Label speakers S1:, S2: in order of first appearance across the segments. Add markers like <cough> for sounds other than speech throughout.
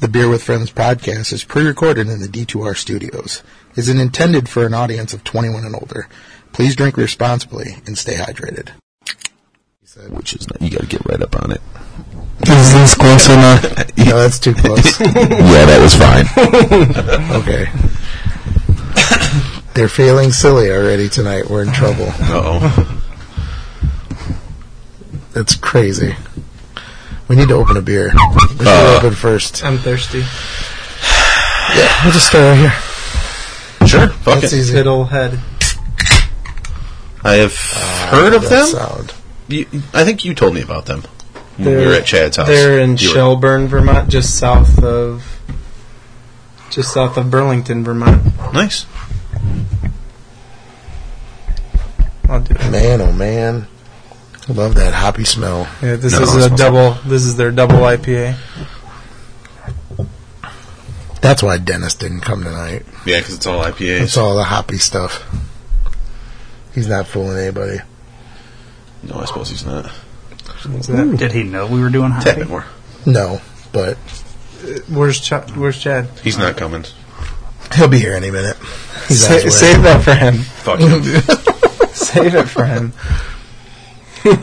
S1: The Beer with Friends podcast is pre-recorded in the D2R studios. Is intended for an audience of 21 and older. Please drink responsibly and stay hydrated. He said,
S2: Which is not, you got to get right up on <laughs> it.
S3: Is this close enough?
S1: "No,
S2: <laughs>
S1: that's too close."
S2: yeah, that was fine.
S1: okay. They're feeling silly already tonight. We're in trouble.
S2: oh.
S1: That's crazy. We need to open a beer. We should open first.
S3: I'm thirsty.
S1: Yeah, we'll just start right here.
S2: Sure. Fuck
S1: That's
S2: it.
S1: easy.
S3: Fiddlehead.
S2: I have heard of
S1: That
S2: them.
S1: Sound.
S2: You, I think you told me about them. when
S3: They're-
S2: we were at Chad's house.
S3: They're in
S2: You were-
S3: Shelburne, Vermont, just south of just south of Burlington, Vermont.
S2: Nice.
S3: I'll do it.
S1: Man, oh man, I love that hoppy smell.
S3: Yeah, this
S2: No,
S3: is
S2: it's
S3: a
S2: awesome.
S3: double. This is their double IPA.
S1: That's why Dennis didn't come tonight.
S2: Yeah, because it's all IPAs.
S1: It's all the hoppy stuff. He's not fooling anybody.
S2: no, I suppose he's not.
S3: Is that-
S4: Did he know we were doing
S2: Tap
S4: hockey?
S2: it more.
S1: No, but
S3: Where's Ch- Where's Chad?
S2: He's not coming.
S1: he'll be here any minute. He's on his
S3: Sa-
S1: way.
S3: save that for him. <laughs>
S2: Fuck <laughs> him.
S3: save it for him.
S2: we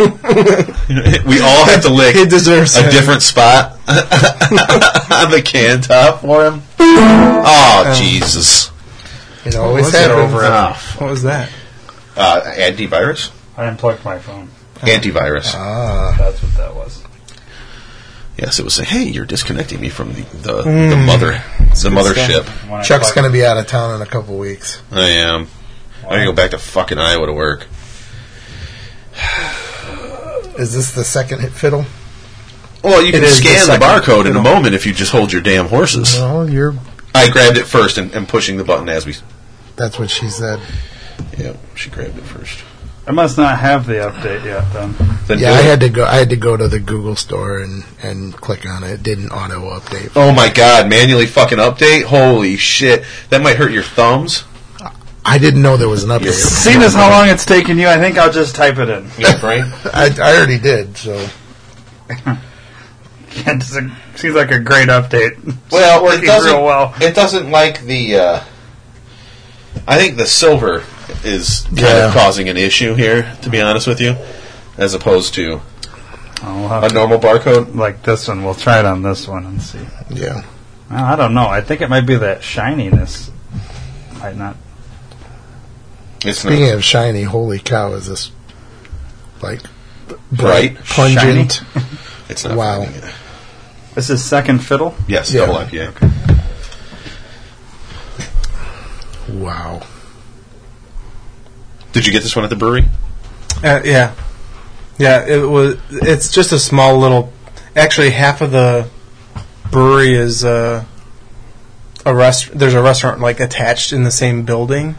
S2: all have to lick
S3: He deserves
S2: a
S3: it.
S2: different spot <laughs> on the can top for him. Oh, Jesus.
S1: It always
S3: What's
S1: had
S3: happened?
S1: over. him.
S2: Oh.
S3: What was that?
S2: Uh, antivirus?
S4: I unplugged my phone.
S2: Antivirus.
S1: Ah,
S4: That's what that was.
S2: Yes, it was saying, hey, you're disconnecting me from the, the, the
S1: Hmm.
S2: mother, the mothership.
S4: When I
S1: Chuck's
S4: plugged-
S1: gonna be out of town in a couple weeks.
S2: I am. I gotta go back to fucking Iowa to work.
S1: Is this the second hit fiddle?
S2: Well, you can
S1: is the
S2: scan the,
S1: second-
S2: barcode in a moment if you just hold your damn horses.
S1: Well, you're.
S2: I grabbed it first and, and pushing the button as we.
S1: That's what she said.
S2: Yeah, she grabbed it first.
S4: I must not have the update yet then.
S2: Then
S1: Yeah,
S2: do
S1: I
S2: it.
S1: had to go. I had to go to the Google store and and click on it. It didn't auto update.
S2: Oh my god, manually fucking update? Holy shit. That might hurt your thumbs.
S1: I didn't know there was an update.
S4: Seeing as how long it's taken you, I think I'll just type it in. <laughs>
S2: Your brain.
S1: I, I already did. So
S4: It doesn't- seems like a great update.
S2: Well, it
S4: working
S2: doesn't,
S4: real well.
S2: it doesn't like the. Uh, I think the silver is kind
S1: Yeah.
S2: of causing an issue here, to be honest with you, as opposed to
S4: Oh, we'll have
S2: a
S4: to-
S2: normal barcode.
S4: like this one, we'll try it on this one and see.
S1: yeah,
S4: Well, I don't know. I think it might be that shininess. Might not.
S2: It's
S1: Speaking
S2: not
S1: of shiny, holy cow! Is this like b-
S2: Bright?
S1: pungent?
S2: It's not
S1: Wow.
S2: fucking-
S4: This is second fiddle.
S2: Yes,
S1: Yeah.
S2: double IPA.
S1: Wow!
S2: Did you get this one at the brewery?
S3: Uh, yeah, yeah. It was. It's just a small little. Actually, half of the brewery is uh, a rest. There's a restaurant like attached in the same building,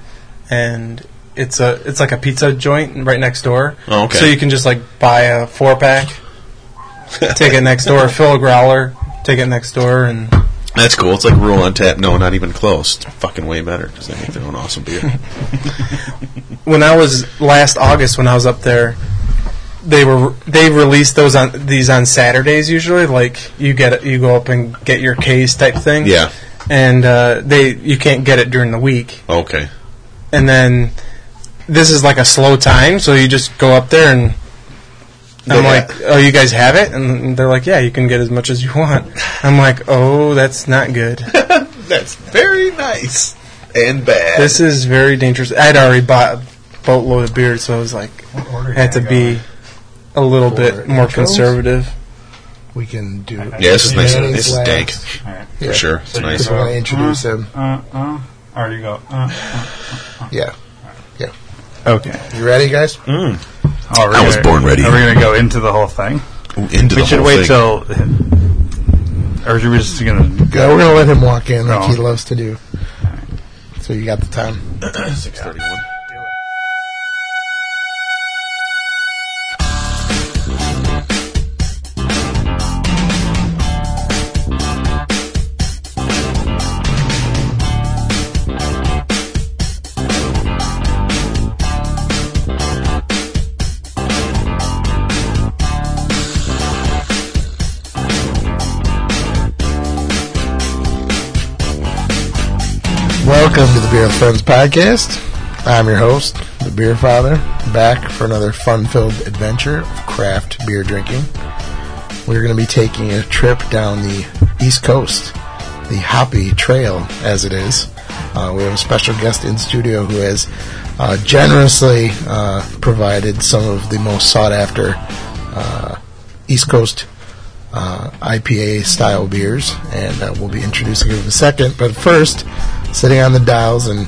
S3: and it's a it's like a pizza joint right next door.
S2: Oh, okay.
S3: So you can just like buy a four pack, take it next door, fill a growler, take it next door, and
S2: That's cool. It's like Rule on Tap. No, not even close. It's fucking way better because they make their own awesome beer.
S3: when I was last August when I was up there, they were they released those on these on Saturdays usually. Like you get you go up and get your case type thing.
S2: yeah.
S3: and uh, they you can't get it during the week.
S2: Okay.
S3: And then this is like a slow time, so you just go up there and. I'm
S2: Yeah.
S3: like, oh, you guys have it, and they're like, yeah, you can get as much as you want. I'm like, oh, that's not good.
S2: That's very nice and bad.
S3: This is very dangerous. I'd already bought a boatload of beer, so I was like, had to be a little
S1: For
S3: bit more
S1: intros?
S3: conservative.
S1: We can do.
S2: yeah, this is nice.
S1: Manny's
S2: This is
S1: last.
S2: dank
S4: Alright.
S1: Yeah.
S2: for sure. It's
S4: So you
S2: nice.
S1: Because when I introduce him,
S4: Uh, uh. Or you go. Uh, uh.
S1: yeah.
S4: Okay.
S1: You ready, guys?
S2: Mm.
S4: Oh,
S2: I was born ready.
S4: Are we going to go into the whole thing?
S2: Into
S4: we
S2: the
S4: should
S2: whole
S4: wait
S2: thing.
S4: till. Or are we just going to
S1: Yeah,
S4: go?
S1: we're gonna let him walk in like
S4: No.
S1: he loves to do. So you got the time.
S2: six thirty-one.
S1: Welcome to the Beer with Friends podcast. I'm your host, the Beer Father, back for another fun-filled adventure of craft beer drinking. We're going to be taking a trip down the East Coast, the Hoppy Trail, as it is. Uh, we have a special guest in studio who has uh, generously uh, provided some of the most sought-after uh, East Coast uh, IPA style beers, and uh, we'll be introducing them in a second. But first, sitting on the dials and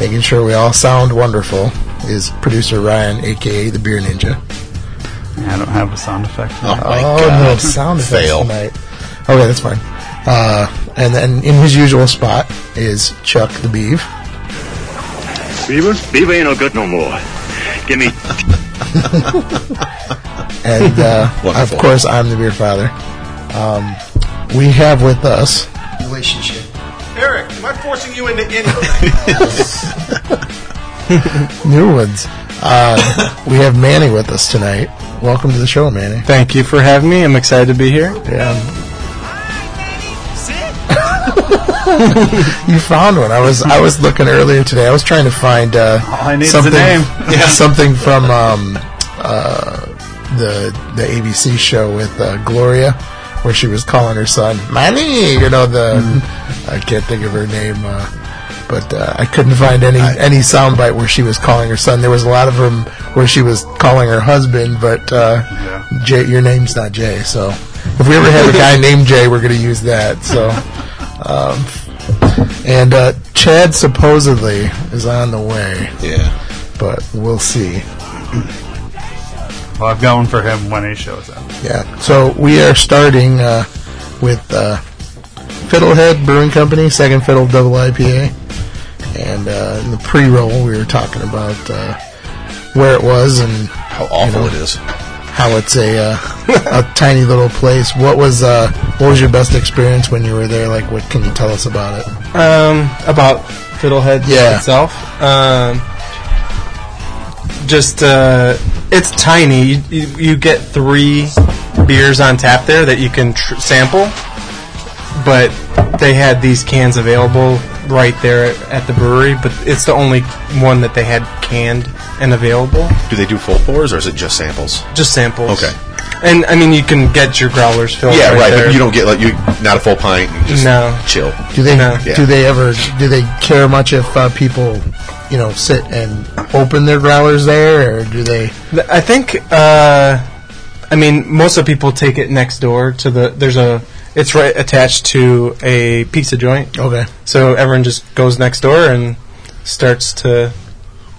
S1: making sure we all sound wonderful is producer Ryan, aka the Beer Ninja.
S4: I don't have a sound effect.
S2: Oh, my
S1: oh
S2: God.
S1: no, sound effects
S2: Fail.
S1: tonight. Okay, that's fine. Uh, and then in his usual spot is Chuck the Beeve.
S5: Beaver? Beaver ain't no good no more. Give me
S1: and uh, of
S2: Wonderful.
S1: course, I'm the beer father. Um, we have with us
S6: Eric, am I forcing you into anything?
S1: <laughs> new ones. Uh, we have Manny with us tonight. Welcome to the show, Manny.
S3: Thank you for having me. I'm excited to be here.
S1: Yeah. you found one. I was I was looking earlier today. I was trying to find uh,
S4: All I need is a
S1: something <laughs>
S4: name.
S1: something from um, uh, the the ABC show with uh, Gloria, where she was calling her son Manny. You know the I can't think of her name. Uh, but uh, I couldn't find any any soundbite where she was calling her son. There was a lot of them where she was calling her husband, but uh,
S4: Yeah.
S1: Jay, your name's not Jay. So if we ever have a guy named Jay, we're going to use that. So, um, and uh, Chad supposedly is on the way,
S2: Yeah.
S1: but we'll see.
S2: Oh.
S4: Well, I've got one for him when he shows up.
S1: Yeah. So we are starting uh, with uh, Fiddlehead Brewing Company, Second Fiddle Double IPA, and uh, in the pre-roll we were talking about uh, where it was and
S2: How awful
S1: You know.
S2: it is.
S1: how it's a uh, <laughs> a tiny little place. What was uh, what was your best experience when you were there? Like, what can you tell us about it?
S3: um, about Fiddlehead
S1: Yeah.
S3: itself. Um, just uh, it's tiny. You, you, you get three beers on tap there that you can tr- sample, but they had these cans available right there at, at the brewery. But it's the only one that they had canned and available.
S2: Do they do full pours or is it just samples?
S3: Just samples.
S2: Okay.
S3: And I mean, you can get your growlers filled.
S2: yeah,
S3: right.
S2: right.
S3: there.
S2: But you don't get like you not a full pint. And just
S3: No.
S2: Chill.
S1: Do they
S3: No.
S1: do they ever do they care much if uh, people you know sit and open their growlers there, or do they?
S3: Th- I think. Uh, I mean, most of the people take it next door to the. There's a. It's right attached to a pizza joint,
S1: Okay,
S3: so everyone just goes next door and starts to,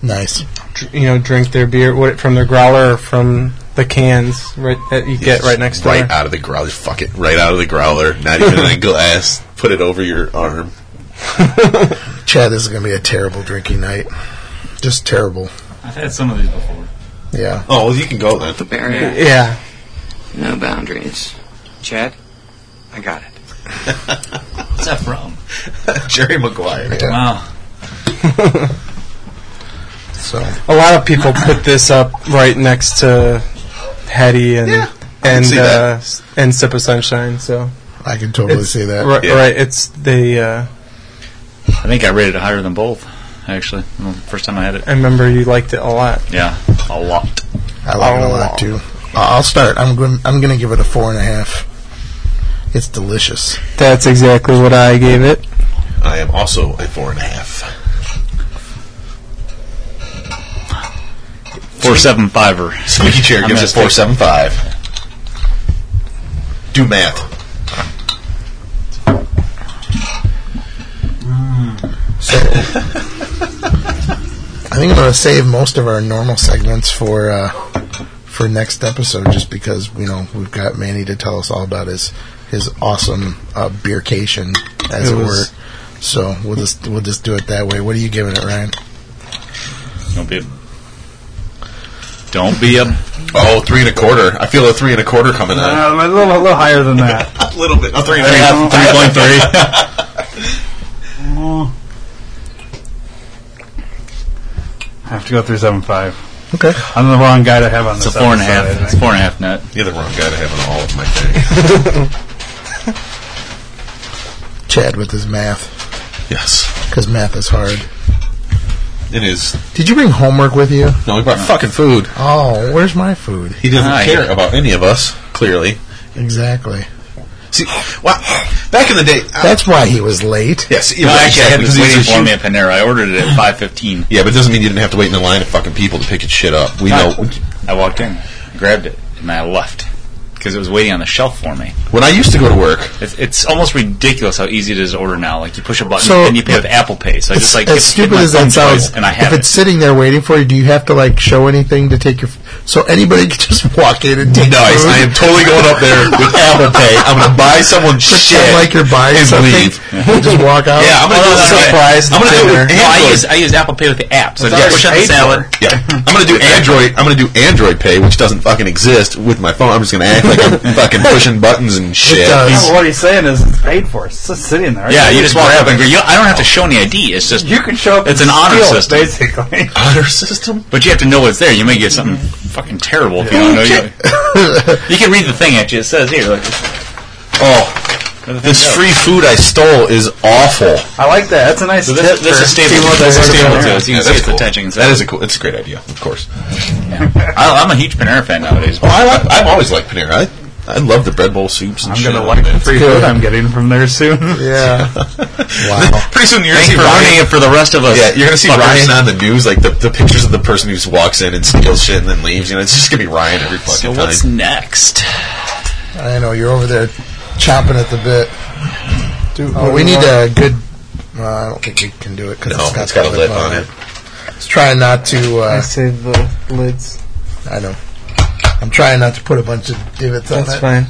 S1: nice.
S3: dr- you know, drink their beer what, from their growler or from the cans right that you get right next door.
S2: Right out of the growler. Fuck it. Right out of the growler. Not even
S3: <laughs>
S2: in a glass. Put it over your arm.
S1: Chad, this is gonna be a terrible drinking night. Just terrible.
S4: I've had some of these before.
S1: Yeah.
S2: Oh, well, you can go then.
S7: The barrier,
S3: Yeah.
S7: no boundaries. Chad, I got it.
S4: What's that from?
S2: Jerry Maguire.
S1: Yeah.
S4: Wow.
S1: So
S3: A lot of people put this up right next to Hetty and
S2: Yeah, I can
S3: and
S2: see that.
S3: uh, s- and Sip of Sunshine. So
S1: I can totally
S3: It's-
S1: see that.
S3: right,
S2: Yeah.
S3: right, it's the. Uh,
S8: I think I rated it higher than both, actually. The first time I had it.
S3: I remember you liked it a lot.
S8: Yeah, a lot.
S1: I like it a lot too. I'll start. I'm going. I'm gonna give it a four and a half. It's delicious.
S3: That's exactly what I gave it.
S2: I am also a four and a half.
S8: 475er.
S2: Squeaky chair gives
S8: gonna
S2: us four
S8: take-
S2: seven five. Do math.
S1: I think I'm gonna save most of our normal segments for uh, for next episode, just because you know we've got Manny to tell us all about his his awesome uh, beercation, as
S3: It
S1: it,
S3: was-
S1: were. So we'll just we'll just do it that way. What are you giving it, Ryan?
S8: Don't be a. Don't be a.
S2: Oh, three and a quarter. I feel a three and a quarter coming on.
S4: Uh, a, little, a little higher than that.
S2: A little bit. A three and a half.
S8: 3.3.
S4: Oh. I have to go through seven five.
S1: Okay,
S4: I'm the wrong guy to have on
S8: It's
S4: this.
S8: a four and a
S4: episode,
S8: half.
S4: I
S8: It's
S4: think.
S8: four and a half net.
S2: <laughs> You're the wrong guy to have on all of my things.
S1: Chad with his math.
S2: yes.
S1: because math is hard.
S2: It is.
S1: Did you bring homework with you?
S2: No, we brought fucking food.
S1: Oh, where's my food?
S2: He doesn't
S8: Ah,
S2: care
S8: yeah.
S2: about any of us, clearly.
S1: Exactly.
S2: See, wow. Back in the day. I-
S1: That's why he was late.
S2: yes, you
S8: No,
S2: know,
S8: actually, I had
S2: because
S8: it
S2: he was
S8: waiting
S2: a
S8: for me at Panera. I ordered it at 5.15.
S2: Yeah, but it doesn't mean you didn't have to wait in the line of fucking people to pick his shit up. We know.
S8: I walked in, grabbed it, and I left. Because it was waiting on the shelf for me.
S2: When I used to go to work,
S8: It's, it's almost ridiculous how easy it is to order now. Like, you push a button,
S1: So-
S8: and you pay with Apple Pay. So I just, like,
S1: as
S8: get-
S1: stupid
S8: get my
S1: as
S8: phone
S1: that sounds,
S8: choice, and I
S1: if
S8: have
S1: it's sitting there waiting for you, do you have to like show anything to take your? F- so anybody can just walk in and take
S2: nice.
S1: food?
S2: I am totally going up there with Apple Pay. I'm going to buy someone shit.
S1: Pretend like you're buying
S2: and
S1: something.
S2: leave.
S1: You just walk
S2: <laughs>
S1: out.
S2: Yeah, I'm going to
S8: Oh,
S2: do
S8: that's
S2: that.
S8: surprise
S2: I'm going to do it with
S8: No, I
S2: Android.
S8: use, I use Apple Pay with the app. So I
S2: Yes.
S8: just push on the
S2: Paid
S8: salad.
S2: Yeah, I'm gonna do Android. I'm gonna do Android Pay, which doesn't fucking exist with my phone. I'm just gonna act like I'm fucking pushing buttons and shit.
S1: does.
S4: Yeah, but what he's saying is it's paid for. It's just sitting there.
S8: Yeah, you just walk up and go. You, I don't have to show any ID. It's just
S4: You can show up.
S8: It's
S4: and
S8: an honor
S4: steal,
S8: system.
S4: basically. <laughs>
S2: Honor <laughs> system.
S8: But you have to know what's there. You may get something fucking terrible if you don't know. You, you can read the thing at you. It says here, like,
S2: Oh,
S8: where the thing
S2: this
S8: goes.
S2: free food I stole is awful.
S4: I like that. That's a nice
S8: So
S4: tip.
S8: this, this
S4: for
S8: is stable.
S4: people
S8: This
S4: that
S8: is
S4: go to
S8: stable
S4: Panera.
S8: too. So you
S2: Yeah,
S8: can see
S2: that's
S8: it's
S2: cool.
S8: attaching.
S2: That is a cool. It's a great idea, of course.
S8: I, I'm a huge Panera fan nowadays.
S2: Oh, I like, I've always liked Panera. I, I love the bread bowl soups. And
S4: I'm
S2: shit
S4: gonna
S2: on
S4: like the
S2: there.
S4: <laughs> free food I'm getting from there <laughs> soon.
S1: Yeah. wow.
S2: Pretty soon you're gonna
S8: Thanks
S2: see
S8: for ruining
S2: Ryan.
S8: it for the rest of us.
S2: Yeah, you're gonna see
S8: fuckers.
S2: Ryan on the news, like the, the pictures of the person who just walks in and steals shit and then leaves. You know, it's just gonna be Ryan every
S8: So
S2: fucking
S8: what's
S2: time.
S8: next?
S1: I know you're over there chopping at the bit. Oh, we need a good. Well, I don't think we can do it because
S2: No,
S1: it's,
S2: it's got a lid on it.
S1: It's trying not to.
S3: I
S1: Uh,
S3: saved the lids.
S1: I know. I'm trying not to put a bunch of divots on
S3: That's
S1: it.
S3: fine.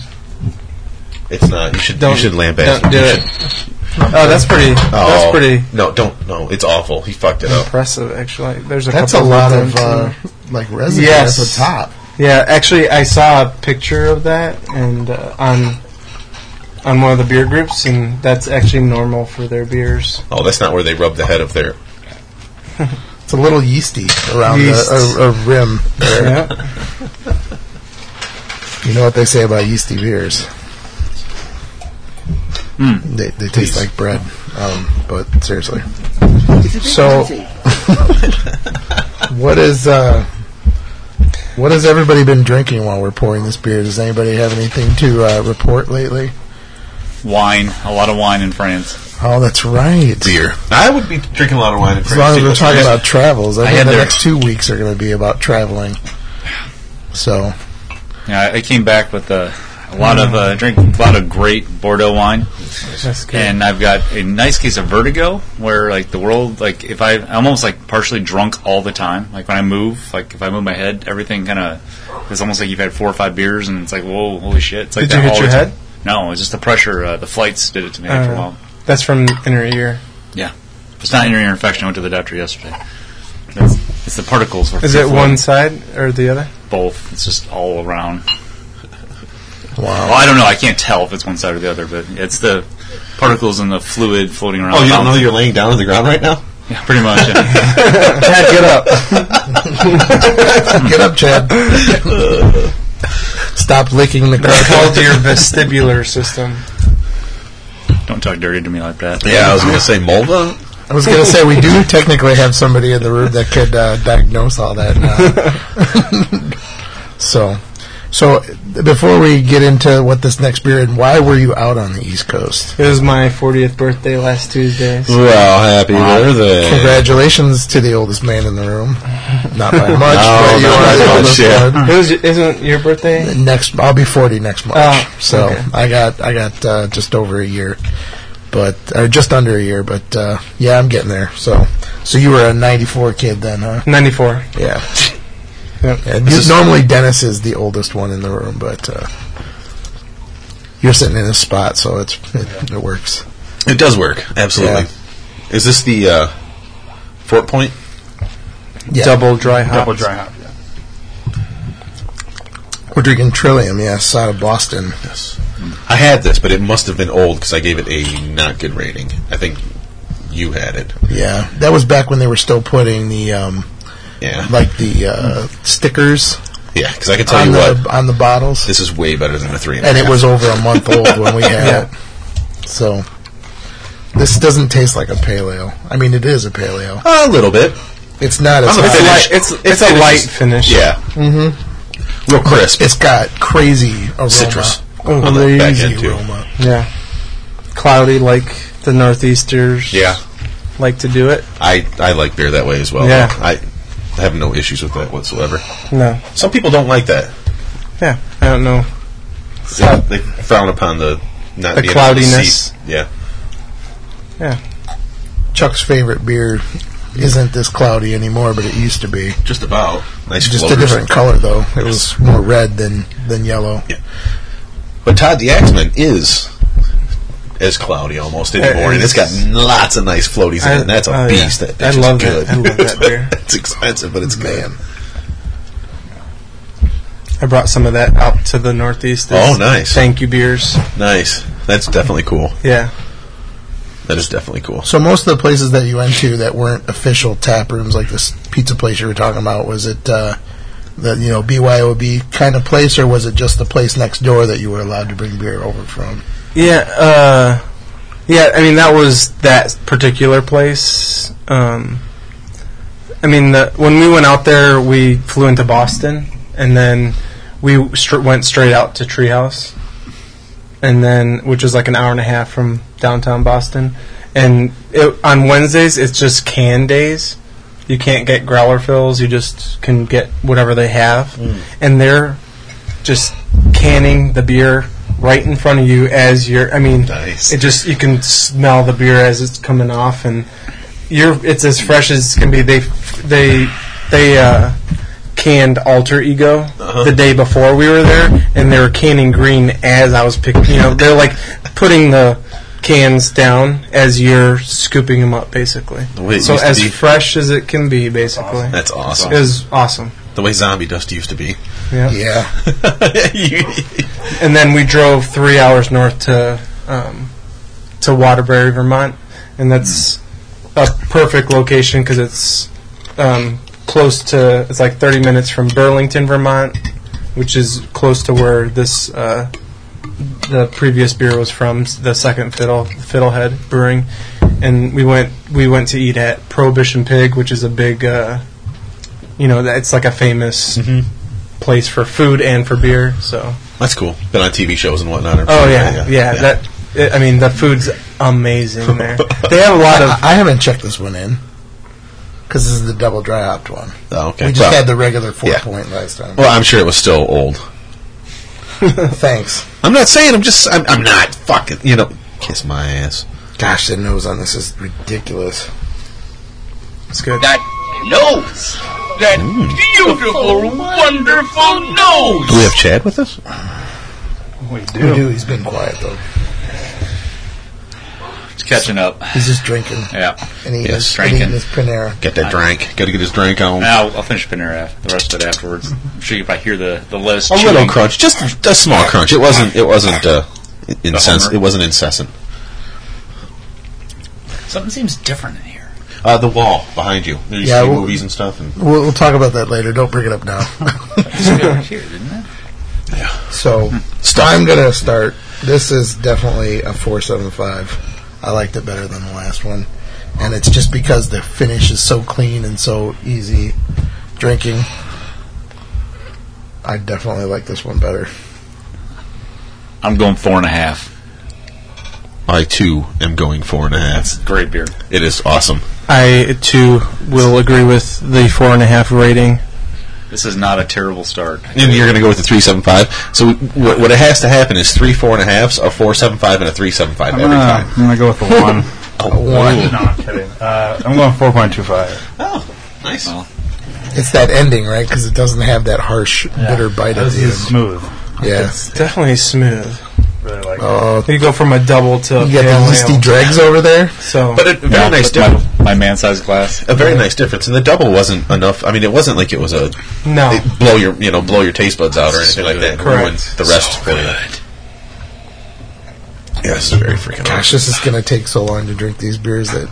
S2: It's not. You should.
S3: Don't-
S2: you should lambaste.
S3: Don't do
S2: you
S3: it.
S2: should-
S3: Oh, that's pretty. That's pretty
S2: No, don't. No, it's awful. He fucked
S8: Oh.
S2: it up.
S3: impressive. Actually, there's a
S1: That's a
S3: couple
S1: lot
S3: them,
S1: of uh,
S3: too.
S1: like resin
S3: Yes.
S1: at the top.
S3: Yeah, actually, I saw a picture of that and uh, on on one of the beer groups, and that's actually normal for their beers.
S2: Oh, that's not where they rub the head of their.
S1: It's a little yeasty around
S3: Yeast.
S1: a, a, a rim. There.
S3: Yeah,
S1: You know what they say about yeasty beers?
S3: Hmm.
S1: They, they taste like bread. Um, but seriously, so <laughs> what is uh, what has everybody been drinking while we're pouring this beer? Does anybody have anything to uh, report lately?
S8: Wine. A lot of wine in France.
S1: Oh, that's right.
S2: Beer. I would be drinking a lot of wine.
S1: As long as we're talking about travels, I,
S8: I
S1: think
S8: had
S1: the
S8: their-
S1: next two weeks are going to be about traveling.
S2: <laughs>
S1: So
S8: Yeah, I, I came back with a, a lot of uh, drink, a lot of great Bordeaux wine.
S3: that's good.
S8: and I've got a nice case of vertigo, where like the world, like if I, I'm almost like partially drunk all the time. Like when I move, like if I move my head, everything kind of, it's almost like you've had four or five beers, and it's like, whoa, holy shit! It's like
S3: Did
S8: that
S3: you hit
S8: all
S3: your
S8: the time.
S3: head?
S8: No, it's just the pressure. Uh, the flights did it to me after a
S3: Uh.
S8: while.
S3: that's from inner ear.
S8: Yeah, it's not an ear infection. I went to the doctor yesterday. That's, it's the particles. were-
S3: Is it one side or the other?
S8: Both. It's just
S2: <laughs>
S8: all around.
S1: wow,
S8: Well, I don't know. I can't tell if it's one side or the other, but it's the particles and the fluid floating around.
S2: Oh, you don't
S8: Um,
S2: know you're laying down on the ground right now.
S8: Yeah, pretty much.
S2: <laughs>
S8: yeah.
S3: Chad, get up.
S1: get up, Chad. <laughs> Stop licking the
S3: That's
S1: carpet.
S3: called your vestibular system.
S8: Don't talk dirty to me like that.
S2: Yeah, I was gonna say Molda.
S1: I was going to say we do technically have somebody in the room that could uh, diagnose all that. now. <laughs> so, so before we get into what this next beer and why were you out on the East Coast?
S3: It was my 40th birthday last Tuesday.
S4: Mm.
S3: so-
S2: Well, happy birthday.
S1: Congratulations to the oldest man in the room. Not
S2: <laughs>
S1: by much, but
S2: not
S1: you are
S2: by
S1: the
S2: much,
S1: oldest
S2: yeah.
S1: one.
S3: It was, isn't your birthday?
S1: next I'll be 40 next March.
S3: Oh,
S1: so
S3: okay.
S1: I got I got uh, just over a year. But or just under a year, but uh, yeah, I'm getting there. So so you were a 94 kid then, huh?
S3: 94.
S1: Yeah.
S3: Yep.
S1: And you- normally Dennis is the oldest one in the room, but uh, you're sitting in his spot, so it's it, it works.
S2: <laughs> It does work. Absolutely. Is this the uh, Fort Point?
S1: Yeah.
S3: Double dry hop.
S4: Double dry hop. Yeah.
S1: We're drinking Trillium, yes, out of Boston.
S2: Yes. I had this, but it must have been old because I gave it a not good rating. I think you had it.
S1: Yeah, that was back when they were still putting the um,
S2: Yeah.
S1: like the uh, stickers
S2: yeah, because I can tell
S1: on
S2: you
S1: the
S2: what,
S1: on the bottles.
S2: this is way better than the three.
S1: and it
S2: half. <laughs>
S1: was over a month old when we had it. So this This doesn't taste like a pale ale. I mean, it is a pale ale.
S2: A little bit.
S1: It's not as
S2: I'm a
S1: hot.
S2: finish.
S3: It's, a light, it's, it's a
S2: finish
S3: light
S2: is-
S3: finish.
S2: Yeah. Mm-hmm. Real crisp.
S1: It's got crazy aroma.
S2: Citrus.
S3: Oh,
S2: that back
S1: Crazy
S2: end, too.
S1: aroma.
S3: Yeah. Cloudy like the Northeasters
S2: Yeah.
S3: like to do it.
S2: I, I like beer that way as well.
S3: Yeah.
S2: I have no issues with that whatsoever.
S3: No.
S2: Some people don't like that.
S3: Yeah. I don't know.
S2: Yeah, they frown upon the not
S3: The
S2: being able to see.
S3: cloudiness.
S2: Yeah,
S1: Chuck's favorite beer isn't this cloudy anymore, but it used to be.
S2: just about nice.
S1: Just a
S2: floaters.
S1: different color, though. It was more red than than yellow.
S2: But Todd the Axeman is as cloudy almost anymore, and it's got lots of nice floaties in it. And that's a
S3: oh, yeah.
S2: beast. That
S3: I
S2: bitch is
S3: love
S2: good.
S3: that. I love that beer.
S2: <laughs>
S3: Mm-hmm.
S2: it's expensive, but it's good.
S3: I brought some of that out to the Northeast.
S2: Oh, nice.
S3: Thank you beers.
S2: Nice. That's definitely cool.
S3: Yeah.
S2: That is definitely cool.
S1: So most of the places that you went to that weren't official tap rooms, like this pizza place you were talking about, was it uh, the you know BYOB kind of place, or was it just the place next door that you were allowed to bring beer over from?
S3: Yeah, uh, yeah. I mean, that was that particular place. Um, I mean, the, when we went out there, we flew into Boston, and then we str- went straight out to Treehouse, and then which is like an hour and a half from downtown Boston. And it, on Wednesdays, it's just can days. You can't get growler fills. You just can get whatever they have, and they're just canning the beer right in front of you as you're. I mean,
S2: Nice.
S3: it just you can smell the beer as it's coming off, and you're it's as fresh as can be. They they they uh, canned Alter Ego
S2: Uh-huh.
S3: the day before we were there, and they were canning green as I was picking. You know, they're like putting the cans down as you're scooping them up, basically.
S2: The way it
S3: so
S2: used to
S3: as
S2: be.
S3: fresh as it can be, basically.
S2: That's awesome.
S3: It was awesome.
S2: The way zombie dust used to be. <laughs>
S3: Yeah.
S1: Yeah,
S3: and then we drove three hours north to um, to Waterbury, Vermont, and that's a perfect location because it's um, close to it's like 30 minutes from Burlington, Vermont, which is close to where this uh, the previous beer was from, s- the second fiddle Fiddlehead Brewing, and we went we went to eat at Prohibition Pig, which is a big uh, you know it's like a famous. Place for food and for beer, so
S2: That's cool. Been on TV shows and whatnot. I'm
S3: Oh
S2: sure.
S3: yeah, yeah. That it, I mean, the food's <laughs> amazing there. They have a lot
S1: I,
S3: of.
S1: I haven't checked this one in because this is the double dry hopped one.
S2: Oh, okay.
S1: We just
S2: well,
S1: had the regular four
S2: yeah.
S1: point last time.
S2: well, I'm sure it was still old.
S1: <laughs> Thanks.
S2: I'm not saying. I'm just. I'm, I'm not fucking. You know, kiss my ass.
S1: Gosh, the nose on this is ridiculous.
S3: It's good.
S9: nose. That beautiful, wonderful nose.
S2: Do we have Chad with us?
S4: We
S1: We
S4: do.
S1: do. He's been quiet though.
S8: Just catching up.
S1: He's just drinking
S8: Yeah.
S1: and eating,
S2: Yes,
S1: his, and
S8: drinking.
S1: eating his Panera.
S2: Get that drink. Got to get his drink on.
S8: Now I'll finish Panera after the rest of it afterwards. I'm sure if I hear the the less
S2: a little
S8: chewing-
S2: crunch, just a small crunch. It wasn't. It wasn't. Uh, incessant.
S8: Hummer.
S2: It wasn't incessant.
S8: Something seems different in here.
S2: Uh, the wall behind you. You
S1: Yeah,
S2: see
S1: well-
S2: movies and stuff. And
S1: We'll, we'll talk about that later. Don't bring it up
S8: <laughs>
S1: now. <laughs>
S8: here, didn't it?
S1: So I'm gonna start. This is definitely a four seven five. I liked it better than the last one, and it's just because the finish is so clean and so easy drinking. I definitely like this one better.
S8: I'm going four and a half.
S2: I too am going four and a half.
S8: Great beer.
S2: It is awesome.
S3: I too will agree with the four and a half rating.
S8: This is not a terrible start.
S2: And you're going to go with the three seven five. So what, what has to happen is three four and a halfs, a four seven five, and a three seven five
S4: I'm
S2: every
S4: gonna,
S2: time.
S4: Ah, I'm gonna go <laughs> with the one.
S2: Oh,
S4: no, I'm kidding. Uh, I'm going 4.25.
S2: Oh, nice.
S8: Well,
S1: It's that ending, right? Because it doesn't have that harsh bitter bite at
S4: This
S1: the
S4: is
S1: end.
S4: smooth.
S1: Yeah.
S3: It's definitely smooth.
S4: Really like it.
S1: Oh,
S3: You go from a double to a
S1: you got
S3: pale
S1: the yeasty
S3: ale.
S1: dregs over there.
S3: So
S2: But a very
S8: yeah,
S2: nice
S8: with my-
S2: difference.
S8: My man-sized glass.
S2: A very nice difference. And the double wasn't enough. I mean, it wasn't like it was a
S3: no,
S2: it blow your you know blow your taste buds out or anything like that. and
S3: Correct.
S2: ruin The rest for you. Yes, very freaking
S1: Gosh,
S2: awesome.
S1: this is gonna take so long to drink these beers that.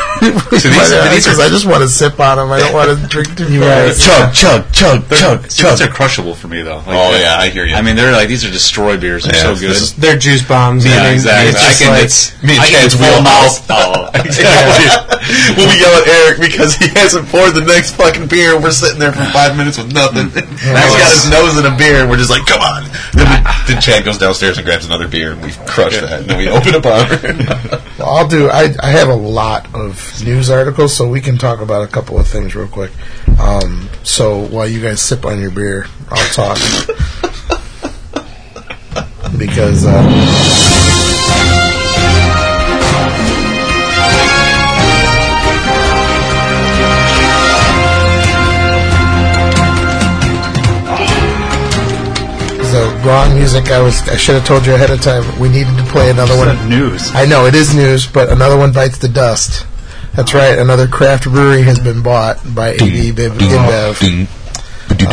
S1: <laughs>
S8: So these- these are-
S1: because I just want to sip on them. I don't want to drink too fast.
S2: Chug, Oh, chug, chug, chug,
S8: See, these are
S2: chug.
S8: crushable for me though. Like,
S2: Oh, yeah, I hear you.
S8: I mean, they're like these are destroy beers. They're
S2: Yeah,
S8: so
S2: this
S8: good.
S2: is-
S3: They're juice bombs. I
S8: yeah,
S3: mean,
S8: exactly.
S3: It's just
S8: I can,
S3: like,
S8: it's, me
S2: and Chad's
S8: full
S2: wheel <laughs>
S8: mouth. Oh,
S2: Exactly. we'll be yelling at Eric because he hasn't poured the next fucking beer, and we're sitting there for five minutes with nothing. He's <laughs> got his nose in a beer, and we're just like, "Come on!" Mm. <laughs> Then, we, then Chad goes downstairs and grabs another beer, and we crush that, and then we open a <laughs> bar.
S1: I'll do. I, I have a lot of news articles, so we can talk about a couple of things real quick. Um, so while you guys sip on your beer, I'll talk because uh, the wrong music. I was. I should have told you ahead of time. We needed to play another one.
S4: It's news.
S1: I know it is news, but another one bites the dust. That's right. Another craft brewery has been bought by AB Biv- InBev.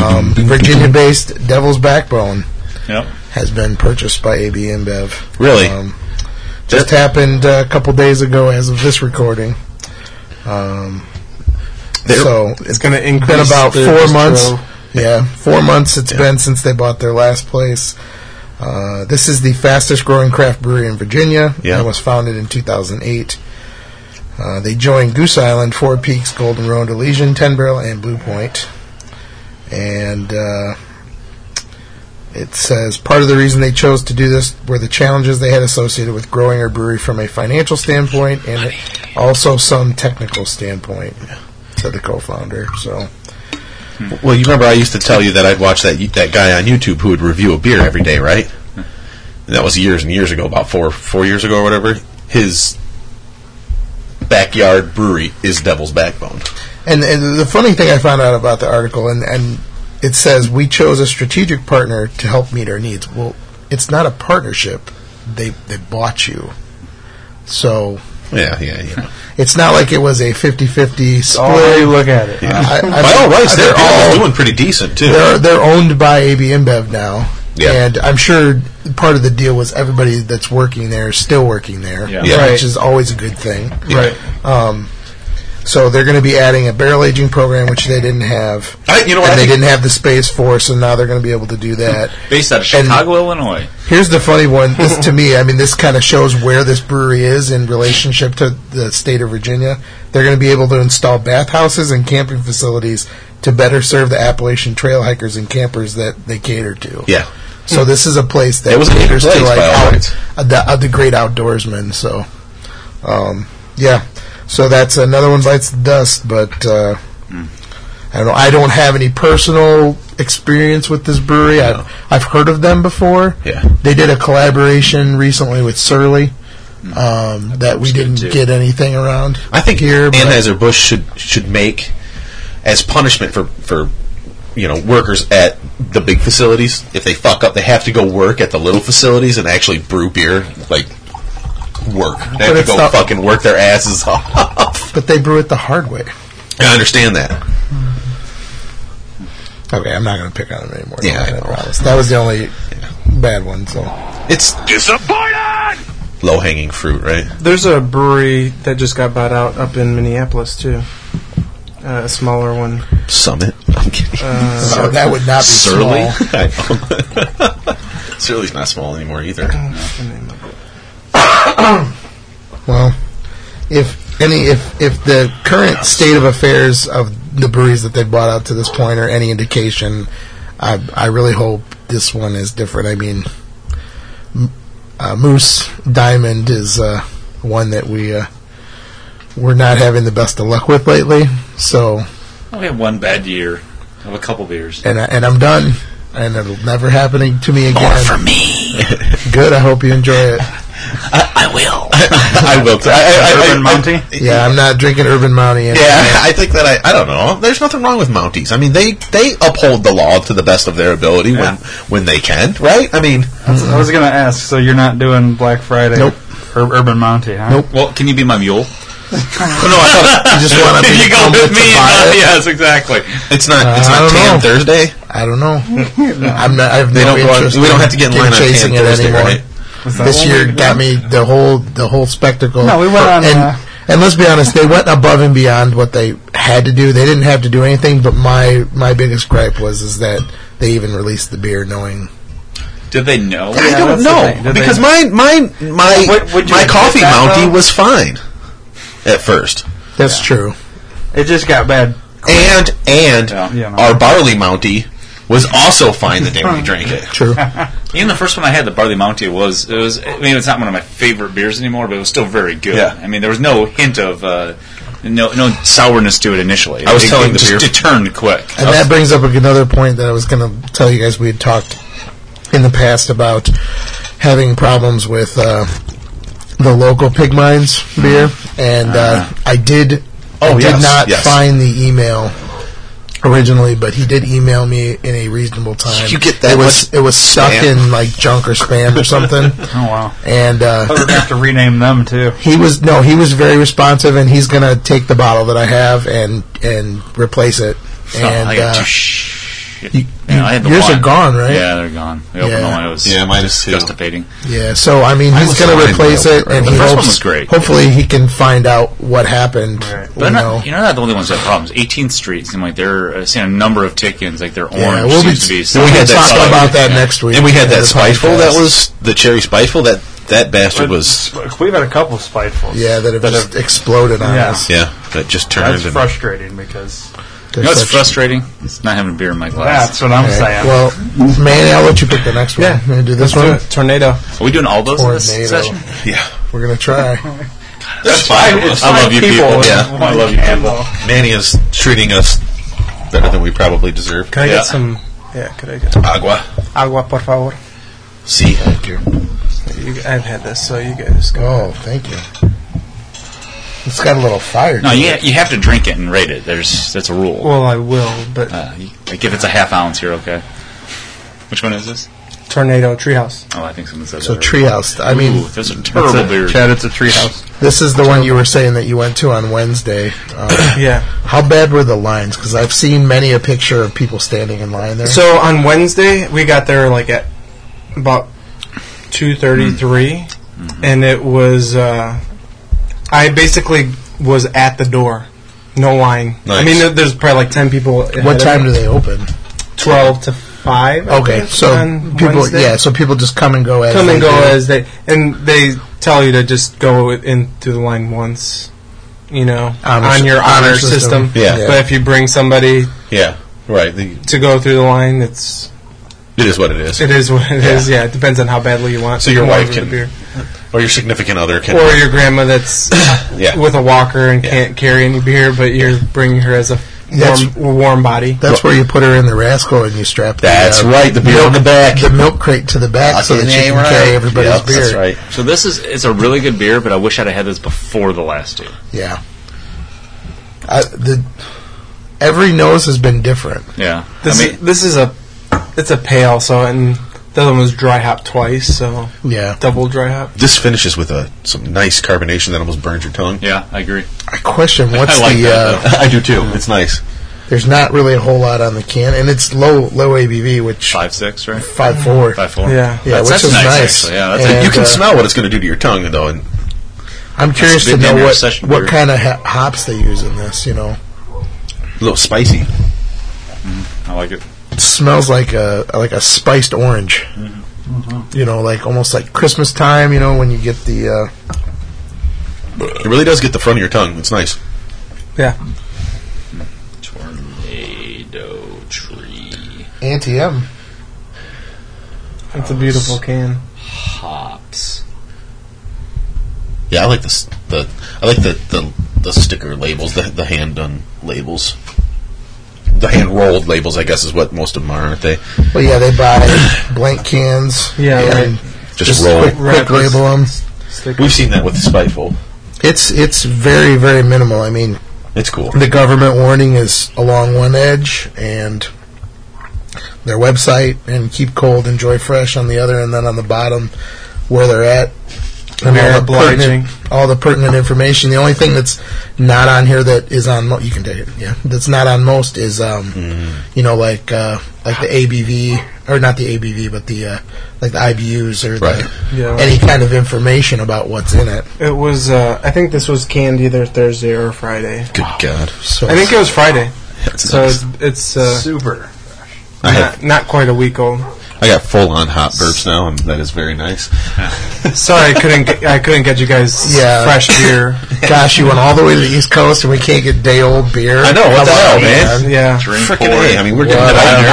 S1: Um, Virginia-based Devil's Backbone
S8: Yep.
S1: has been purchased by AB InBev.
S2: Really?
S1: Um, just
S2: That-
S1: happened uh, a couple days ago, as of this recording. Um,
S2: They're-
S1: so it's
S3: It's going to increase.
S1: been about
S3: the
S1: four
S3: distro.
S1: months. Yeah, four months it's been since they bought their last place. Uh, this is the fastest growing craft brewery in Virginia.
S2: Yeah.
S1: It was founded in 2008. Uh, they joined Goose Island, Four Peaks, Golden Road, Elysian, Ten Barrel, and Blue Point. And uh, it says part of the reason they chose to do this were the challenges they had associated with growing our brewery from a financial standpoint and also some technical standpoint, said the co founder. So.
S2: Well, you remember I used to tell you that I'd watch that that guy on YouTube who would review a beer every day, right? And that was years and years ago, about four four years ago or whatever. His backyard brewery is Devil's Backbone.
S1: And, and the funny thing I found out about the article, and, and it says we chose a strategic partner to help meet our needs. Well, it's not a partnership; they they bought you, so
S2: Yeah, yeah, yeah.
S1: it's not like it was a 50-50
S3: Oh, how you
S1: split.
S3: look at it.
S1: I- I-
S2: By all rights, they're
S1: they're
S2: all
S1: all-
S2: doing pretty decent too.
S1: They're they're owned by AB InBev now,
S2: Yeah.
S1: and I'm sure part of the deal was everybody that's working there is still working there,
S8: Yeah.
S2: Yeah.
S1: which is always a good thing.
S3: Right.
S1: Um, so they're going to be adding a barrel aging program, which they didn't have.
S2: I, you know what?
S1: and
S2: I
S1: they
S2: think,
S1: didn't have the space for, so now they're going to be able to do that.
S8: Based out of
S1: And-
S8: Chicago, Illinois.
S1: Here's the funny one.
S2: <laughs>
S1: This to me, I mean, this kind of shows where this brewery is in relationship to the state of Virginia. They're going to be able to install bathhouses and camping facilities to better serve the Appalachian trail hikers and campers that they cater to.
S2: yeah,
S1: So this is a place that
S2: It was a good
S1: caters
S2: place,
S1: to like
S2: by all
S1: out-
S2: rights.
S1: uh, the, uh, the great outdoorsmen. So, um, yeah. So that's another one bites the dust. But uh, I don't know. I don't have any personal experience with this brewery. I've, I've heard of them before.
S2: Yeah.
S1: They did a collaboration recently with Surly.
S2: Hmm.
S1: Um, that we
S8: was good,
S1: didn't
S8: too.
S1: get anything around.
S2: I think
S1: here, but-
S2: Anheuser Busch should should make as punishment for for you know workers at the big facilities if they fuck up, they have to go work at the little facilities and actually brew beer like work. They have to
S1: it's
S2: go
S1: not-
S2: fucking work their asses off. <laughs>
S1: but they brew it the hard way.
S2: I understand that.
S1: Okay, I'm not going to pick on them anymore.
S2: Yeah, I
S1: I
S2: know.
S1: promise. That was the only bad one. So.
S2: It's
S5: Disappointed!
S2: low hanging fruit, right?
S3: There's a brewery that just got bought out up in Minneapolis too. Uh, a smaller one.
S2: Summit. I'm kidding.
S1: So that would not be
S2: Surly.
S1: small.
S2: <laughs> I know. <laughs> Surly's not small anymore either.
S1: Well, if any, if if the current state of affairs of the breweries that they've bought out to this point are any indication, I I really hope this one is different. I mean, M- uh, Moose Diamond is uh, one that we uh, we're not having the best of luck with lately. So,
S8: I had one bad year of a couple
S2: <laughs>
S8: beers.
S1: and I, and I'm done, and it'll never happen to me again.
S2: me.
S1: <laughs> Good. I hope you enjoy
S2: <laughs>
S1: it.
S2: I will. I, will. I, I, I, I-
S4: Urban Monty.
S1: Yeah, I'm not drinking Urban Mountie. anymore.
S2: Yeah, I think that I, I don't know. There's nothing wrong with Mounties. I mean, they, they uphold the law to the best of their ability when when they can, right? I mean,
S4: I was gonna ask. So you're not doing Black Friday?
S1: Nope.
S4: Ur- Urban Monty? Huh?
S1: Nope.
S8: Well, can you be my mule?
S2: Oh, no, I <laughs> thought
S1: You just want to be
S8: you go
S1: humble to
S8: with me.
S1: buy it.
S8: yes, exactly.
S2: it's not it's
S1: Uh, I
S2: not
S1: don't
S2: Tan
S1: know.
S2: Thursday.
S10: <laughs>
S1: I don't know. I'm not. I have
S2: They
S1: no
S2: don't go on,
S1: interest.
S2: we don't have to get in line on
S1: chasing
S2: Tan
S1: it
S2: Thursday,
S1: anymore.
S2: right?
S1: this year got me the whole the whole spectacle.
S10: No, we went on,
S1: And,
S10: uh,
S1: and let's be honest, they went above and beyond what they had to do. They didn't have to do anything. But my my biggest gripe was is that they even released the beer knowing.
S8: Did they know?
S2: I don't
S10: that's the thing. Did
S2: know because my my my
S8: Would- would you
S2: my
S8: admit
S2: coffee
S8: that,
S2: mountie
S8: though?
S2: was fine at first,
S1: That's true.
S10: It just got bad.
S2: and and
S8: Yeah.
S10: Yeah, no.
S2: our barley mountie was also fine the day we drank it.
S1: <laughs> True.
S8: Even the first one I had, the barley mountie, was it was. I mean, it's not one of my favorite beers anymore, but it was still very good.
S2: Yeah.
S8: I mean, there was no hint of uh, no no sourness to it initially.
S2: I was
S8: it,
S2: telling
S8: it
S2: the
S8: just
S2: beer-
S8: it turned quick.
S1: And that brings up another point that I was going to tell you guys. We had talked in the past about having problems with uh, the local pig mines beer, and uh, I did. I
S2: Uh-huh. Oh,
S1: did
S2: yes,
S1: not
S2: yes.
S1: find the email originally, but he did email me in a reasonable time.
S2: You get that
S1: It was
S2: much
S1: it was stuck
S2: spam?
S1: in like junk or spam or
S2: <laughs>
S1: something,
S10: Oh wow.
S1: and uh,
S10: We're gonna have to rename them too.
S1: he was no, he was very responsive, and he's gonna take the bottle that I have and and replace it.
S8: Oh,
S1: And
S8: I got
S1: uh,
S8: two. Shit.
S1: you-
S8: Yeah,
S1: you-
S8: I had the
S1: yours
S8: one.
S1: are gone, right?
S8: Yeah, they're gone. We opened
S1: Yeah.
S8: the one. It was
S2: Yeah, mine is too.
S8: justificating.
S1: Yeah, so I mean, he's
S2: was
S1: going
S2: fine
S1: to replace
S2: with it.
S1: it, and
S8: The
S1: he
S8: first
S1: hopes.
S8: one was great.
S1: Hopefully, he can find out what happened.
S8: But
S1: you
S8: not-
S1: know.
S8: you're not the only ones that have problems. 18th Street seemed like they're uh, seeing a number of tick-ins. Like their orange
S1: yeah, we'll be,
S8: seems to be.
S1: we'll
S2: we
S1: be
S2: had that
S1: talking
S2: spike.
S1: about that next week.
S2: And we had
S1: in
S2: that
S1: the
S2: spiteful
S1: podcast.
S2: that was the cherry spiteful that that bastard was
S10: We've had a couple spitefuls.
S1: yeah that have
S10: That
S1: just
S10: have-
S1: exploded on
S10: Yeah.
S1: us.
S2: yeah that just turned
S10: That's
S2: and
S10: frustrating because
S1: They're
S8: You know what's
S1: such-
S8: frustrating? It's not having a beer in my glass.
S10: that's what I'm
S1: Okay,
S10: saying.
S1: Well, man, I'll let you pick the next one.
S3: Yeah.
S1: We're gonna do this one.
S3: tornado.
S8: Are we doing all those in this
S1: Tornado.
S8: session? Oh.
S2: yeah
S1: We're gonna try.
S2: that's fine
S8: I love you people.
S2: Yeah.
S8: I love you people.
S2: Manny is treating us better than we probably deserve
S3: Could I
S8: Yeah.
S3: get some? Yeah, could I get
S2: agua
S3: agua, por favor?
S2: see
S1: Thank you.
S3: You, I've had this, so you guys go.
S1: Oh, thank you. It's got a little fire.
S8: No,
S1: to
S8: you,
S1: it.
S8: you have to drink it and rate it. There's that's a rule.
S3: Well, I will, but
S8: Uh, you- like if it's a half ounce, you're okay. Which one is this?
S3: tornado treehouse.
S8: Oh, I think someone said
S1: So
S8: that.
S1: treehouse. I mean,
S8: Ooh, those are terrible beers.
S10: Chad, it's a treehouse.
S1: this is the one you were saying that you went to on Wednesday. Um,
S3: Yeah.
S1: How bad were the lines? Because I've seen many a picture of people standing in line there.
S3: So on Wednesday we got there like at about two
S2: Mm-hmm.
S3: and it was uh, I basically was at the door, no line. I
S2: Nice.
S3: mean, there- there's probably like ten people.
S1: what time do they open?
S3: Twelve to five. I
S1: Okay,
S3: guess,
S1: so
S3: on
S1: people,
S3: Wednesday.
S1: yeah, so people just come and go as
S3: come
S1: they
S3: and go
S1: do.
S3: as they and they tell you to just go in through the line once. You know,
S1: Honor
S3: on
S1: sy-
S3: your
S1: honor
S3: honor,
S1: system.
S3: system.
S2: Yeah.
S1: Yeah.
S3: But if you bring somebody
S2: yeah right the-
S3: to go through the line, it's
S2: it is what it is
S3: It is what it is.
S2: Yeah.
S3: yeah. It depends on how badly you want.
S2: So your
S3: you want
S2: wife
S3: the
S2: can- or your significant other can
S3: or your grandma <coughs> that's
S2: yeah
S3: with a walker and
S2: Yeah.
S3: can't carry any beer, but you're bringing her as a warm,
S1: That's-
S3: warm body.
S1: That's where you put her in the rascal and you strap. The,
S2: That's
S1: uh,
S2: right, the beer
S1: milk,
S2: on the back.
S1: the milk crate to the back, so that
S2: Fucking
S1: you can
S2: ain't
S1: carry
S2: right.
S1: everybody's
S2: Yep,
S1: beer.
S2: that's right
S8: So this is it's a really good beer, but I wish I'd have had this before the last two.
S1: Yeah. I, the every nose has been different.
S8: Yeah,
S3: This,
S8: I mean,
S3: is, this is a it's a pale, so and the other one was dry hop twice, so
S1: Yeah.
S3: double dry hop.
S2: this finishes with a some nice carbonation that almost burns your tongue
S8: yeah, I agree.
S1: I question what's
S8: I like
S1: the.
S8: that,
S1: uh,
S2: <laughs> I do too it's nice
S1: there's not really a whole lot on the can, and it's low low ABV, which
S8: Five six, right?
S1: five four.
S8: Five four.
S3: Yeah.
S1: Yeah,
S8: That's-
S1: which
S8: that's
S1: is
S8: nice,
S1: nice.
S8: actually. Yeah, that's-
S1: And,
S2: you can
S1: uh,
S2: smell what it's going to do to your tongue though and
S1: I'm curious to
S8: That's been
S1: know
S8: in your
S1: what
S8: session
S1: what
S8: beer.
S1: kind of ha- hops they use in this. You know,
S2: a little spicy
S8: I like it.
S1: it smells like a like a spiced orange.
S8: Mm-hmm.
S1: You know, like almost like Christmas time. You know, when you get the uh,
S2: it really does get the front of your tongue it's nice
S3: Yeah,
S8: Tornado tree
S1: anti M.
S3: it's a beautiful can.
S8: hops.
S2: Yeah, I like the s- the I like the the, the sticker labels, the the hand done labels, the hand rolled labels. I guess is what most of them are, aren't they?
S1: But yeah, they
S8: <coughs>
S1: buy blank cans.
S3: Yeah,
S1: and
S2: Just,
S1: just
S2: roll.
S1: quick, quick
S3: Wrap it.
S1: label them.
S3: Stick-
S2: We've seen that with Spiteful.
S1: It's it's very very minimal. I mean,
S2: It's cool.
S1: the government warning is along one edge and their website and keep cold enjoy fresh on the other and then on the bottom where they're at and all the,
S3: obliging.
S1: pertinent, all the pertinent information. The only thing that's not on here that is on mo- you can take it, yeah. That's not on most is um, you know like uh, like the ABV or not the ABV but the uh, like the IBUs or
S2: Right.
S1: the,
S3: Yeah.
S1: any kind of information about what's in it.
S3: It was. Uh, I think this was canned either Thursday or Friday.
S2: Good God.
S1: So
S3: I think it was Friday.
S2: That's
S3: So
S2: nice.
S3: it's, it's uh,
S10: Super.
S2: I,
S3: not,
S2: have,
S3: not quite a week old.
S2: I got full on hot burps now, and that is very nice.
S3: Sorry, I couldn't. Get, I couldn't get you guys
S1: Yeah.
S3: fresh beer.
S1: <laughs> gosh, you went all the way to the East Coast and we can't get day old beer.
S2: I know, what the hell, man?
S3: yeah,
S8: Drink
S2: Frickin'
S8: for
S2: A.
S8: it.
S2: I mean, we're getting,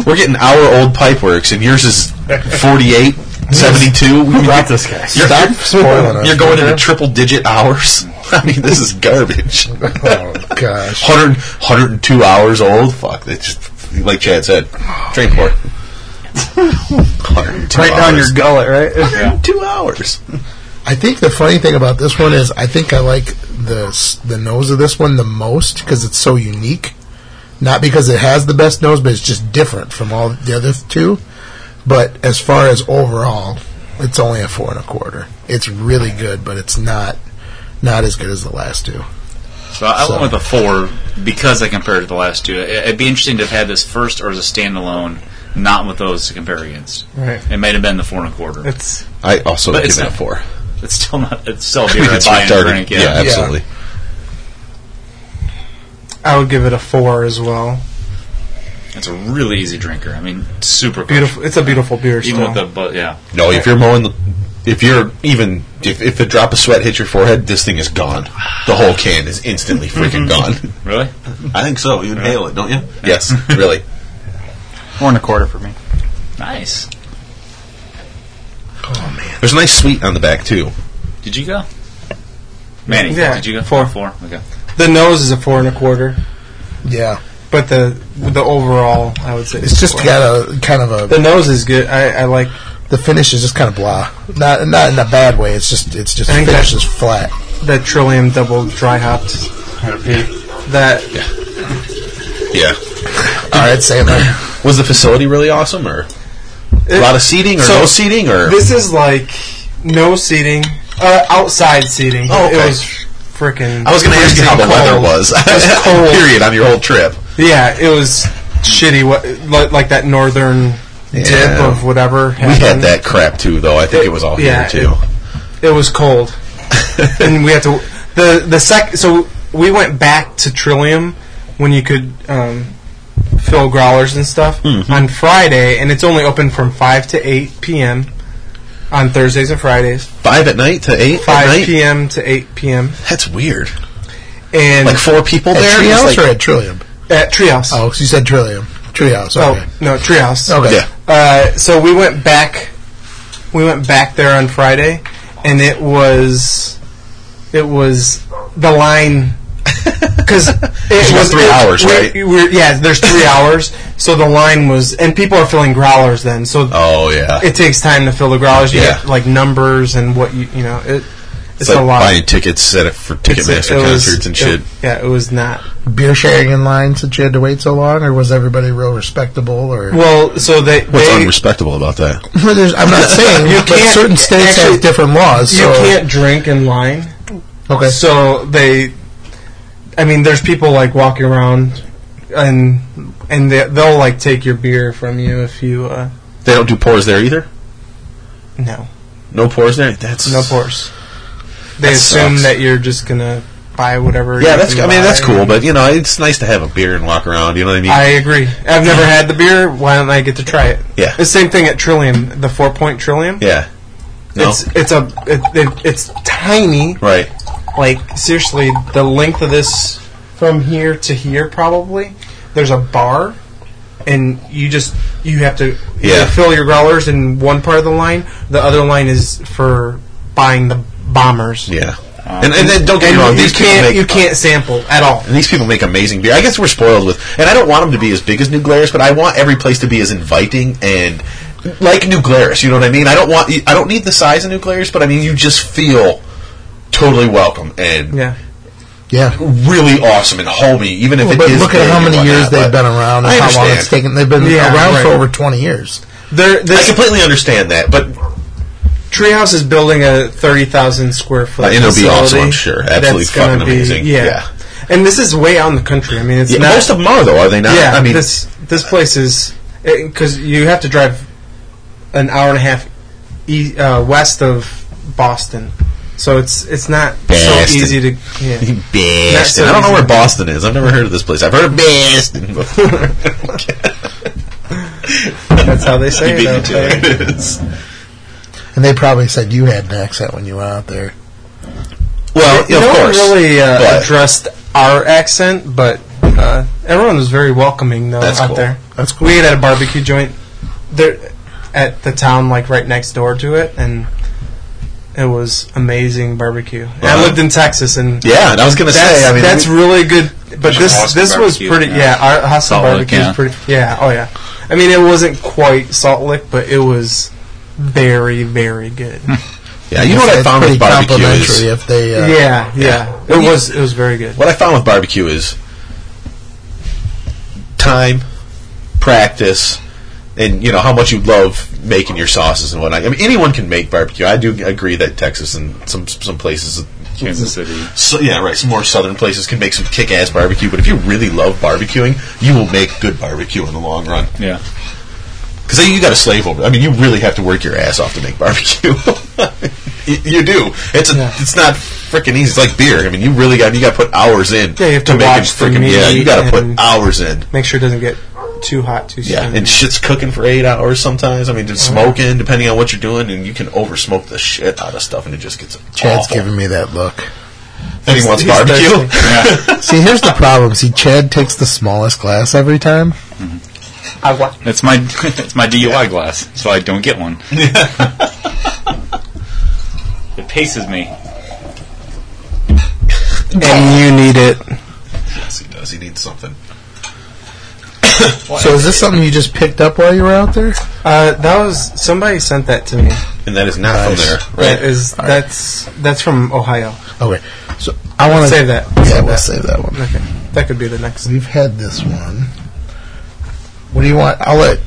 S2: our, we're getting our old pipeworks, and yours is 48, 72. We-
S10: Brought this guy.
S2: You're,
S1: Stop spoiling us.
S2: you're going into triple digit hours. <laughs> I mean, this is garbage.
S1: Oh gosh.
S2: 100, 102 hours old. Fuck. It's just, like Chad said, train for it. 102
S10: Right down
S2: hours.
S10: your gullet, right? <laughs>
S2: Two hours.
S1: I think the funny thing about this one is I think I like the s- the nose of this one the most because it's so unique. Not because it has the best nose, but it's just different from all the other two. But as far as overall, it's only a four and a quarter. It's really good, but it's not not as good as the last two.
S8: So I
S1: So-
S8: went with a four because I compared it to the last two. It, it'd be interesting to have had this first or as a standalone, not with those to compare against.
S3: Right.
S8: It might have been the four and a quarter.
S3: it's
S2: I also
S8: But
S2: give
S8: it's
S2: it a
S8: not-
S2: four.
S8: It's still not. It's still
S2: <laughs>
S8: a
S2: I
S8: beer
S2: mean,
S8: I
S2: it's
S8: buy and
S2: retarded.
S8: drink.
S2: yeah.
S8: Yeah.
S2: absolutely.
S3: I would give it a four as well.
S8: it's a really easy drinker. I mean, super
S3: Beautiful. It's a beautiful beer.
S8: Even
S3: still.
S8: with the but yeah,
S2: No, if you're mowing, the, if you're even if, if a drop of sweat hits your forehead, this thing is gone. The whole can is instantly
S3: <laughs>
S2: freaking gone.
S8: really
S2: I think so. You inhale it, don't you? Yes, really.
S4: Four and a quarter for me.
S8: nice.
S2: There's a nice sweet on the back too.
S8: Did you go, Manny?
S3: Yeah,
S8: Did you go
S3: four.
S8: Four. Okay.
S3: the nose is a four and a quarter,
S1: Yeah,
S3: but the the overall, I would say,
S1: it's just
S3: four.
S1: got a kind of a
S3: the nose is good. I, I like.
S1: the finish is just kind of blah. Not not in a bad way. It's just it's just
S3: I think
S1: finish
S3: that-
S1: is flat.
S3: that Trillium double dry hopped. That
S2: Yeah.
S1: All right, say it. Mike.
S2: Was the facility really awesome, or a lot of seating, or
S3: so-
S2: no seating, or
S3: this is like no seating, uh, outside seating.
S2: Oh, okay.
S3: It was freaking.
S2: I was going to ask you how the weather <laughs> was.
S3: was <laughs> cold.
S2: Period on your whole trip.
S3: Yeah, it was shitty. What like, like that northern dip
S2: Yeah.
S3: of whatever.
S2: We had that crap too, though. I think it, was all
S3: yeah,
S2: here too.
S3: It was
S2: <laughs>
S3: cold, and we had to the the sec. So we went back to Trillium when you could um, fill growlers and stuff
S2: Mm-hmm.
S3: on Friday, and it's only open from five to eight p.m. on Thursdays and Fridays.
S2: Five at night to eight. at
S3: Five
S2: night?
S3: p.m. to eight p.m.
S2: That's weird.
S3: and
S2: Like four people
S1: At
S2: there. It's
S1: Treehouse
S2: like-
S1: or at Trillium?
S3: at Treehouse.
S1: Oh, 'cause you said Trillium. Treehouse.
S3: Oh,
S1: Okay.
S3: no, Treehouse.
S1: okay.
S2: Yeah.
S3: Uh, so we went back. We went back there on Friday, and it was, it was the line because it
S2: got
S3: was
S2: three
S3: it-
S2: hours,
S3: we-
S2: right?
S3: we were- yeah, there's three hours. So the line was, and people are filling growlers then. So
S2: Oh yeah.
S3: it takes time to fill the growlers. You
S2: Yeah.
S3: get like numbers and what you you know it.
S2: It's
S3: It's,
S2: like
S3: a lot.
S2: buying tickets set up for
S3: It's-
S2: Ticketmaster
S3: it was-
S2: concerts and
S3: it-
S2: shit.
S3: yeah, it was not
S1: Beer sharing in line since you had to wait so long, or was everybody real respectable? Or
S3: well. So they
S2: What's
S3: they,
S2: unrespectable about that?
S1: There's- I'm <laughs> not saying
S3: You
S1: but
S3: can't-
S1: certain states
S3: actually,
S1: have different laws.
S3: you
S1: so,
S3: can't drink in line.
S1: Okay.
S3: So they, I mean, there's people like walking around, and and they, they'll like take your beer from you if you uh,
S2: They don't do pours there either.
S3: no
S2: No pours there. That's
S3: no pours. They
S2: That
S3: assume
S2: sucks.
S3: that you're just gonna buy whatever.
S2: Yeah,
S3: you
S2: that's.
S3: can
S2: I mean, that's
S3: buy.
S2: cool, but you know, it's nice to have a beer and walk around. You know what I mean?
S3: I agree. I've never had the beer. Why don't I get to try it?
S2: Yeah.
S3: It's the same thing at Trillium, the four point Trillium.
S2: yeah. No.
S3: It's it's a it, it, it's tiny.
S2: right.
S3: Like seriously, the length of this from here to here probably. There's a bar, and you just you have to you
S2: Yeah.
S3: fill your growlers in one part of the line. The other line is for buying the bombers.
S2: Yeah. and and then, don't get
S3: And
S2: me wrong.
S3: you
S2: These people
S3: can't
S2: make
S3: you can't sample at all.
S2: And these people make amazing beer. I guess we're spoiled with, and I don't want them to be as big as New Glarus, but I want every place to be as inviting and like New Glarus. You know what I mean? I don't want, I don't need the size of New Glarus, but I mean you just feel totally welcome and
S3: Yeah.
S1: yeah.
S2: really awesome and homey, even if it
S1: but
S2: is
S1: look at
S2: big
S1: how
S2: and
S1: many
S2: whatnot,
S1: years
S2: but
S1: they've been around and
S2: I
S1: how long
S2: understand.
S1: it's taken. They've been
S3: Yeah,
S1: around for
S3: right.
S1: over 20 years.
S3: There,
S2: I
S3: this
S2: completely understand that, but
S3: Treehouse is building a thirty thousand square foot.
S2: Uh, it'll be
S3: facility.
S2: awesome, I'm sure. Absolutely
S3: That's gonna
S2: fucking
S3: be-
S2: amazing.
S3: Yeah.
S2: Yeah.
S3: and this is way out in the country. I mean, it's
S2: Yeah,
S3: not,
S2: most of them are though, are they not?
S3: Yeah,
S2: I mean,
S3: this this place is because you have to drive an hour and a half e- uh, west of Boston, so it's it's not
S2: Boston.
S3: so easy to. Yeah. That's
S2: Boston.
S3: so
S2: I don't know
S3: easy.
S2: where Boston is. I've never heard of this place. I've heard of Boston before.
S1: <laughs>
S2: <laughs>
S3: That's how they say
S2: You
S3: it
S2: beat me
S3: out
S2: to
S3: there.
S2: it. It is.
S1: And they probably said you had an accent when you were out there.
S2: Well, of
S3: no one
S2: course.
S3: really uh,
S2: but-
S3: addressed our accent, but uh, everyone was very welcoming though
S2: That's
S3: out
S2: cool.
S3: there.
S1: That's cool.
S3: We ate at a barbecue joint there at the town, like right next door to it, and it was amazing barbecue. And I
S2: Uh-huh.
S3: lived in Texas, and
S2: yeah, and I was gonna
S3: that's,
S2: say. I mean,
S3: that's
S2: we-
S3: really good. But
S8: Just
S3: this
S8: Austin
S3: this was
S8: barbecue,
S3: pretty.
S8: yeah.
S3: Yeah, our Hustle
S8: Salt Lick,
S3: barbecue
S8: yeah.
S3: was pretty. Yeah, oh yeah. I mean, it wasn't quite Salt Lick, but it was very very good.
S2: yeah. You know what I
S1: It's
S2: found
S1: pretty
S2: with barbecue is
S1: complimentary if they. Uh,
S3: yeah, yeah. It was it was very good.
S2: what I found with barbecue is time, practice, and you know how much you love making your sauces and whatnot. I mean, anyone can make barbecue. I do agree that Texas and some some places,
S8: Kansas City.
S2: so, yeah, right, some more southern places can make some kick ass barbecue. But if you really love barbecuing, you will make good barbecue in the long run.
S8: Yeah.
S2: Because you got to slave over. I mean, you really have to work your ass off to make barbecue. <laughs> you, you do. It's a,
S3: Yeah.
S2: it's not freaking easy. It's like beer. I mean, you really got you got to put hours in.
S3: Yeah, you have to
S2: make it
S3: watch the
S2: frickin' Yeah, you
S3: meat
S2: got to put
S3: and-
S2: hours in.
S3: Make sure it doesn't get too hot too
S2: Yeah,
S3: soon.
S2: and shit's cooking for eight hours sometimes. I mean, just smoking, depending on what you're doing, and you can over smoke the shit out of stuff, and it just gets
S1: Chad's
S2: awful.
S1: giving me that look.
S2: And he wants barbecue.
S1: See, here's the problem. See, Chad takes the smallest glass every time.
S3: I watch.
S8: That's my <laughs> that's my DUI glass, so I don't get <laughs> one. it paces me.
S3: And you need it.
S2: <laughs> yes, he does. He needs something.
S1: So is this something you just picked up while you were out there?
S3: Uh, that was somebody sent that to me.
S2: And that is not from there,
S3: That
S2: right?
S3: is that's that's from Ohio.
S1: Okay, so I want to
S3: Save that.
S1: Yeah,
S3: Save
S1: we'll
S3: that.
S1: save that one.
S3: Okay, that could be the next.
S1: We've had this one. What do you want? I'll let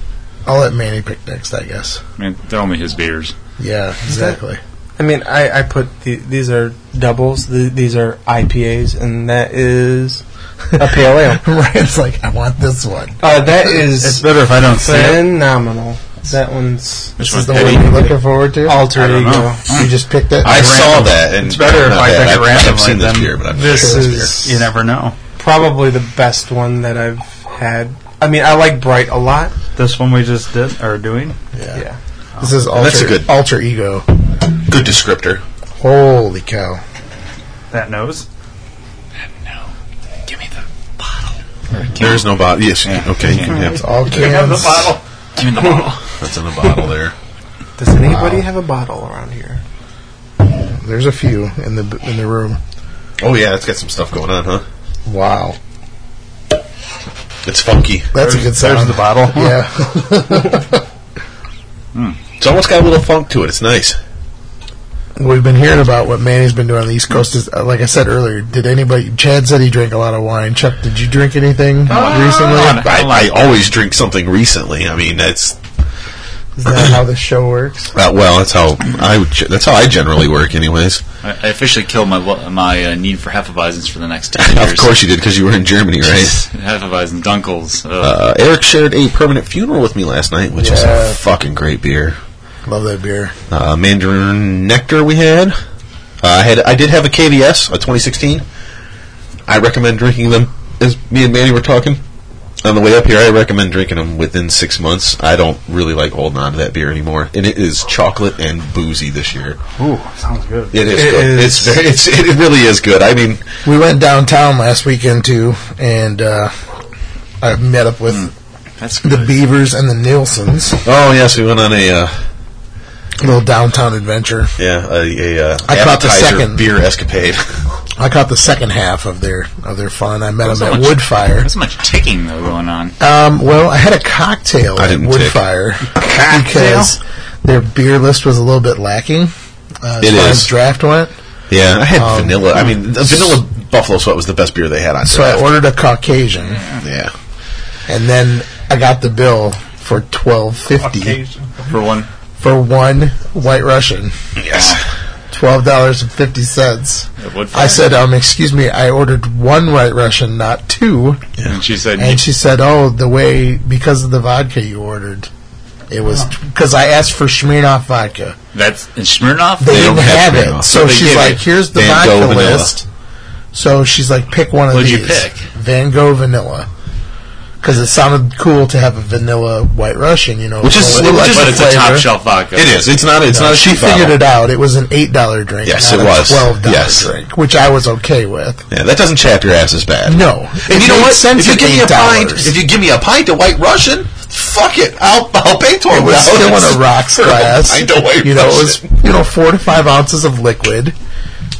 S1: I'll let Manny pick next, I guess.
S8: I mean, they're only his beers.
S1: Yeah, exactly. <laughs>
S3: I mean, I I put the, these are doubles. The, these are IPAs, and that is a pale ale.
S1: Ryan's like, I want this one.
S3: <laughs> Uh, that is
S4: It's better if I don't see it.
S3: phenomenal. That one's
S1: This is the
S8: Eddie?
S1: one you're looking forward to.
S3: alter
S4: don't
S3: ego.
S4: know.
S1: You just picked it.
S2: I
S4: It's
S2: saw
S4: random.
S2: that, and
S4: It's better if
S2: not
S4: I
S2: bad.
S4: pick it
S2: I've- I've
S4: randomly
S2: seen this
S4: than-
S2: beer, but I'm not
S3: This
S2: sure
S3: is
S4: You never know.
S3: probably the best one that I've had. I mean, I like Bright a lot.
S4: This one we just did are doing.
S1: Yeah.
S3: Yeah.
S1: This is alter,
S2: that's a good-
S1: alter ego.
S2: good descriptor.
S1: Holy cow.
S4: That nose.
S8: Give me the
S2: There is no bottle. Yes, you can- okay, you can have
S1: It's all cans.
S8: give me the bottle.
S2: that's in a bottle there.
S3: Does anybody have a bottle around here?
S1: There's a few in the in the room.
S2: Oh yeah, it's got some stuff going on, huh?
S1: Wow.
S2: It's funky.
S1: That's a good sound.
S4: There's the
S1: <laughs>
S4: bottle.
S1: Yeah.
S2: It's almost got a little funk to it. It's nice.
S1: We've been hearing about what Manny's been doing on the East Coast. Is, uh, like I said earlier, did anybody? Chad said he drank a lot of wine. Chuck, did you drink anything recently?
S2: I, I always drink something recently. I mean, that's
S1: Is that how the show works?
S2: Uh, well, that's how I would ge- that's how I generally work, anyways.
S8: <laughs> I, I officially killed my lo- my uh, need for Hefeweizens for the next ten
S2: <laughs>
S8: years.
S2: of course you did because you were in Germany, right?
S8: Hefeweizens, Dunkels. Uh,
S2: Uh, Eric shared a permanent funeral with me last night, which was
S1: Yeah.
S2: a fucking great beer.
S1: Love that beer.
S2: Uh, Mandarin nectar we had. Uh, I had I did have a KVS a 2016. I recommend drinking them as me and Manny were talking on the way up here. I recommend drinking them within six months. I don't really like holding on to that beer anymore, and it is chocolate and boozy this year.
S4: Ooh, sounds good.
S2: It is.
S3: It
S2: good.
S3: is.
S2: It's very. It's, it really is good. I mean.
S1: We went downtown last weekend too, and uh, I met up with
S2: Mm, <laughs>
S8: that's
S1: the
S8: good.
S1: Beavers and the Nielsen's.
S2: Oh yes, we went on a uh,
S1: little downtown adventure.
S2: yeah a, a uh,
S1: I caught the
S2: appetizer
S1: second.
S2: beer escapade.
S1: I caught the second half of their of their fun. I met
S8: There's
S1: them
S8: so
S1: at
S8: much-
S1: Woodfire.
S8: There's so much ticking though going on.
S1: Um, well, I had a cocktail
S2: I
S1: at
S2: didn't tick.
S1: Woodfire because their beer list was a little bit lacking. Uh, as
S2: It
S1: far
S2: is.
S1: as draft went,
S2: yeah, I had
S1: Um,
S2: vanilla. I mean, the vanilla buffalo sweat was the best beer they had on.
S1: so I
S2: draft.
S1: ordered a Caucasian,
S2: yeah,
S1: and then I got the bill for twelve fifty
S8: For one
S1: for one White Russian.
S2: Yes.
S1: Twelve dollars and fifty cents.
S8: It would-
S1: I said, um, excuse me, I ordered one White Russian, not two.
S8: And she said,
S1: And she said, "Oh, the way because of the vodka you ordered, it was because I asked for Smirnoff vodka.
S8: "That's and Smirnoff.
S1: They, didn't have, it, so
S8: they
S1: she's
S8: give
S1: like,
S8: it.
S1: here's the
S2: Van Gogh
S1: vodka
S2: vanilla.
S1: list.' So she's like, pick one of
S8: What'd you
S1: these.
S8: pick?
S1: Van Gogh vanilla." Because it sounded cool to have a vanilla White Russian, you know,
S2: Which is-
S1: full of
S2: which
S1: flavor.
S2: is-
S8: but it's a top shelf vodka.
S2: It is. It's not. It's not a
S1: She
S2: cheap
S1: figured
S2: bottle.
S1: it out. It was an eight dollar drink,
S2: Yes,
S1: not
S2: it
S1: a
S2: was.
S1: twelve dollar
S2: Yes.
S1: drink, which I was okay with.
S2: Yeah, that doesn't chap your ass as bad.
S1: No,
S2: And
S1: It
S2: you know
S1: made
S2: what?
S1: sense
S2: If you
S1: at
S2: give me a pint,
S1: $8.
S2: if you give me a pint of White Russian, fuck it, I'll I'll pay
S1: It
S2: twelve
S1: was <laughs>
S2: dollars.
S1: still in a rocks glass.
S2: I know White
S1: you know, it was
S2: Russian.
S1: you know four to five ounces of liquid,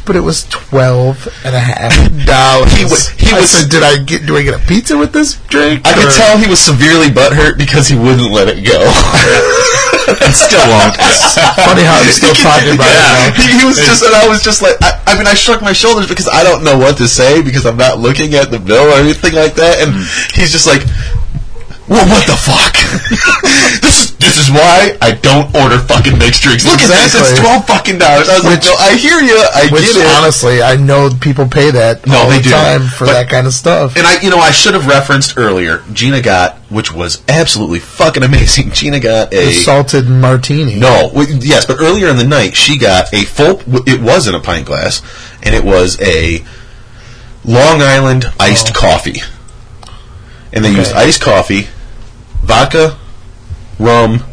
S1: but it was twelve and a half dollars.
S2: <laughs> He was- he
S1: I
S2: was-
S1: said, "Did I get? Do I get a pizza with this drink?"
S2: I
S1: Or-
S2: could tell he was severely butthurt because he wouldn't let it go. and still
S8: <laughs>
S2: won't.
S1: Funny how I'm
S2: <laughs>
S1: still talking about it now.
S2: He, he was just, and I was just like, I, I mean, I shrugged my shoulders because I don't know what to say because I'm not looking at the bill or anything like that.
S1: Mm.
S2: And he's just like, well, what the fuck? <laughs> this is this is why I don't order fucking mixed drinks. Look at this;
S1: Exactly.
S2: it's twelve fucking dollars. I was
S1: Which-
S2: like, no, I hear you, I
S1: Which
S2: get it.
S1: honestly, I know people pay that
S2: No,
S1: all
S2: they
S1: the
S2: do.
S1: time for
S2: But-
S1: that kind of stuff.
S2: And I, you know, I should have referenced earlier. Gina got, which was absolutely fucking amazing. Gina got a
S1: The salted martini.
S2: no, w- yes, but earlier in the night she got a full. w- It was in a pint glass, and it was a Long Island
S1: Oh.
S2: iced coffee. And they used iced coffee, vodka, rum.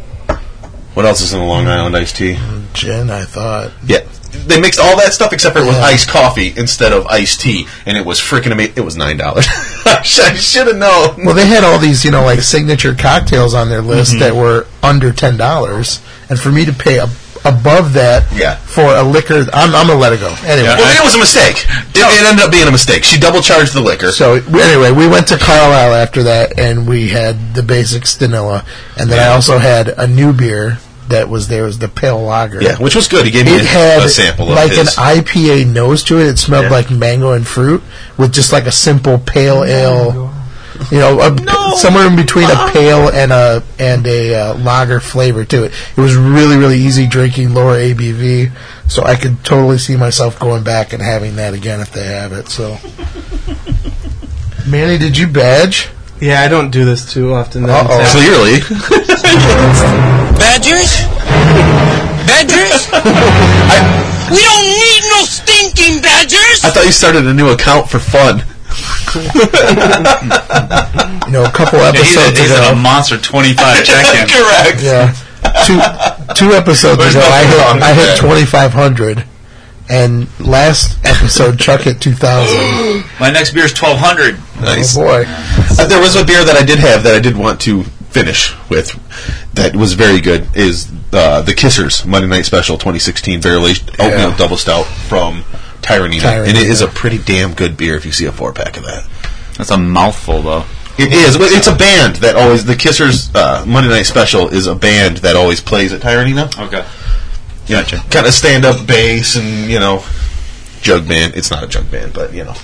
S2: What else is in a Long Island iced tea?
S1: gin. I thought
S2: Yeah. They mixed all that stuff except for it was
S1: Yeah.
S2: iced coffee instead of iced tea, and it was freaking amazing. It was nine dollars. <laughs> I should have known.
S1: Well, they had all these, you know, like signature cocktails on their list that
S2: Mm-hmm.
S1: were under ten dollars, and for me to pay ab above that
S2: Yeah.
S1: for a liquor, I'm, I'm gonna let it go anyway.
S2: Well, it was a mistake. It, it ended up being a mistake. She double charged the liquor.
S1: So we- anyway, we went to Carlisle after that, and we had the basic Stanilla, and then I also had a new beer that was there was the pale lager.
S2: yeah, which was good. He gave me
S1: It had
S2: a, a sample of
S1: like
S2: his.
S1: an IPA nose to it. It smelled
S2: Yeah.
S1: like mango and fruit with just like a simple pale ale. You know, a, somewhere in between a pale and a and a uh, lager flavor to it. It was really really easy drinking, lower ABV. So I could totally see myself going back and having that again if they have it. So, Manny, did you badge?
S3: Yeah, I don't do this too often. though.
S1: Uh-oh.
S2: Clearly,
S9: Badgers? Badgers? we don't need no stinking badgers!
S2: I thought you started a new account for fun.
S1: You know, a couple
S8: Yeah, he's, a,
S1: episodes
S8: he's
S1: ago.
S8: a
S2: <laughs>
S8: monster 25 check-in.
S2: Correct.
S1: Yeah. Two two episodes
S2: There's
S1: ago, I
S2: nothing
S1: hit
S2: wrong with
S1: I hit
S2: that.
S1: twenty five hundred, and last episode Chuck hit two thousand.
S8: My next beer is 1200.
S2: Nice.
S1: Oh boy,
S2: Uh, there was a beer that I did have that I did want to finish with that was very good is uh, the Kissers Monday Night Special 2016 Barrel Aged Oatmeal Double Stout from Tyranina. And it is a
S1: Tyranina.
S2: pretty damn good beer if you see a four pack of that.
S8: That's a mouthful, though.
S2: It is. Well, It's a band that always the Kissers uh, Monday Night Special is a band that always plays at Tyranina.
S8: Okay.
S2: Yeah, kind of stand up bass and you know jug band. It's not a jug band, but you know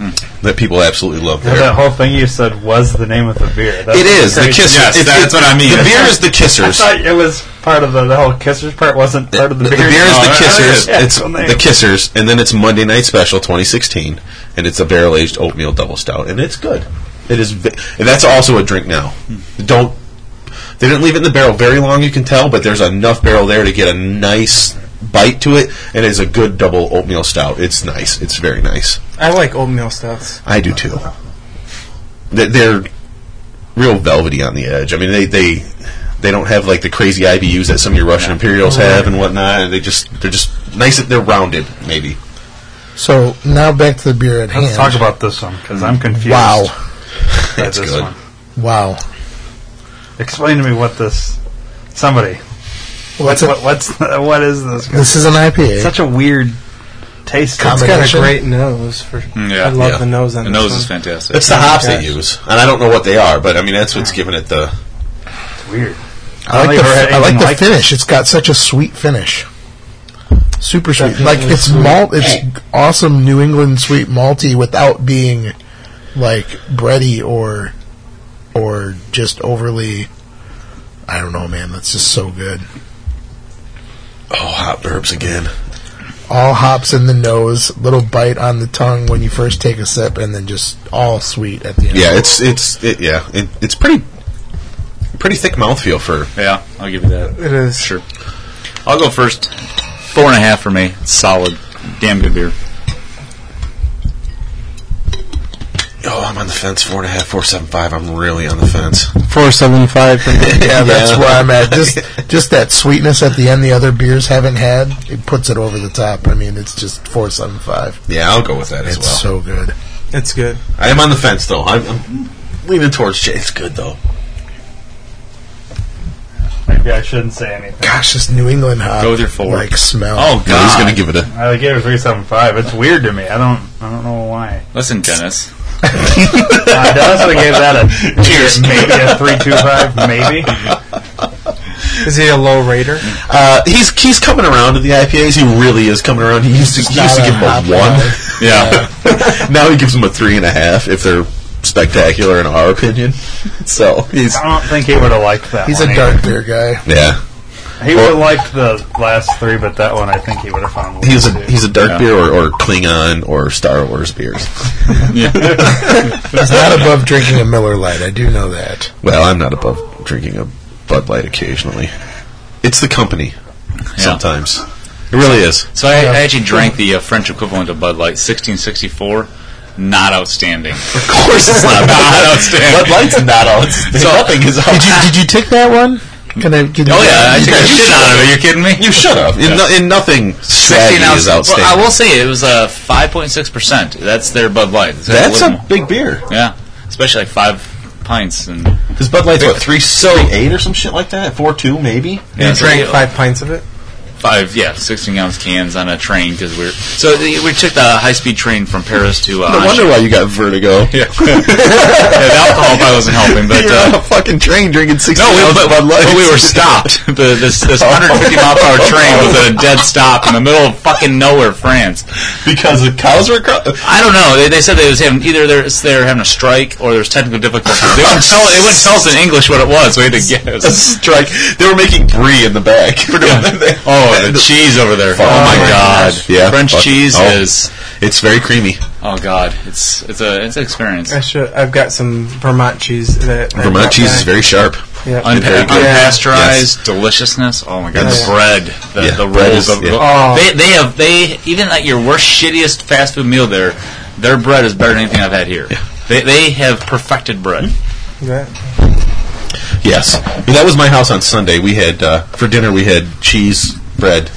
S8: Hmm.
S2: that people absolutely love.
S10: Well,
S2: their-
S10: that whole thing you said was the name of the beer. That's
S2: It is the
S10: crazy.
S2: Kissers.
S8: Yes,
S2: It's-
S8: that's
S2: it's-
S8: what I mean.
S2: The beer is the
S10: I
S2: Kissers.
S10: thought it was part of the, the whole Kissers part. Wasn't part of the,
S2: the, the
S10: beer.
S2: beer is
S10: No,
S2: the
S10: that-
S2: Kissers.
S10: yeah,
S2: it's
S10: cool name.
S2: the Kissers, and then it's Monday Night Special 2016, and it's a barrel aged oatmeal double stout, and it's good. It is, ve- and that's also a drink now. Don't they didn't leave it in the barrel very long, you can tell, but there's enough barrel there to get a nice bite to it, and it's a good double oatmeal stout. It's nice. It's very nice.
S3: I like oatmeal stouts.
S2: I do too. They- They're real velvety on the edge. I mean, they they they don't have like the crazy IBUs that some of your Russian Imperials have and whatnot. They just they're just nice. They're rounded, maybe.
S1: so now back to the beer at
S10: Let's
S1: hand.
S10: talk about this one because I'm
S2: <laughs>
S10: confused.
S1: wow,
S10: by
S2: That's
S10: this
S2: good.
S10: One.
S1: wow.
S10: Explain to me what this. Somebody,
S1: What's
S10: what, what's <laughs> what is this?
S1: This is an IPA.
S10: Such a weird taste. to it.
S1: Combination.
S3: Got a great nose for.
S8: Mm, yeah,
S3: I love
S2: yeah.
S3: the nose on
S8: The
S3: this
S8: nose
S3: one.
S8: is fantastic.
S2: It's the hops
S3: gosh.
S2: they use, and I don't know what they are, but I mean that's what's giving it the.
S10: It's weird.
S1: I like the
S10: I've never had
S1: I like the
S10: anything like
S1: finish. It's got such a sweet finish. Super sweet.
S3: Definitely
S1: Like it's
S3: sweet.
S1: malt. It's awesome New England sweet malty without being like bready or or just overly. I don't know, man. That's just so good.
S2: Oh, hot burps again.
S1: All hops in the nose, little bite on the tongue when you first take a sip, and then just all sweet at the end.
S2: Yeah, it's it's it, yeah, it, it's pretty pretty thick mouthfeel for.
S8: Yeah, I'll give you that.
S3: It is.
S8: Sure. I'll go first. Four and a half for me. Solid. Damn good beer.
S2: Oh, I'm on the fence. Four and a half, four seven five. I'm really on the fence.
S3: 475 for me.
S1: <laughs> Yeah, that's where I'm at. Just just that sweetness at the end the other beers haven't had, it puts it over the top. I mean, it's just 475.
S2: Yeah, I'll go with that as
S1: It's
S2: well.
S1: so good.
S3: It's good.
S2: I am on the fence though. I'm, I'm leaning towards Jay. It's good though.
S10: Maybe I shouldn't say anything.
S1: Gosh, this New England hop.
S8: Go with your four.
S1: Like, smell.
S8: Oh
S2: No, he's
S8: God!
S2: gonna give it a.
S10: I gave it three seven five. It's weird to me. I don't. I don't know <laughs> why.
S8: Listen, Dennis.
S10: I honestly Uh, gave that a cheers. <laughs> Maybe a three two five. Maybe.
S3: Is he a low rater?
S2: Uh, he's he's coming around to the IPAs. He really is coming around. He used to, he used to give him a one.
S8: Yeah.
S2: now he gives them a three and a half if they're spectacular in our opinion. <laughs> So he's
S10: I don't think he would have liked that.
S1: He's
S10: one
S1: a
S10: either.
S1: dark beer guy.
S2: yeah.
S10: He would have liked the last three, but that one I think he would have found.
S2: He's a
S10: weird, too.
S2: he's a dark
S8: Yeah.
S2: beer or, or Klingon or Star Wars beers.
S1: He's not above drinking a Miller Lite. I do know that.
S2: Well, I'm not above drinking a Bud Light occasionally. It's the company sometimes. It really is.
S8: <laughs> So I, I actually drank the uh, French equivalent of Bud Light, 1664. Not <laughs> outstanding.
S2: Of course, it's <laughs> not.
S8: Not outstanding.
S2: Bud Light's not outstanding. <laughs>
S8: So-
S2: Nothing is
S1: Did you did you take that one? Can I? Can
S8: Oh yeah, I
S2: You
S8: took the
S2: guys
S8: shit
S2: should
S8: out of
S2: have.
S8: it. You're kidding me?
S2: You should have. In, no, in nothing, Shaggy
S8: 16 ounce.
S2: is outstanding.
S8: Well, I will say it was uh, a 5.6 percent. That's their Bud Light. It's got
S2: That's
S8: little
S2: a
S8: more-
S2: big beer.
S8: yeah, especially like five pints and
S2: Because Bud Light's what three so eight or some shit like that, four two maybe.
S8: yeah,
S3: you
S8: so
S3: drank
S8: we-
S3: five pints of it?
S8: five yeah 16 ounce cans on a train because we're so the- we took the high speed train from Paris to uh,
S2: No wonder
S8: Anjou.
S2: why you got vertigo.
S8: yeah. Yeah, the alcohol probably wasn't helping,
S2: <laughs>
S8: but.
S2: You're on
S8: Uh,
S2: a fucking train drinking sixteen
S8: No, we,
S2: ounce
S8: but,
S2: Bud Light. Oh.
S8: but we were stopped. <laughs> The, this this 150 mile per hour train was at a dead stop in the middle of fucking nowhere, France.
S2: <laughs> because the cows were. Cro- <laughs>
S8: I don't know. They, they said they was having either they're, they're having a strike or there's technical difficulties. They wouldn't tell they wouldn't tell us in English what it was. We had to
S2: a <laughs>
S8: guess.
S2: strike. They were making brie in the back. <laughs>
S8: Oh, the cheese over there!
S2: Fuck.
S8: oh my god!
S2: Yeah,
S8: French
S2: fuck.
S8: cheese
S2: Oh.
S8: is
S2: It's very creamy.
S8: oh god! It's it's a it's an experience.
S3: I should, I've got some Vermont cheese. That I
S2: Vermont
S3: brought
S2: cheese
S3: back.
S2: is very sharp.
S3: Yeah.
S8: Unpa-
S2: good.
S8: unpasteurized deliciousness. Oh my god,
S2: Yes.
S8: the bread, the,
S2: Yeah,
S8: the
S2: bread
S8: rolls.
S2: is-
S8: of,
S2: yeah.
S3: Oh.
S8: They they have they even at your worst shittiest fast food meal there, their bread is better than anything I've had here. They they have perfected bread.
S3: Yeah.
S2: Yes, Well, that was my house on Sunday. We had uh, for dinner we had cheese, bread,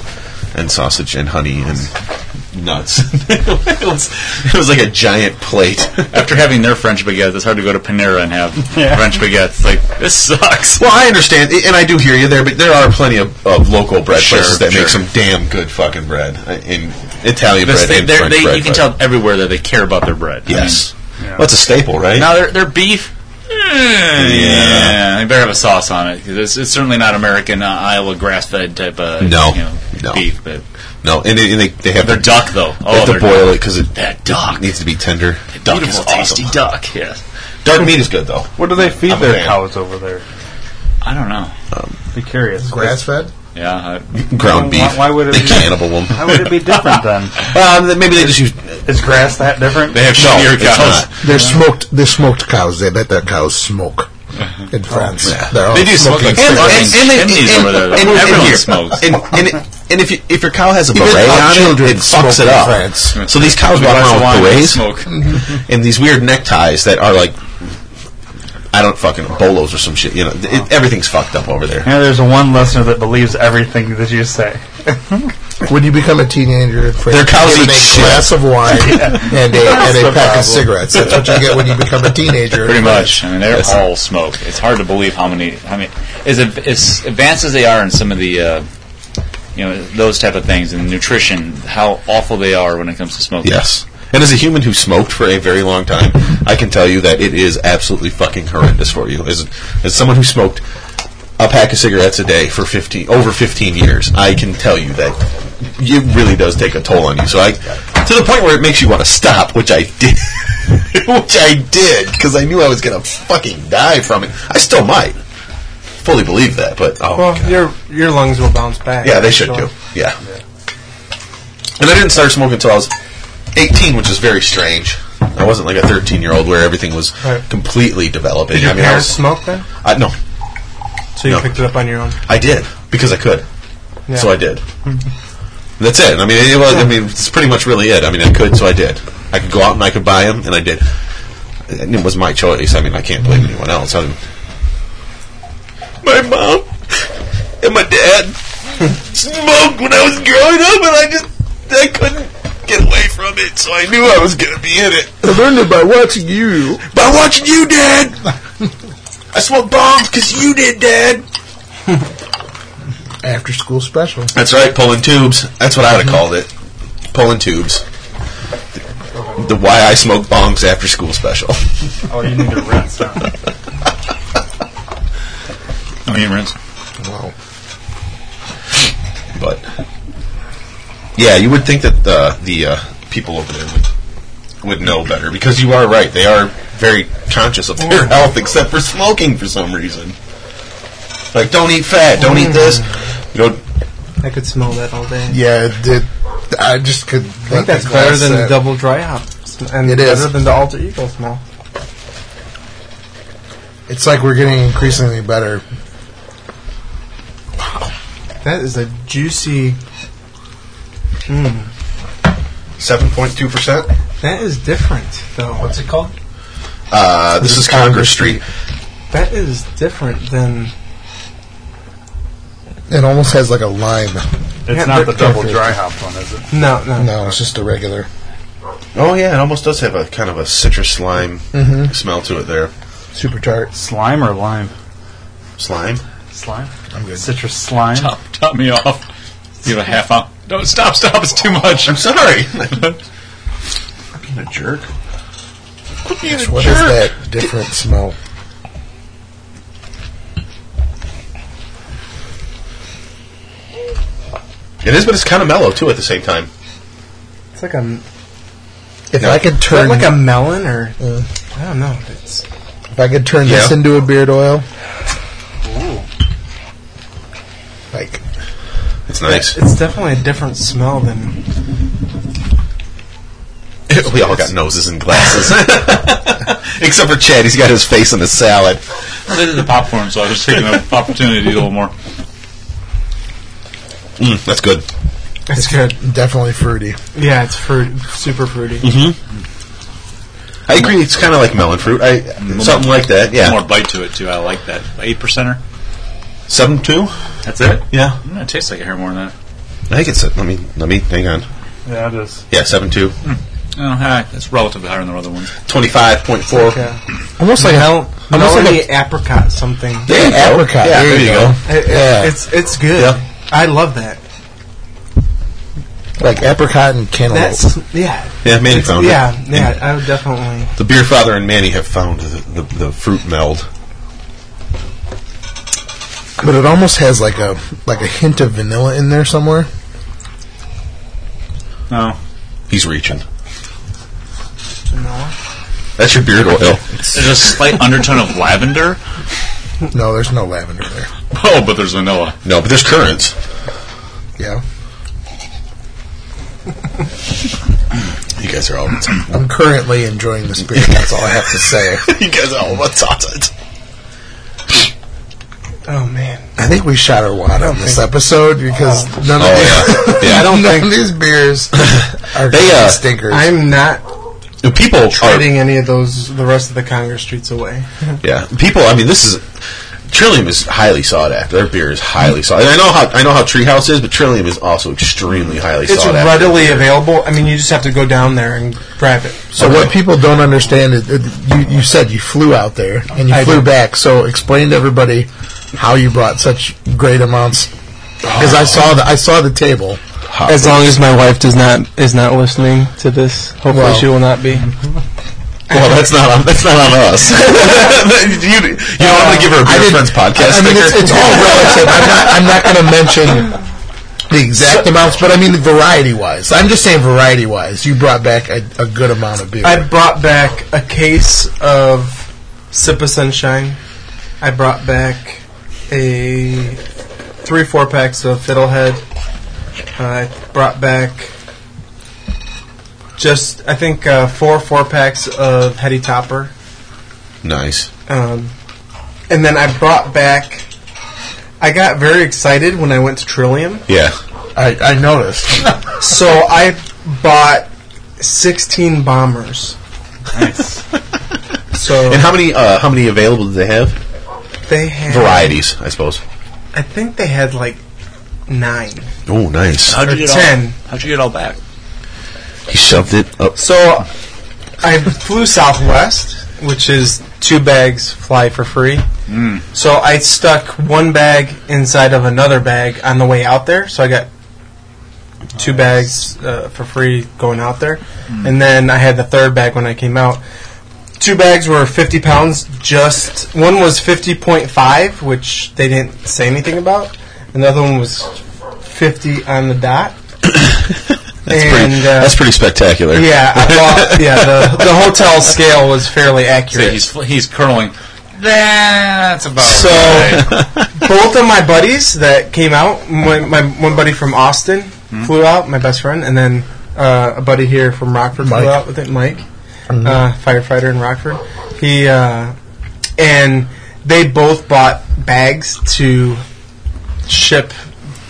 S2: and sausage and honey and nuts. <laughs> it, was, it was like a giant plate.
S8: After having their French baguettes, it's hard to go to Panera and have French baguettes. Like this sucks.
S2: Well, I understand, i- and I do hear you there, but there are plenty of, of local bread
S8: Sure,
S2: places that make
S8: sure.
S2: some damn good fucking bread. uh, In Italian
S8: This-
S2: bread
S8: they-
S2: and
S8: they're-
S2: French
S8: they-
S2: bread.
S8: you can
S2: but-
S8: tell everywhere that they care about their bread. I
S2: Yes. That's a staple, right?
S8: mean, now their their beef. eh, Yeah. they better have a sauce on it 'cause it's, it's certainly not American uh, Iowa grass fed type of
S2: No,
S8: you know,
S2: no.
S8: beef. But
S2: no, and, they- and they, they have
S8: their
S2: to-
S8: duck though,
S2: They have to
S8: oh, their
S2: boil it 'cause it because it
S8: That duck.
S2: needs to be tender.
S8: duck is tasty duck. Yeah,
S2: Dark meat is good though.
S10: What do they feed
S2: I'm a
S10: their
S2: fan.
S10: cows over there?
S8: I don't know.
S10: Be curious.
S1: Grass fed.
S8: Yeah, I,
S2: Ground beef.
S10: Why- why would it
S2: they
S10: be-
S2: cannibal them?
S10: How would it be different then?
S2: Um, th- maybe they just use
S10: Is grass that different?
S8: they have
S2: no.
S8: shittier
S2: it's
S8: cows.
S2: not.
S1: They're smoked. They're smoked cows. They let their cows smoke. In France,
S2: Uh-huh. Oh, Yeah.
S1: They're all
S8: They do smoke
S1: smoking
S8: like
S2: And,
S8: Fucking
S2: and, and, they-
S8: chimneys
S2: and-
S8: over there.
S2: and- and
S8: Everyone
S2: here.
S8: smokes.
S2: And, and, it- and if you, if your cow has a
S1: Even
S2: beret
S1: our
S2: on it,
S1: children
S2: it fucks
S1: smoke
S2: it
S1: in
S2: up.
S1: France.
S2: <laughs> So these cows walk
S8: Glass of
S2: around
S8: wine,
S2: with berets
S8: smoke.
S2: and these weird neckties that are like I don't fucking bolos or some shit. You know, it, everything's fucked up over there.
S10: Yeah, there's one listener that believes everything that you say.
S1: When you become a teenager, in France,
S2: Their cows
S1: you
S2: eat
S1: get a
S2: shit.
S1: glass of wine
S2: <laughs>
S1: and a, and a pack of cigarettes. That's what you get when you become a teenager.
S8: Pretty much. I mean, they're all smoke. It's hard to believe how many. I mean, as, ad- as advanced as they are in some of the, uh, you know, those type of things and nutrition, how awful they are when it comes to smoking.
S2: Yes. And as a human who smoked for a very long time, I can tell you that it is absolutely fucking horrendous for you. As as someone who smoked a pack of cigarettes a day for 15 over 15 years, I can tell you that it really does take a toll on you. So I to the point where it makes you want to stop, which I did. <laughs> which I did because I knew I was going to fucking die from it. I still might. fully believe that, but oh,
S3: well, your your lungs will bounce back.
S2: Yeah, they should
S3: So-
S2: do. Yeah. And I didn't start smoking until I was 18, which is very strange. I wasn't like a 13 year old where everything was
S3: Right.
S2: completely developing.
S3: Did your
S2: I mean, I
S3: parents
S2: was.
S3: smoke then?
S2: I, no,
S3: So you
S2: No.
S3: picked it up on your own.
S2: I did because I could.
S3: Yeah.
S2: So I did. That's it. I mean, it was, I mean, it's pretty much really it. I mean, I could, so I did. I could go out and I could buy them, and I did. And it was my choice. I mean, I can't blame anyone else. I didn't- my mom and my dad smoked when I was growing up, and I just I couldn't get away from it, so I knew I was gonna be in it.
S1: I learned it by watching you.
S2: By watching you, Dad. I smoked bombs because you did, Dad.
S1: After school special.
S2: That's right, pulling tubes. That's what I would have called it. Pulling tubes. The, the why I smoke bongs after school special. <laughs>
S4: Oh, you need to rinse. huh?
S8: I mean, rinse.
S1: Wow.
S2: But yeah, you would think that the the uh, people over there would would know better because you are right. They are very conscious of their <laughs> health, except for smoking for some reason. Like, don't eat fat. Don't eat this. You know,
S3: I could smell that all day.
S1: Yeah, it, did I just could.
S3: I think that's better than
S2: uh,
S3: the double dry hop, sm- and
S1: It
S3: better
S1: is.
S3: than the alter ego smell.
S1: It's like we're getting increasingly better.
S3: That is a juicy.
S2: seven point two percent.
S3: That is different, though. What's it called?
S2: Uh, this is Congress Street.
S3: That is different than.
S1: It almost has like a lime.
S4: It's
S3: Yeah,
S4: not
S3: they're
S4: the double dry hop one, is it?
S3: No, no,
S1: No, it's just a regular.
S2: Oh yeah, it almost does have a kind of a citrus slime smell to it. There,
S1: Super tart.
S4: Slime or lime?
S2: slime.
S4: Slime.
S1: I'm good.
S4: Citrus slime.
S8: Top, top me off. Give it a half out. No, stop, stop. It's too much.
S2: I'm sorry. <laughs> I'm being a jerk. Quit being a
S1: What is
S2: jerk.
S1: that different smell?
S2: It is, but it's kind of mellow too at the same time.
S3: It's like a
S1: If
S2: No.
S1: I could
S3: Is that
S1: turn,
S3: like a melon or
S1: Uh.
S3: I don't know. It's
S1: if I could turn this
S2: Yeah.
S1: into a beard oil, like
S2: It's nice.
S3: it's definitely a different smell than
S2: <laughs> we all got noses and <laughs> glasses, except for Chad. He's got his face in a salad.
S8: This is the popcorn, so I was
S10: <laughs>
S8: taking the opportunity to eat a little more.
S2: Mm, that's good.
S3: it's good.
S1: definitely fruity.
S3: Yeah, it's fruit, super fruity.
S2: I agree. It's kind of like melon fruit. I something like that.
S8: More
S2: Yeah,
S8: bite to it, too. I like that. Eight percenter.
S2: seven two.
S8: That's it?
S2: Yeah,
S8: Mm, it tastes like I hear more than that.
S2: I think it's. Let me let me hang on.
S4: Yeah, it is.
S2: Yeah, seven two.
S8: Oh, hi. It's relatively higher than the other ones.
S2: Twenty-five point four.
S3: Yeah,
S1: Almost like
S3: Mel-
S1: almost like
S3: melody apricot something. It,
S2: There you go.
S1: apricot.
S2: Yeah, there you go.
S3: it-
S1: Yeah.
S3: It's it's good.
S2: Yeah.
S3: I love that.
S1: like apricot and cantaloupe.
S3: That's yeah,
S2: Yeah, Manny
S3: It's-
S2: found it.
S3: yeah, yeah. I would definitely.
S2: The beer father and Manny have found the, the, the fruit meld.
S1: but it almost has like a like a hint of vanilla in there somewhere.
S8: No.
S2: He's reaching.
S3: Vanilla.
S2: That's your beard <laughs> oil.
S8: There's
S2: <laughs>
S8: a slight undertone of lavender.
S1: No, there's no lavender there.
S8: Oh, but there's vanilla.
S2: No, but there's currants.
S1: Yeah,
S2: You guys are all about <clears throat> sausage.
S1: I'm currently enjoying this beer. That's all I have to
S2: <laughs>
S1: say.
S2: you guys are all about sausage.
S3: Oh man, Um,
S1: I think we shot our wad on this episode because none of
S2: Oh,
S1: these,
S2: <laughs> yeah. Yeah. I
S1: <laughs>
S2: don't
S1: none
S2: think-
S1: of these beers are
S2: They,
S1: gonna be
S2: uh,
S1: stinkers.
S3: I'm not
S2: People are,
S3: trading any of those the rest of the Congress streets away.
S2: yeah. People, I mean, this is Trillium is highly sought after. Their beer is highly sought. And I know how I know how Treehouse is, but Trillium is also extremely highly
S3: It's
S2: sought after.
S3: readily available. I mean, you just have to go down there and grab it.
S1: so what people don't understand is that you, you said you flew out there and you
S3: I
S1: flew
S3: did.
S1: back. So explain to everybody how you brought such great amounts because I saw the I saw the table.
S3: As long as my wife does not is not listening to this, hopefully
S1: Well.
S3: she will not be.
S2: Well, that's not on that's not on
S1: <laughs>
S2: us. you <laughs> you know, I'm gonna give her a
S1: I
S2: beer
S1: didn't-
S2: friends podcast.
S1: I mean, it's,
S2: sticker.
S1: it's all relative. I'm not I'm not going to mention. The exact amounts, but I mean variety wise. I'm just saying variety wise. You brought back a, a good amount of beer.
S3: I brought back a case of Sip of Sunshine. I brought back a three four packs of Fiddlehead. I brought back just I think uh, four four packs of Heady Topper.
S2: Nice.
S3: Um, and then I brought back. I got very excited when I went to Trillium.
S2: Yeah.
S1: I, I noticed.
S3: So I bought 16 bombers.
S2: Nice.
S3: So
S2: And how many uh, how many available did they have?
S3: they had
S2: Varieties, I suppose.
S3: I think they had like nine
S2: Oh, nice.
S8: How'd
S3: or
S8: you get
S3: ten.
S8: all? How'd you get all back?
S2: He shoved it up.
S3: So I flew Southwest, which is two bags fly for free.
S8: Mm.
S3: So I stuck one bag inside of another bag on the way out there. So I got two bags uh, for free going out there,
S2: Mm.
S3: and then I had the third bag when I came out. Two bags were 50 pounds. Just one was 50.5, which they didn't say anything about, and the other one was 50 on the
S2: <coughs>
S3: dot. uh,
S2: That's pretty,
S1: uh,
S2: that's pretty spectacular.
S8: <laughs>
S3: Yeah, I bought, yeah. The, the hotel scale was fairly
S8: So
S3: accurate.
S8: he's
S2: <laughs>
S8: he's curling. That's about
S3: So-
S8: right.
S3: Both of my buddies that came out, my, my one buddy from Austin
S8: Hmm?
S3: flew out, my best friend, and then uh, a buddy here from Rockford
S1: Mike.
S3: flew out with it, Mike, uh, firefighter in Rockford. He uh, and they both bought bags to ship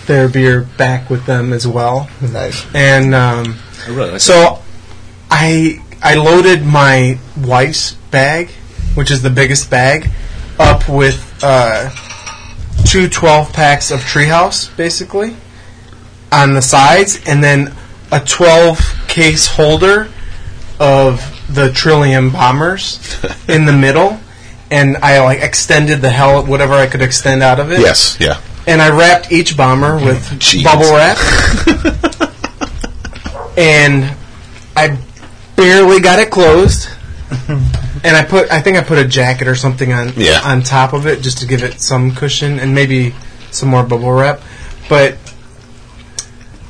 S3: their beer back with them as well,
S1: nice.
S3: and. Um,
S8: I really like that.
S3: So, I I loaded my wife's bag, which is the biggest bag, up with uh, two 12 packs of Treehouse, basically, on the sides, and then a 12 case holder of the Trillium
S8: <laughs>
S3: bombers in the middle. And I like extended the hell whatever I could extend out of it.
S2: Yes, yeah.
S3: And I wrapped each bomber with
S2: Jeez.
S3: bubble wrap. and I barely got it closed. and I put I think I put a jacket or something on
S2: Yeah.
S3: on top of it just to give it some cushion and maybe some more bubble wrap. But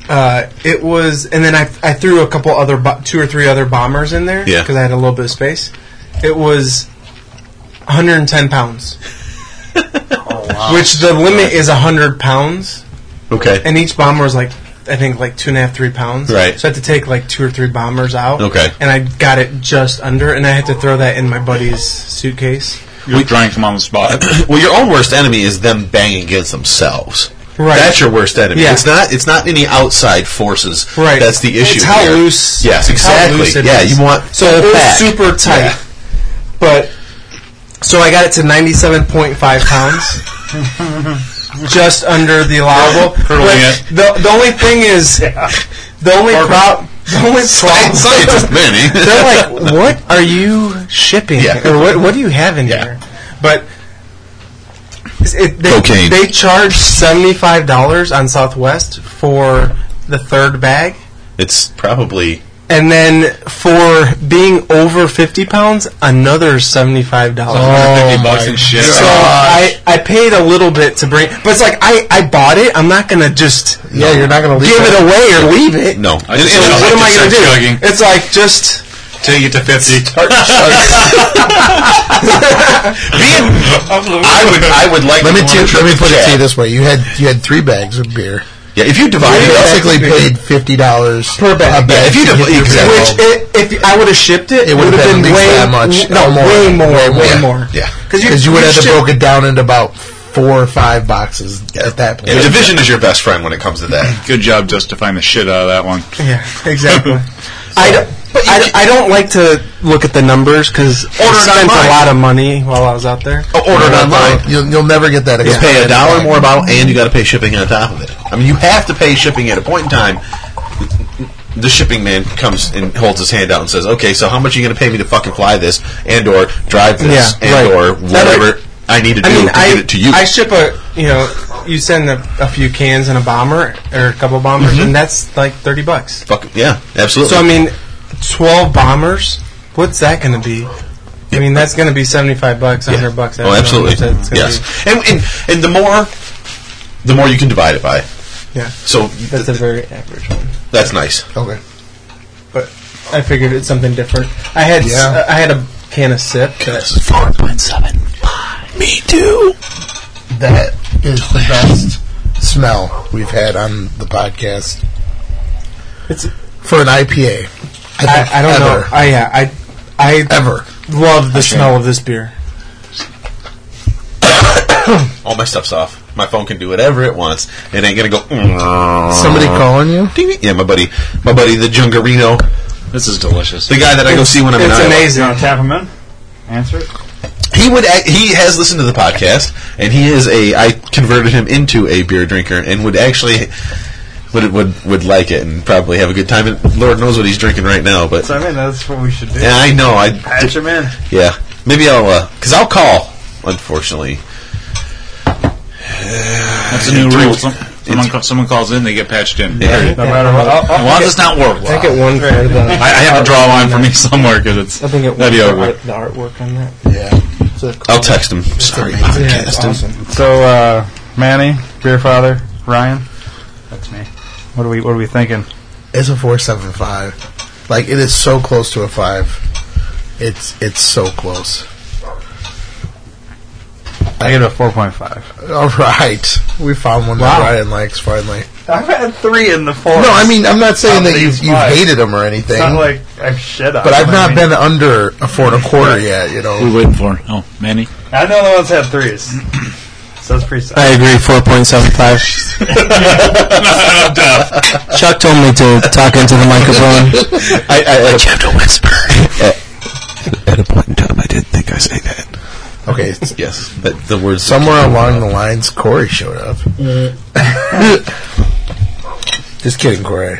S3: uh, it was and then I, I threw a couple other bo- two or three other bombers in there
S2: Yeah.
S3: I had a little bit of space. It was 110 pounds.
S2: Oh,
S3: Which the limit is 100 pounds
S2: Okay.
S3: and each bomber was like I think like two and a half, three pounds.
S2: Right.
S3: So I had to take like two or three bombers out.
S2: Okay.
S3: And I got it just under, and I had to throw that in my buddy's suitcase.
S8: we drank him on the spot.
S2: <clears throat> well, your own worst enemy is them banging against themselves.
S3: Right.
S2: That's your worst enemy.
S3: Yeah.
S2: It's not. It's not any outside forces.
S3: Right.
S2: That's the issue.
S3: It's how
S2: here.
S3: loose.
S2: Yes,
S3: it's how
S2: exactly.
S3: loose it
S2: yeah,
S3: is.
S2: you want
S3: So
S2: full
S3: it was
S2: pack. <laughs>
S3: super tight.
S2: Yeah.
S3: But so I got it to ninety-seven point five pounds, just under the allowable.
S8: Hurdling
S3: But
S8: it.
S3: The the only thing is the only problem. The only problem.
S2: It's as many.
S3: <laughs> They're like, "What are you shipping,
S2: Yeah.
S3: or what what do you have in
S2: Yeah.
S3: here?" But it, they,
S2: Cocaine.
S3: They charge seventy five dollars on Southwest for the third bag,
S2: <laughs> it's probably
S3: and then for being over fifty pounds, another seventy five dollars.
S8: 150 bucks and shit.
S3: So I, I paid a little bit to bring, but it's like I, I bought it. I'm not gonna just
S1: Yeah, you're not going to
S3: give
S1: leave
S3: it
S1: that.
S3: away or leave it.
S2: no.
S8: I
S2: And-
S8: just-
S2: and
S8: I
S2: what
S3: What
S8: just
S3: am I gonna
S8: said
S3: do?
S8: chugging.
S3: It's like just
S8: Till you get to
S2: <laughs>
S8: fifty.
S2: I would. I would like.
S1: Let me,
S2: to go on a
S1: t-
S2: trip
S1: let me
S2: to
S1: put it to you
S2: Chad.
S1: this way. You had you had three bags of beer.
S2: Yeah, if you divide
S1: You
S2: it up,
S1: basically paid fifty dollars per bag. A
S2: Yeah, if you
S1: to
S2: don't-
S1: get your
S2: exactly.
S1: beer.
S3: Which i if I would have shipped it,
S1: It
S3: it
S1: would've
S3: would have
S1: been
S3: been,
S1: at least that much,
S3: way No,
S1: or more.
S3: way more,
S1: Way more.
S3: way
S1: Yeah. <laughs>
S3: more.
S2: Yeah.
S1: because you would have to
S3: ship-
S1: broke it down into about four or five boxes at that point.
S2: Yeah, division is your best friend when it comes to that.
S8: Good job justifying the shit out of that one.
S3: Yeah, exactly. I don't, I, I don't like to look at the numbers because
S2: Order it
S3: I spent
S2: online.
S3: a lot of money while I was out there.
S2: Oh, order it online.
S1: You'll, you'll never get that.
S2: You
S1: again.
S2: pay a dollar more about, and you got to pay shipping on top of it. I mean, you have to pay shipping at a point in time. The shipping man comes and holds his hand out and says, "Okay, so how much are you going to pay me to fucking fly this, and or drive this,
S3: Yeah,
S2: and
S3: right.
S2: or whatever I need to do
S3: I mean,
S2: to
S3: I
S2: get it to you?"
S3: I ship a you know you send a, a few cans and a bomber or a couple bombers,
S2: Mm-hmm.
S3: and that's like thirty bucks.
S2: Fuck yeah, absolutely.
S3: So I mean, twelve bombers. What's that going to be? I mean, that's going to be seventy-five bucks,
S2: Yeah.
S3: hundred bucks. I
S2: Oh,
S3: don't know
S2: absolutely.
S3: what that's gonna
S2: Yes, and, and and the more, the more you can divide it by.
S3: be. Yeah.
S2: So
S3: That's a very average one.
S2: that's nice.
S1: Okay.
S3: but I figured it's something different. I had
S1: Yeah.
S3: I had a can of sip. That,
S2: Four point seven. Me too.
S1: That is the best smell we've had on the podcast.
S3: It's
S1: for an IPA.
S3: I, I don't know. I yeah, I I
S1: ever
S3: love the smell of this beer.
S2: All my stuff's off. My phone can do whatever it wants. It ain't gonna go. "Mm."
S1: Somebody calling you?
S2: Ding, ding. Yeah, my buddy, my buddy, the Jungarino,
S8: This is delicious.
S2: the guy that I go see when I'm in
S3: it's
S2: Iowa.
S3: amazing.
S10: Tap him in. Answer it.
S2: He would. Act, he has listened to the podcast, and he is a. I converted him into a beer drinker, and would actually would would would like it, and probably have a good time. And Lord knows what he's drinking right now, but
S10: So I mean, that's what we should do.
S2: yeah, I know. I
S10: Patch him in.
S2: yeah. Maybe I'll because I'll call. Unfortunately,
S8: That's a new rule. Some, someone, ca- someone calls in, they get patched in.
S2: Yeah.
S10: No matter what. I'll- I'll-
S8: Why does this not work?
S3: I think it won for the.
S8: I, I have to draw a line for me <laughs> somewhere because it's
S3: Uh, I think it won
S8: that'd be
S3: for
S8: over.
S3: art- the artwork on that.
S1: Yeah.
S2: I'll text him. Sorry,
S3: Oh, Yeah,
S2: podcast.
S3: it's awesome.
S10: So uh, Manny, beer father, Ryan. That's me. What are we? What are we thinking?
S1: It's a four seven five. Like it is so close to a five. It's it's so close.
S10: I give it a four point five.
S1: All right, we found one that Ryan likes finally.
S10: I've had three in the four.
S1: No, I mean I'm not saying
S10: Of
S1: that you've
S10: these
S1: you've
S10: five.
S1: hated him or anything,
S10: it's not like I've shit on.
S1: but I've
S10: them,
S1: not
S10: I mean,
S1: been under a four and a quarter yet. You
S8: What
S3: <laughs>
S8: are
S1: know,
S8: we waiting for? Oh, Manny.
S10: I know the ones had threes. So that's pretty. Sad.
S3: I agree. Four point seven five. Chuck told me to talk into the microphone.
S2: I, I, I kept a whisper. <laughs>
S11: At a point in time, I did think I say that.
S1: okay. s-
S2: yes, that, the words.
S1: Somewhere along the lines, Corey showed up.
S3: Uh.
S1: <laughs> Just kidding, Corey.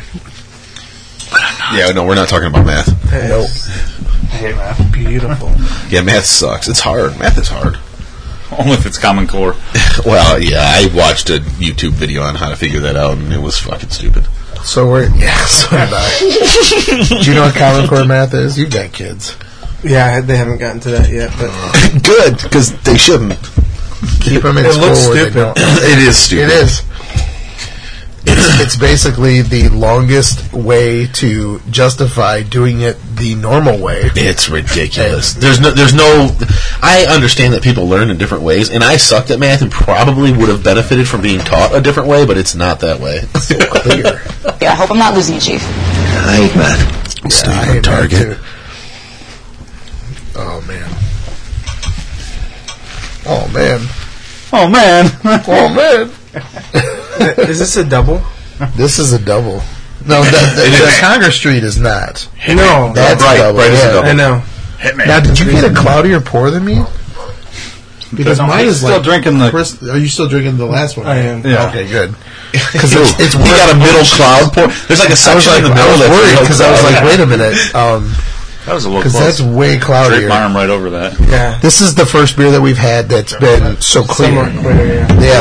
S2: Yeah, no, we're not talking about math.
S1: Nope.
S10: Hey man,
S2: <laughs>
S10: beautiful.
S2: Yeah, math sucks. It's hard. Math is hard.
S8: <laughs> Only if it's Common Core.
S2: <laughs> Well, yeah, I watched a YouTube video on how to figure that out, and it was fucking stupid.
S1: So we're <laughs> yeah. So did I. Do you know what Common Core math is? You've got kids.
S3: yeah, they haven't gotten to that yet,
S2: <laughs>
S3: but
S2: Good, because they shouldn't.
S1: Keep them in
S3: It
S1: school.
S3: looks
S1: where they
S3: stupid.
S1: don't-
S2: <clears throat> it is stupid.
S1: It is. It's, it's basically the longest way to justify doing it the normal way.
S2: It's ridiculous. There's no, there's no. I understand that people learn in different ways, and I sucked at math and probably would have benefited from being taught a different way, but it's not that way.
S1: Clear.
S12: Yeah, I hope I'm not losing you, Chief.
S2: I hate math. I'm
S1: Yeah, I
S2: staying on
S1: hate that
S2: target.
S1: too. Oh man. Oh man.
S10: Oh
S2: <laughs>
S10: man.
S1: Oh man.
S3: is this a double?
S1: This is a double.
S2: <laughs>
S1: No, that, that, that Congress Street is not.
S3: No,
S1: That's
S2: Right,
S1: a double.
S2: right is a
S1: yeah.
S2: double.
S3: I know.
S1: Now, did you get a cloudier pour than me? Because
S10: No,
S1: mine
S10: he's
S1: is
S10: still
S1: like
S10: drinking the-
S1: Chris- are you still drinking the last one?
S3: I am.
S10: Yeah.
S1: Okay,
S2: <laughs>
S1: good. Because it's, it's
S2: He
S1: worth-
S2: got a middle cloud. Pour. There's like a
S1: I was
S2: section
S1: like,
S2: in the
S1: I
S2: middle
S1: was
S2: that's
S1: worried
S2: real
S1: because I was
S2: cloudy.
S1: like, wait a minute, um,
S8: uh, That was a little
S1: because that's
S8: close.
S1: way
S8: Draped my
S1: cloudier.
S8: arm right over that.
S3: Yeah.
S1: This is the first beer that we've had that's been so
S3: Somewhat
S1: clear.
S3: clear, yeah.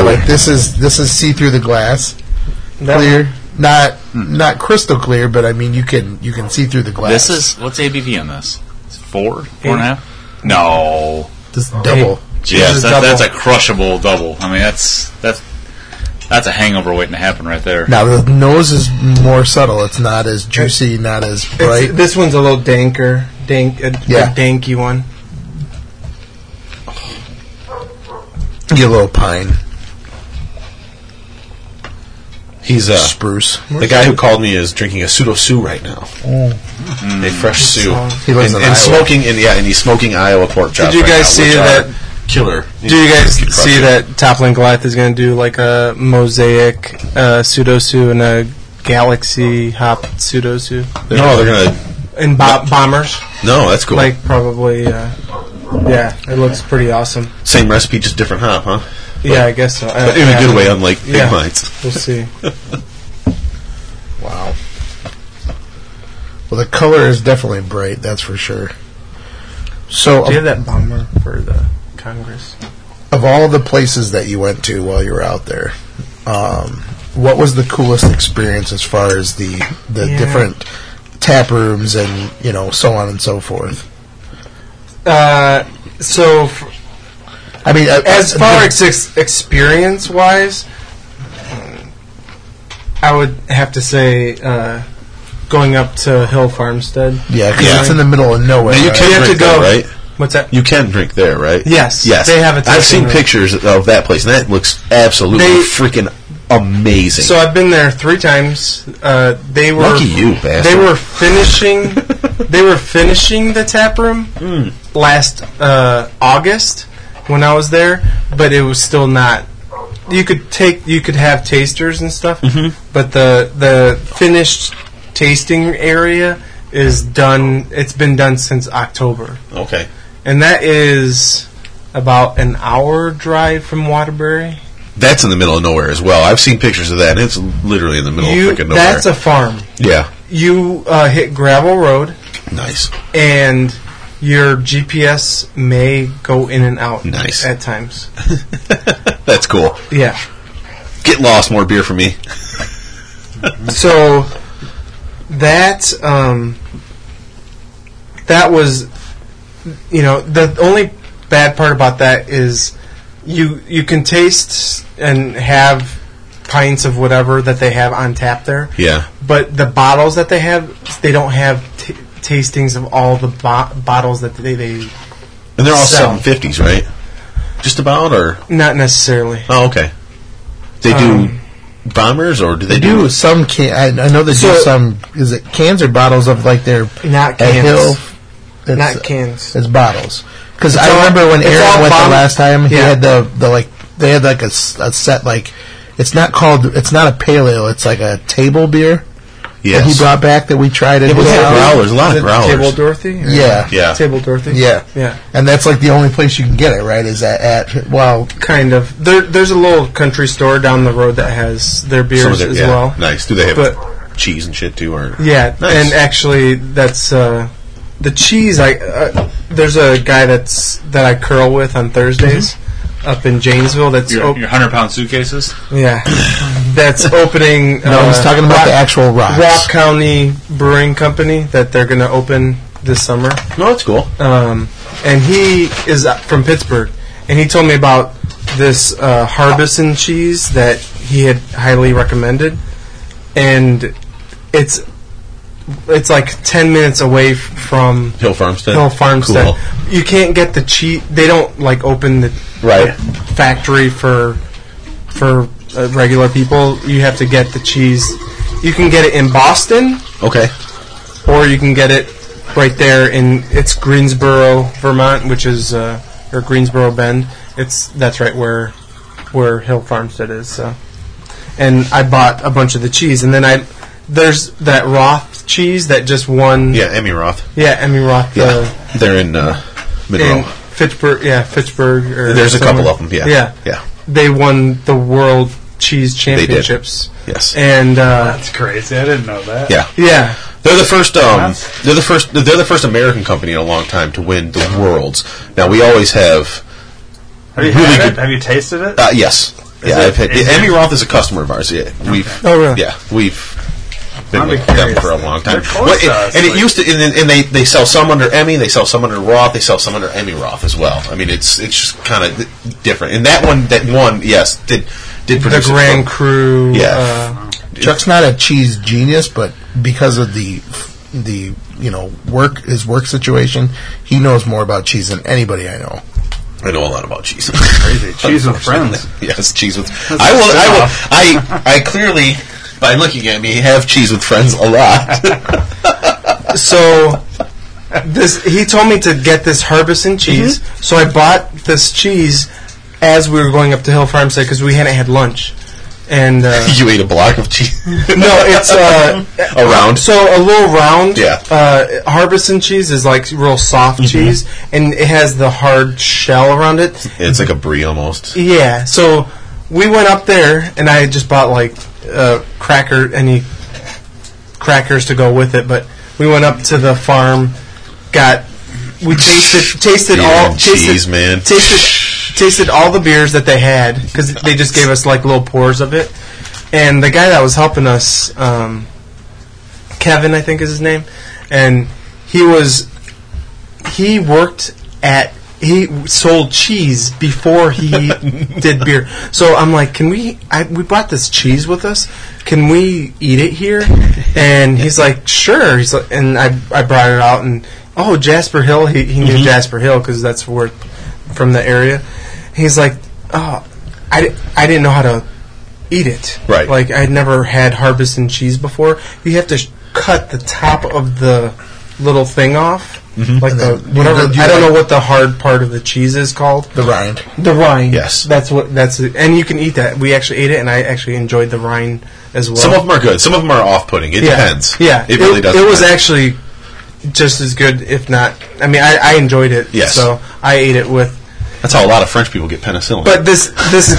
S1: Yeah, like this is this is see through the glass,
S3: That-
S1: clear, not not crystal clear, but I mean you can you can see through the glass.
S8: Hmm. This is what's ABV on this? It's four, four and a half. No,
S1: this double.
S8: yes,
S3: is
S8: that,
S3: double.
S8: that's a crushable double. I mean, that's that's that's a hangover waiting to happen right there.
S1: Now the nose is more subtle. It's not as juicy, not as
S3: It's-
S1: bright.
S3: This one's a little danker, dank, a,
S1: Yeah.
S3: a danky one.
S1: Get a little pine,
S2: He's uh,
S1: spruce.
S2: The guy who called me is drinking a pseudo Sue right now.
S3: Mm.
S2: A fresh Sue.
S1: He lives in
S2: and, and
S1: Iowa.
S2: smoking and yeah, and he's smoking Iowa pork chops.
S3: you
S2: right
S3: guys
S2: now,
S3: see
S2: which are
S3: that-
S2: killer?
S3: Do you guys
S2: Fucking
S3: see
S2: crushing.
S3: that Toppling Goliath is going to do like a mosaic uh, pseudosu and a galaxy hop pseudosu?
S2: No, they're gonna.
S3: And bo- bombers,
S2: No, that's cool.
S3: like probably. Uh, yeah, it looks pretty awesome.
S2: Same recipe, just different hop, huh?
S3: yeah, I guess so. Uh,
S2: But in a
S3: yeah,
S2: good way, unlike
S3: Yeah.
S2: Big Mines.
S3: We'll see.
S1: Wow. Well, the color is definitely bright. That's for sure. So,
S3: Do you
S1: of,
S3: have that bomber for the Congress?
S1: of all the places that you went to while you were out there, um, what was the coolest experience as far as the the
S3: Yeah.
S1: different tap rooms and you know so on and so forth?
S3: Uh, so f-
S1: I mean, I-
S3: as
S2: Uh,
S1: I-
S3: far
S1: the-
S3: as ex- experience wise, I would have to say uh, going up to Hill Farmstead.
S1: yeah, because
S2: Yeah.
S1: it's in the middle of nowhere.
S2: Now, you
S1: right?
S2: can
S3: have to
S2: drink that,
S3: go.
S2: right?
S3: What's that?
S2: You can drink there, right?
S3: Yes,
S2: Yes.
S3: they have a tasting
S2: I've seen
S3: room.
S2: pictures of that place, and that looks absolutely
S3: They-
S2: freaking amazing.
S3: So I've been there three times. Uh, they were
S2: Lucky you, bastard.
S3: They
S2: <laughs>
S3: were finishing. they were finishing the tap room
S2: Hmm.
S3: last uh, August when I was there, but it was still not. You could take. You could have tasters and stuff,
S2: Mm-hmm.
S3: but the the finished tasting area is done. It's been done since October,
S2: okay.
S3: and that is about an hour drive from Waterbury.
S2: That's in the middle of nowhere as well. I've seen pictures of that, and it's literally in the middle
S3: You,
S2: of freaking nowhere.
S3: that's a farm.
S2: yeah,
S3: you uh, hit gravel road
S2: nice.
S3: and your GPS may go in and out
S2: Nice.
S3: at times.
S2: That's cool.
S3: Yeah.
S2: Get lost, more beer for me.
S3: So that um, that was you know the only bad part about that is you you can taste and have pints of whatever that they have on tap there.
S2: Yeah.
S3: But the bottles that they have, they don't have t- tastings of all the bo- bottles that they, they
S2: And they're all
S3: So-
S2: seven fifties, right? Just about, or
S3: Not necessarily.
S2: oh, okay. They do
S3: Um,
S2: bombers, or do they do?
S1: some can. I, I know they do
S3: So-
S1: some. Is it cans or bottles of like their
S3: Not
S1: at
S3: cans.
S1: Hill? It's,
S3: Not cans.
S1: It's bottles. Because
S3: It's
S1: I
S3: all-
S1: remember when
S3: it's
S1: Aaron
S3: all
S1: went
S3: bottle-
S1: the last time, he
S3: Yeah.
S1: had the the like they had like a, s- a set like it's not called it's not a pale ale. It's like a table beer.
S2: Yes.
S1: That he brought back that we tried at
S2: Yeah, we
S1: his
S2: had
S1: house.
S2: growlers, a lot of
S1: Is it
S2: growlers.
S3: Table Dorothy? or-
S1: Yeah.
S2: Yeah.
S3: Table Dorothy?
S1: Yeah.
S3: Yeah.
S1: And that's like the only place you can get it, right? Is that at well,
S3: Kind of. There, there's a little country store down the road that has their
S2: Some of
S3: beers
S2: their-
S3: as
S2: yeah,
S3: well.
S2: Nice. Do they have
S3: But
S2: cheese and shit too? Or
S3: yeah,
S2: Nice.
S3: and actually, that's uh, the cheese. I uh, there's a guy that's that I curl with on Thursdays
S2: Mm-hmm.
S3: up in Janesville. That's
S8: Your,
S3: op-
S8: your hundred pound suitcases.
S3: yeah, that's opening.
S1: <laughs> no,
S3: uh,
S1: he's talking about the
S3: Rock-
S1: actual rocks.
S3: Rock County Brewing Company that they're going to open this summer.
S2: no, that's cool.
S3: um, and he is uh, from Pittsburgh, and he told me about this uh, Harbison cheese that he had highly recommended, and it's it's like ten minutes away f- from
S2: Hill Farmstead.
S3: Hill Farmstead.
S2: Cool.
S3: You can't get the cheese; they don't like open the
S2: Right.
S3: factory for for uh, regular people. You have to get the cheese. You can get it in Boston,
S2: Okay.
S3: or you can get it right there in it's Greensboro, Vermont, which is uh, or Greensboro Bend. It's that's right where where Hill Farmstead is. So, and I bought a bunch of the cheese, and then I there's that Roth cheese that just won.
S2: Yeah, Emmy Roth.
S3: yeah, Emmy Roth.
S2: Yeah,
S3: Uh,
S2: they're in uh, Monroe.
S3: in Fitchburg, yeah, Fitchburg. Or
S2: There's a couple
S3: somewhere.
S2: of them. Yeah,
S3: yeah,
S2: yeah.
S3: They won the World Cheese
S2: did.
S3: Championships.
S2: Yes.
S3: and uh,
S4: That's crazy. I didn't know that.
S2: Yeah,
S3: yeah,
S2: they're the first. Um, they're the first. They're the first American company in a long time to win the worlds. Now we always have.
S4: Have you,
S2: Really
S4: had it?
S2: good-
S4: Have you tasted it?
S2: Uh, yes. yeah,
S4: it-
S2: I've had,
S4: is it-
S2: Emmy Roth is a customer of ours. Yeah, we've.
S3: Oh, really?
S2: Yeah, we've been
S4: I'm
S2: with them
S4: curious.
S2: for a long
S4: They're
S2: time.
S4: close
S2: Well,
S4: to
S2: it-
S4: us,
S2: and it
S4: like-
S2: used to, and, then- and they, they sell some under Emmy, they sell some under Roth, they sell some under Emmy Roth as well. I mean, it's it's just kind of different. And that one, that one, yes, did did
S3: the
S2: produce a-
S3: Grand Cru.
S2: Yeah.
S3: uh,
S1: Chuck's not a cheese genius, but because of the the you know work his work situation, he knows more about cheese than anybody I know.
S2: I know a lot about cheese.
S4: Crazy. Cheese with friends.
S2: <laughs> yes, cheese with. I will. I will. I I clearly by looking at me have cheese with friends a lot. <laughs>
S3: so this he told me to get this Harbison cheese.
S2: Mm-hmm.
S3: So I bought this cheese as we were going up to Hill Farmstead because we hadn't had lunch.
S2: <laughs>
S3: And uh,
S2: you ate a block of cheese.
S3: no, it's uh,
S2: a round.
S3: so a little round.
S2: Yeah. Mm-hmm.
S3: Uh, Harbison cheese is like real soft cheese, and it has the hard shell around it.
S2: <laughs> It's like a brie almost.
S3: Yeah. So we went up there, and I just bought like uh, cracker any crackers to go with it. But we went up to the farm, got we tasted tasted
S2: Beer
S3: all
S2: and
S3: tasted,
S2: cheese, man.
S3: tasted tasted all the beers that they had because they just gave us like little pours of it. And the guy that was helping us, um, Kevin, I think is his name, and he was he worked at he sold cheese before he did beer. So I'm like, can we? I, we brought this cheese with us. Can we eat it here? And he's like, sure. He's like, and I I brought it out and oh Jasper Hill. He, he knew Jasper Hill because that's where from the area. He's like, oh, I, di- I didn't know how to eat it.
S2: Right.
S3: Like I'd never had harvest and cheese before. You have to sh- cut the top of the little thing off. Like
S1: And
S3: the
S1: then you
S3: whatever
S1: do
S3: I
S1: that-
S3: don't know what the hard part of the cheese is called.
S1: The rind.
S3: The rind.
S2: Yes.
S3: That's what that's and you can eat that. We actually ate it and I actually enjoyed the rind as well.
S2: Some of them are good. Some of them are off-putting. It
S3: Yeah.
S2: depends.
S3: Yeah,
S2: it really does.
S3: It was
S2: depend.
S3: actually just as good, if not. I mean, I, I enjoyed it.
S2: Yes.
S3: So I ate it with.
S2: That's how a lot of French people get penicillin. <laughs>
S3: But this this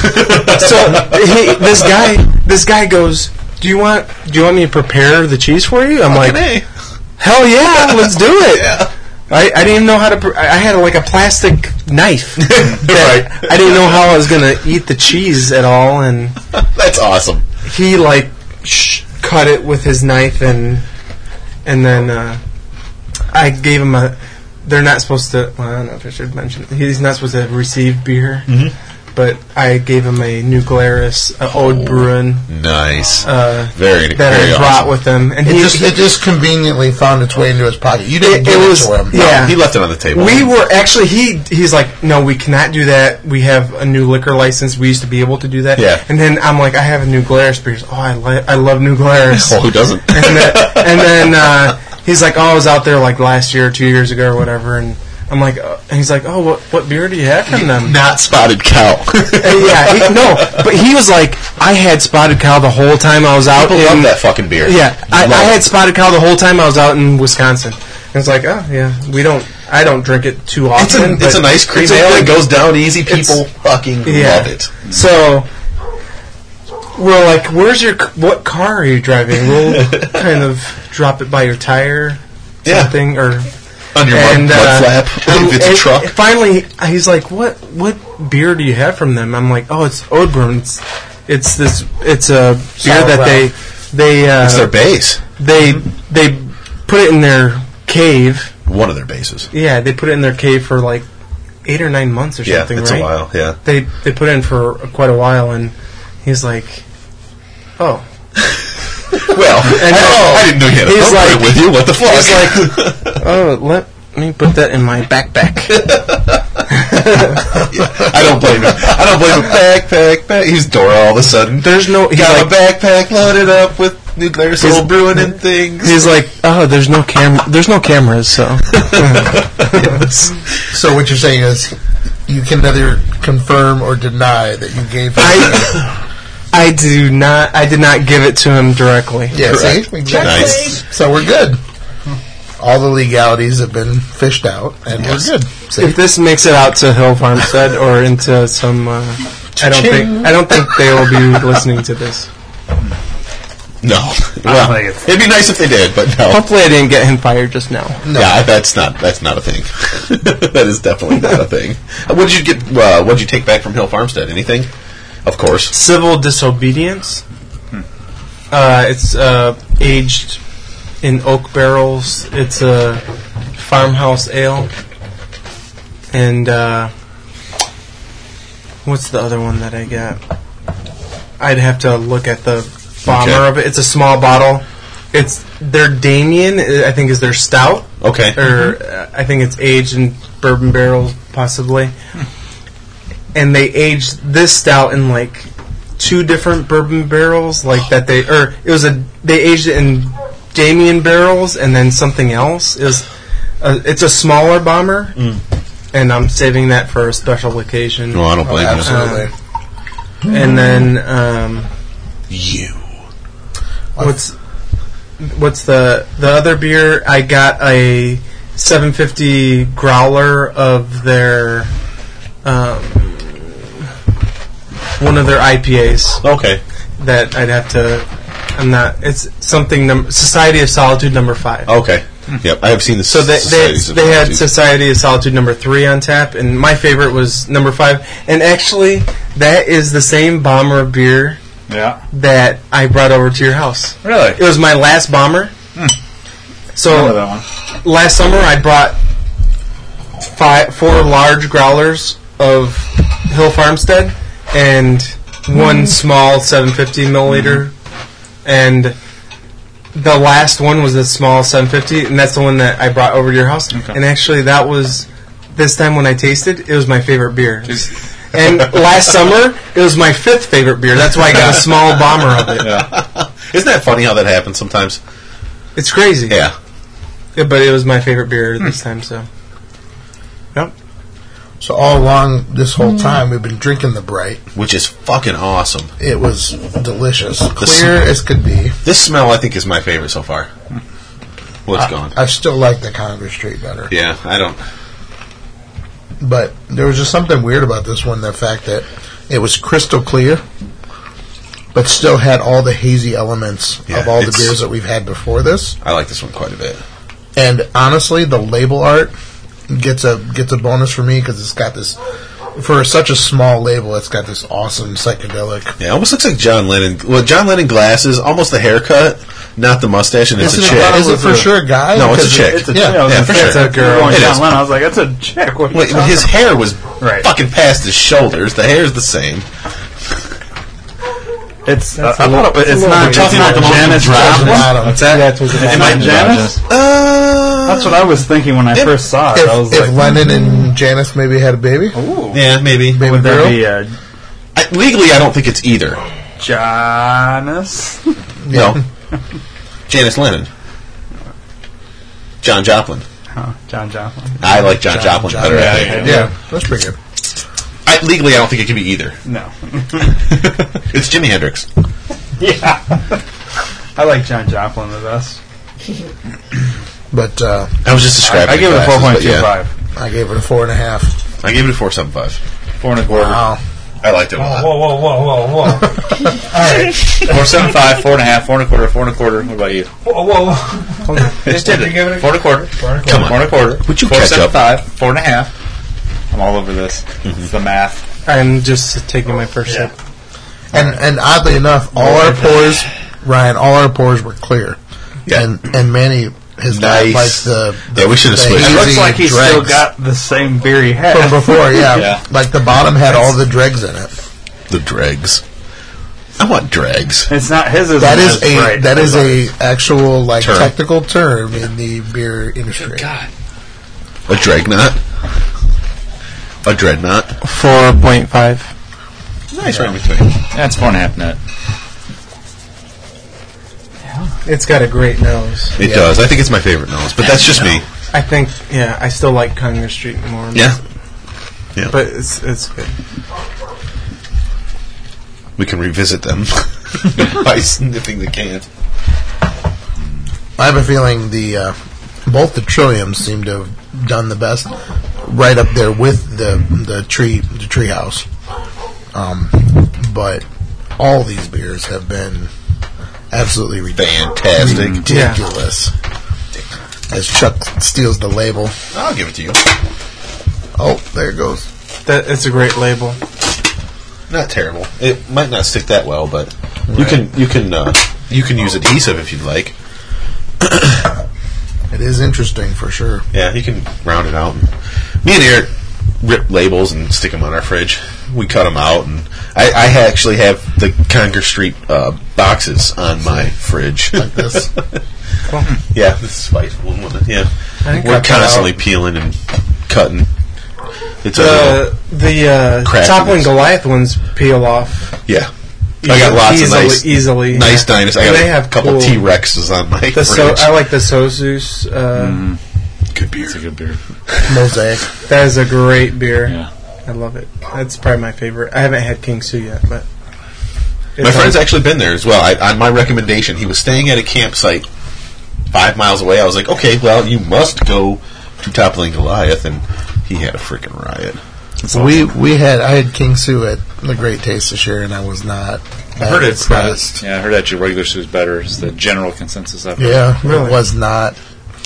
S3: so he, this guy this guy goes, "Do you want do you want me to prepare the cheese for you?" I'm like,
S2: Fucking
S3: "Hell yeah, let's do it." I, I didn't even know how to. Pre- I I had like a plastic knife. that I didn't know how I was gonna eat the cheese at all, and
S2: that's awesome.
S3: he like sh- cut it with his knife and and then uh, I gave him a. They're not supposed to. Well, I don't know if I should mention. He's not supposed to receive beer, but I gave him a New Glarus, uh, Old Bruin
S2: nice.
S3: uh,
S2: very
S3: that
S2: very
S3: I
S2: awesome.
S3: brought with him, and
S1: it
S3: he
S1: just it just conveniently found its way into his pocket. You didn't
S3: It-
S1: give
S3: it
S1: it,
S3: was-
S1: to him.
S3: yeah.
S2: He left it on the table.
S3: We were actually he he's like, no, we cannot do that. We have a new liquor license. We used to be able to do that.
S2: Yeah.
S3: And then I'm like, I have a new Glarus beer. He's, Oh, I li- I love
S2: <laughs>
S3: new Glarus.
S2: Well, who
S3: <laughs>
S2: doesn't?
S3: and then, and then uh, he's like, oh, I was out there like last year, or two years ago, or whatever. And I'm like, uh, and he's like, oh, what what beer do you have from
S2: <laughs>
S3: them?
S2: Not spotted <laughs> cow.
S3: Uh, yeah, he, no, but he was like, I had Spotted Cow the whole time I was out.
S2: People
S3: in,
S2: love that fucking beer.
S3: Yeah, I,
S2: Love
S3: I
S2: it.
S3: had Spotted Cow the whole time I was out in Wisconsin. And it's like, oh yeah, we don't. I don't drink it too
S2: It's a,
S3: often.
S2: it's
S3: but
S2: a nice cream
S3: it's a
S2: ale.
S3: good-
S2: It goes down easy. People
S3: it's-
S2: fucking
S3: yeah.
S2: love it.
S3: So we're like, where's your? c- What car are you
S2: <laughs>
S3: driving? We'll kind of drop it by your tire,
S2: Yeah.
S3: something, or
S2: On your mud, mud
S3: uh, <laughs>
S2: flap, <laughs>
S3: um,
S2: if it's a
S3: and
S2: truck.
S3: Finally, he's like, "What what beer do you have from them?" I'm like, "Oh, it's Odbrum. It's, it's this. It's a beer
S1: Sour
S3: that
S1: Brown.
S3: they they uh,
S2: It's their base.
S3: they they put it in their cave.
S2: One of their bases.
S3: Yeah, they put it in their cave for like eight or nine months or
S2: Yeah,
S3: something.
S2: it's
S3: right?
S2: a while.
S3: <laughs>
S2: Yeah.
S3: They they put in for quite a while, and he's like, "Oh."
S2: Well,
S3: And
S2: uh, I, I didn't know you had a
S3: he's
S2: thumbprint
S3: like-
S2: with you. What the fuck?
S3: He's like, oh, let me put that in my backpack.
S2: <laughs> I don't blame him. I don't blame him. Backpack, back. He's Dora all of a sudden.
S3: There's no. He's
S2: Got
S3: like,
S2: a backpack loaded up with nuclear
S3: He's-
S2: soul brewing and things.
S3: He's like, oh, there's no cam, there's no cameras, so
S1: So what you're saying is you can neither confirm or deny that you gave him.
S3: <laughs> I, I do not, I did not give it to him directly.
S1: yeah, see?
S2: Correct.
S1: Exactly.
S2: Nice.
S1: So we're good. All the legalities have been fished out, and we're good. See?
S3: If this makes it out to Hill Farmstead or into some, uh, I don't think, I don't think they will be listening to this.
S2: No.
S4: don't
S2: Well,
S4: think it's-
S2: it'd be nice if they did, but no.
S3: Hopefully, I didn't get him fired just now.
S2: Yeah, that's not that's not a thing. <laughs> that is definitely not a thing. Uh, What'd you get? Uh, what'd you take back from Hill Farmstead? Anything? Of course.
S3: civil disobedience. Uh, it's uh, aged in oak barrels. It's a farmhouse ale. And uh, what's the other one that I got? I'd have to look at the bomber
S2: Okay.
S3: of it. It's a small bottle. It's their Damien, I think, is their stout
S2: Okay. Mm-hmm.
S3: or uh, I think it's aged in bourbon barrels, possibly. And they aged this stout in like two different bourbon barrels, like that they or it was a they aged it in Damien barrels and then something else. It was uh, it's a smaller bomber, and I'm saving that for a special occasion.
S2: No, I don't blame you.
S1: Absolutely.
S3: Um, And then um,
S2: You.
S3: what's what's the the other beer? I got a 750 growler of their um, one of their IPAs
S2: Okay.
S3: that I'd have to. I'm not. It's something. Num- Society of Solitude number five.
S2: Okay. Yep. I have seen the.
S3: So they they,
S2: Societies Oh, of
S3: they had
S2: Solitude.
S3: Society of Solitude number three on tap, and my favorite was number five. And actually, that is the same bomber beer
S4: Yeah.
S3: that I brought over to your house.
S4: Really? Hmm.
S3: It was my last bomber.
S4: Remember
S3: So
S4: that one.
S3: last summer I brought five, four large growlers of Hill Farmstead and one small 750 milliliter, and the last one was the small 750, and that's the one that I brought over to your house. And actually, that was this time when I tasted, it was my favorite beer. and last summer, it was my fifth favorite beer. That's why I got a small bomber of it.
S2: Isn't that funny how that happens sometimes?
S3: It's crazy.
S2: Yeah.
S3: Yeah, but it was my favorite beer
S8: Hmm.
S3: this time, so.
S1: So all along this whole
S3: Hmm.
S1: time we've been drinking the bright.
S2: Which is fucking awesome.
S1: It was delicious, clear
S2: sm-
S1: as could be.
S2: This smell, I think, is my favorite so far. Well, it's
S1: I,
S2: gone.
S1: I still like the Congress Street better,
S2: Yeah, I don't.
S1: but there was just something weird about this one. The fact that it was crystal clear, but still had all the hazy elements
S2: Yeah,
S1: of all the
S2: it's-
S1: beers that we've had before this.
S2: I like this one quite a bit.
S1: And honestly, the label art gets a gets a bonus for me because it's got this. For such a small label, it's got this awesome psychedelic.
S2: Yeah, it almost looks like John Lennon. Well, John Lennon glasses, almost the haircut, not the mustache, and it's
S1: Isn't
S2: a
S1: it-
S2: chick.
S1: is it for sure a guy?
S2: No, it's a
S1: Because
S2: chick.
S1: it's a
S2: yeah,
S1: chick. I was
S2: yeah,
S1: gonna
S2: for
S1: say
S2: sure.
S1: it's a girl.
S2: It
S1: Going
S2: is.
S1: down
S4: Len, I was like, that's a chick. What are you
S2: Wait,
S4: talking
S2: his
S4: about?
S2: hair was
S4: Right.
S2: fucking past his shoulders. The hair's the same.
S4: It's
S2: That's
S4: uh,
S2: a
S4: I
S2: little-
S4: thought it,
S2: that's
S4: it's
S2: a little
S4: not
S2: weird.
S4: it's
S2: Talking
S4: not
S2: about the
S4: Janis
S2: most
S4: Joplin.
S2: dramatic.
S4: What's that? That's
S2: it
S4: it
S2: might
S4: might
S2: be
S4: Janis.
S2: Uh,
S4: That's what I was thinking when I first saw it.
S1: If,
S4: I was
S1: if
S4: like,
S1: Lennon and Janice maybe had a baby,
S2: yeah, maybe.
S1: baby
S4: would
S1: girl,
S4: there be
S2: uh,
S4: a
S2: I, legally, I don't think it's either.
S4: Janus?
S2: <laughs> No, Janice Lennon, John Joplin.
S4: Oh, John Joplin.
S2: I like John, Joplin better. I think.
S1: yeah, that's pretty good.
S2: I, legally, I don't think it can be either.
S4: No. <laughs>
S2: It's Jimi Hendrix.
S4: yeah. <laughs> I like John Joplin the best.
S1: But uh,
S2: I was just describing.
S4: I, I give it a
S2: the
S4: four point
S2: glasses,
S4: two
S2: but yeah.
S4: five.
S1: I gave it a four and a half.
S2: I gave it a four seven five.
S4: Four and a quarter.
S1: Wow,
S2: I liked it a lot.
S4: Whoa, whoa, whoa, whoa, whoa. All right.
S8: Four seven five, four and a half, four and a quarter, four and a quarter. What about you?
S4: Whoa, whoa, whoa.
S8: <laughs> Just did it. Four and a quarter. Four and a quarter. Come on. Four and a quarter.
S2: Would you
S8: four
S2: catch
S8: seven
S2: up?
S8: five, four and a half. I'm all over this. It's the math.
S3: I'm just taking my first sip.
S1: and and oddly enough,
S2: Oh
S1: all our pores, Ryan, all our pores were clear.
S2: Yeah.
S1: and and Manny has
S2: Nice.
S1: not liked the, the
S2: Yeah, we should have
S1: the
S2: switched.
S4: It
S1: hazy
S4: looks like he's still
S1: dregs
S4: got the same beer he had.
S1: from
S4: <laughs>
S10: <laughs>
S1: before. Yeah.
S8: Yeah.
S1: like the bottom had all the dregs in it.
S2: The dregs. I want dregs.
S4: It's not his. Isn't
S1: That is a
S4: right.
S1: that is a actual like
S2: Term.
S1: technical term in the beer industry
S2: A dregnot. A dreadnought.
S3: 4.5.
S2: Nice right in between.
S8: That's four and a half net.
S3: It's got a great nose.
S2: It
S1: Yeah.
S2: does. I think it's my favorite nose, but that's just me.
S3: I think, yeah, I still like Congress Street more.
S2: Yeah. Yeah.
S3: But it's, it's good.
S2: we can revisit them <laughs> by sniffing the cans.
S1: I have a feeling the uh, both the trilliums seem to have done the best, right up there with the the tree the tree house. Um, but all these beers have been absolutely ridiculous.
S2: Fantastic.
S1: ridiculous. As Chuck steals the label,
S2: I'll give it to you.
S1: oh, there it goes.
S3: That It's a great label.
S2: Not terrible. It might not stick that well, but you can you can uh, you can use adhesive if you'd like.
S1: It is interesting for sure.
S2: Yeah, you can round it out. And me and Eric rip labels and stick them on our fridge. We cut them out, and I, I ha- actually have the Conger Street uh, boxes on my fridge.
S1: Like this.
S2: <laughs> yeah, this is spiteful, woman. Yeah,
S3: I
S2: we're
S3: cut that
S2: constantly peeling and cutting. It's a
S3: The, the uh,
S2: Craftiness.
S3: Toppling Goliath ones peel off.
S2: yeah. I got lots
S3: easily,
S2: of nice,
S3: easily,
S2: nice
S3: yeah.
S2: dinosaurs. I
S3: And
S2: got
S3: they
S2: a
S3: have
S2: couple
S3: cool-
S2: T Rexes on my
S3: The
S2: fridge.
S3: so, I like the Sozus. Uh,
S2: Mm. Good beer.
S8: It's a good beer.
S1: Mosaic.
S3: That is a great beer.
S8: Yeah.
S3: I love it. That's probably my favorite. I haven't had King Sue yet, but
S2: My
S3: it's
S2: friend's
S3: on-
S2: actually been there as well. I, on my recommendation, he was staying at a campsite five miles away. I was like, okay, well, you must go to Toppling Goliath, and he had a freaking riot.
S1: We we had I had King Sue at the Great Taste this year, and I was not. I
S2: heard it's not-
S8: Yeah, I heard that your regular soup is better. It's the general consensus of it.
S1: Yeah,
S3: Really?
S1: it was not.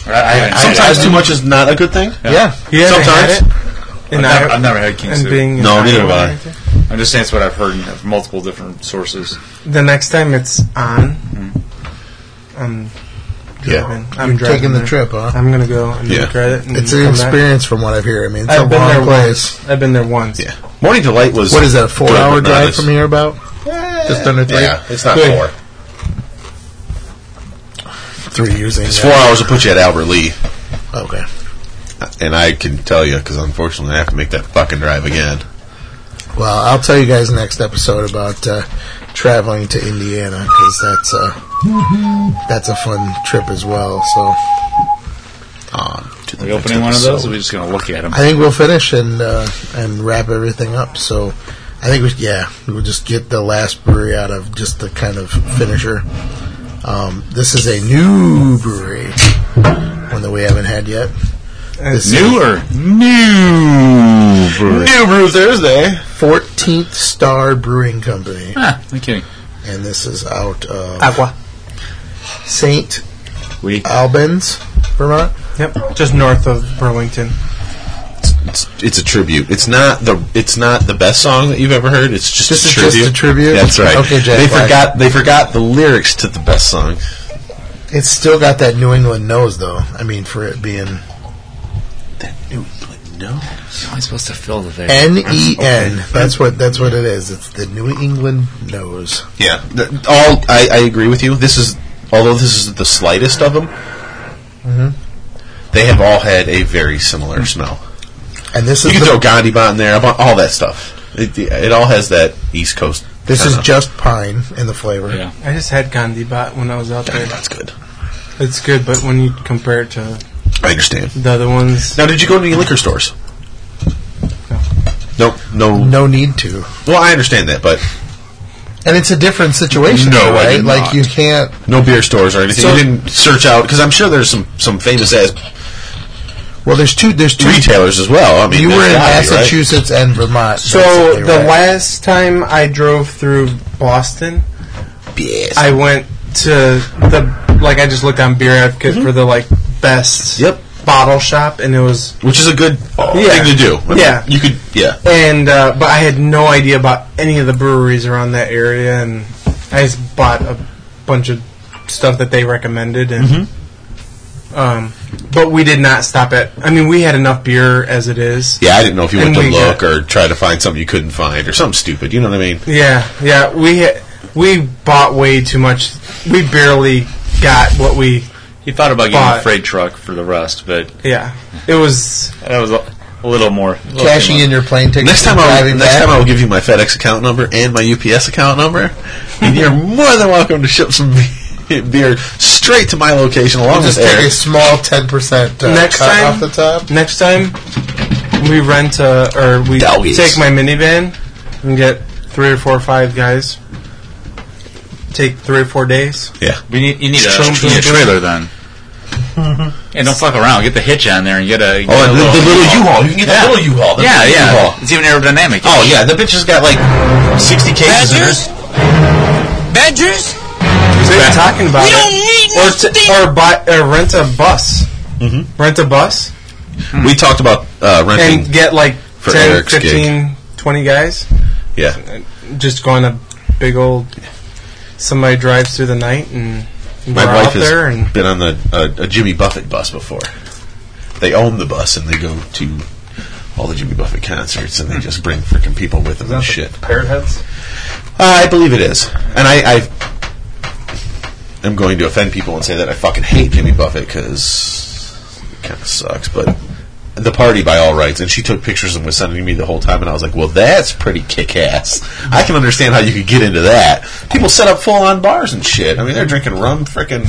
S8: I, I haven't had
S2: Sometimes
S8: it.
S2: too much is not a good thing.
S1: Yeah,
S3: You haven't had
S2: Sometimes.
S3: it? In
S8: I've never,
S3: Iowa-
S8: I've never had King
S3: and
S8: Soup.
S3: being in
S2: No, neither
S3: Iowa
S2: have I.
S3: or anything?
S8: I'm just saying it's what I've heard from multiple different sources.
S3: The next time it's on, I'm
S2: Mm. Yeah.
S3: driving. I'm
S1: You're
S3: driving
S1: taking the
S3: there.
S1: trip, huh?
S3: I'm gonna go and
S2: Yeah.
S3: look at it. And
S1: It's
S3: come
S1: an
S3: back.
S1: experience from what I've heard. I mean, it's
S3: I've
S1: a
S3: been there
S1: long place.
S3: once. I've been there once.
S2: Yeah. Morning Delight was.
S1: What is that? A four-hour
S2: good, but not
S1: drive
S2: as-
S1: from here? About just under three.
S2: Yeah, it's not
S1: Good.
S2: four.
S1: three years. ain't
S2: It's
S1: that
S2: four
S1: much.
S2: hours to put you at Albert Lee.
S1: Okay.
S2: And I can tell you because unfortunately I have to make that fucking drive again.
S1: Well, I'll tell you guys next episode about uh, traveling to Indiana because that's
S3: Mm-hmm.
S1: uh, that's a fun trip as well. So
S8: Are we opening one of those? Or are we just going to look at them?
S1: I think we'll finish and uh, and wrap everything up. So I think we yeah we'll just get the last brewery out of just the kind of finisher. Um, this is a new brewery, one that we haven't had yet. This
S8: Newer.
S2: New
S8: brewery.
S2: New Brew Thursday.
S1: Fourteenth Star Brewing Company,
S8: Ah, no kidding.
S1: and this is out of
S3: Agua.
S1: Saint
S8: We
S1: Albans, Vermont.
S3: Yep, just north of Burlington.
S2: It's, it's a tribute. It's not the it's not the best song that you've ever heard. It's just
S1: This
S2: a
S1: is
S2: tribute.
S1: just a tribute?
S2: That's right.
S1: Okay, Jack
S2: They
S1: Black.
S2: forgot they forgot the lyrics to the best song.
S1: It's still got that New England nose, though. I mean, for it being
S2: No.
S8: How am I supposed to fill the thing?
S1: N E N.
S8: Okay.
S1: That's what that's what it is. It's the New England nose.
S2: Yeah. Th- All I, I agree with you. This is although this is the slightest of them,
S1: Mhm.
S2: they have all had a very similar smell.
S1: And this
S2: you
S1: is
S2: can
S1: Mm. the-
S2: throw Gandhi Bot in there, about all that stuff. It, it all has that East Coast.
S1: This is
S2: kinda-
S1: just pine in the flavor.
S8: Yeah.
S3: I just had Gandhi Bot when I was out there.
S2: That's good.
S3: It's good, but when you compare it to
S2: I understand.
S3: the other ones,
S2: Now, did you go to any liquor stores? Nope. No.
S1: No need to.
S2: Well, I understand that, but
S1: And it's a different situation,
S2: No, I
S1: right?
S2: did
S1: like
S2: not.
S1: you can't.
S2: no beer stores or anything.
S1: So-
S2: you didn't search out because I'm sure there's some some famous ass
S1: Well, there's two. There's two.
S2: retailers as well. I mean,
S1: you
S2: there's
S1: were in
S2: gotta be, right?
S1: Massachusetts and Vermont.
S3: So
S1: basically,
S3: the
S1: right?
S3: last time I drove through Boston,
S2: Yes.
S3: I went to the like I just looked on Beer Advocate for the like best
S2: Yep.
S3: bottle shop, and it was
S2: Which is a good
S3: Yeah.
S2: thing to do. I mean,
S3: Yeah.
S2: you could. Yeah,
S3: and uh, but I had no idea about any of the breweries around that area, and I just bought a bunch of stuff that they recommended, and um, but we did not stop at. I mean, we had enough beer as it is.
S2: yeah. I didn't know if you
S3: And
S2: went to
S3: we
S2: look
S3: got-
S2: or try to find something you couldn't find or something stupid. You know what I mean?
S3: Yeah, yeah. We ha- we bought way too much. We barely got what we.
S8: He thought about getting
S3: But-
S8: a freight truck for the rest, but
S3: Yeah, it was.
S8: that was a, a little more. a little too
S1: cashing
S8: much.
S1: in your plane ticket.
S2: Next time,
S1: and
S2: I'll,
S1: driving
S2: next
S1: back.
S2: time I'll give you my FedEx account number and my UPS account number, and <laughs> you're more than welcome to ship some beer straight to my location along
S1: I'll just
S2: with
S1: take a
S2: Eric.
S1: small ten percent uh,
S3: Next
S1: cut
S3: time-
S1: off the top.
S3: Next time we rent a, or we
S2: Dallies.
S3: take my minivan and get three or four or five guys. Take three or four days.
S2: Yeah,
S8: We need you need a,
S3: Shroom,
S8: you need a
S3: shroom,
S8: trailer then. And don't fuck around. Get the hitch on there and get a. Get
S2: Mm-hmm. Oh,
S8: a
S2: and the, the little U-Haul. You can get the little U-Haul. the
S8: yeah,
S2: little
S8: yeah.
S2: U-Haul.
S8: It's even aerodynamic.
S2: Oh yeah, the bitch has got like sixty cases. in her-
S9: Badgers? Badgers?
S3: So you're talking about
S9: We
S3: it.
S9: don't need no
S3: or, t-
S9: stink-
S3: or buy or rent a bus. Mm-hmm. Rent a bus
S2: We talked about uh, renting.
S3: and get like
S2: For
S3: 10,
S2: Eric's gig.
S3: 15, 20 guys.
S2: yeah,
S3: just going a big old somebody drives through the night and we're
S2: my wife
S3: out
S2: has
S3: there and
S2: been on the uh, a, a Jimmy Buffett bus before. They own the bus and they go to all the Jimmy Buffett concerts and they just bring freaking people with them and shit.
S4: Parrot heads.
S2: Uh, I believe it is, and I, I am going to offend people and say that I fucking hate Jimmy Buffett because it kind of sucks. But the party, by all rights, and she took pictures and was sending me the whole time, and I was like, "Well, that's pretty kick ass. I can understand how you could get into that. People set up full on bars and shit. I mean, they're drinking rum, freaking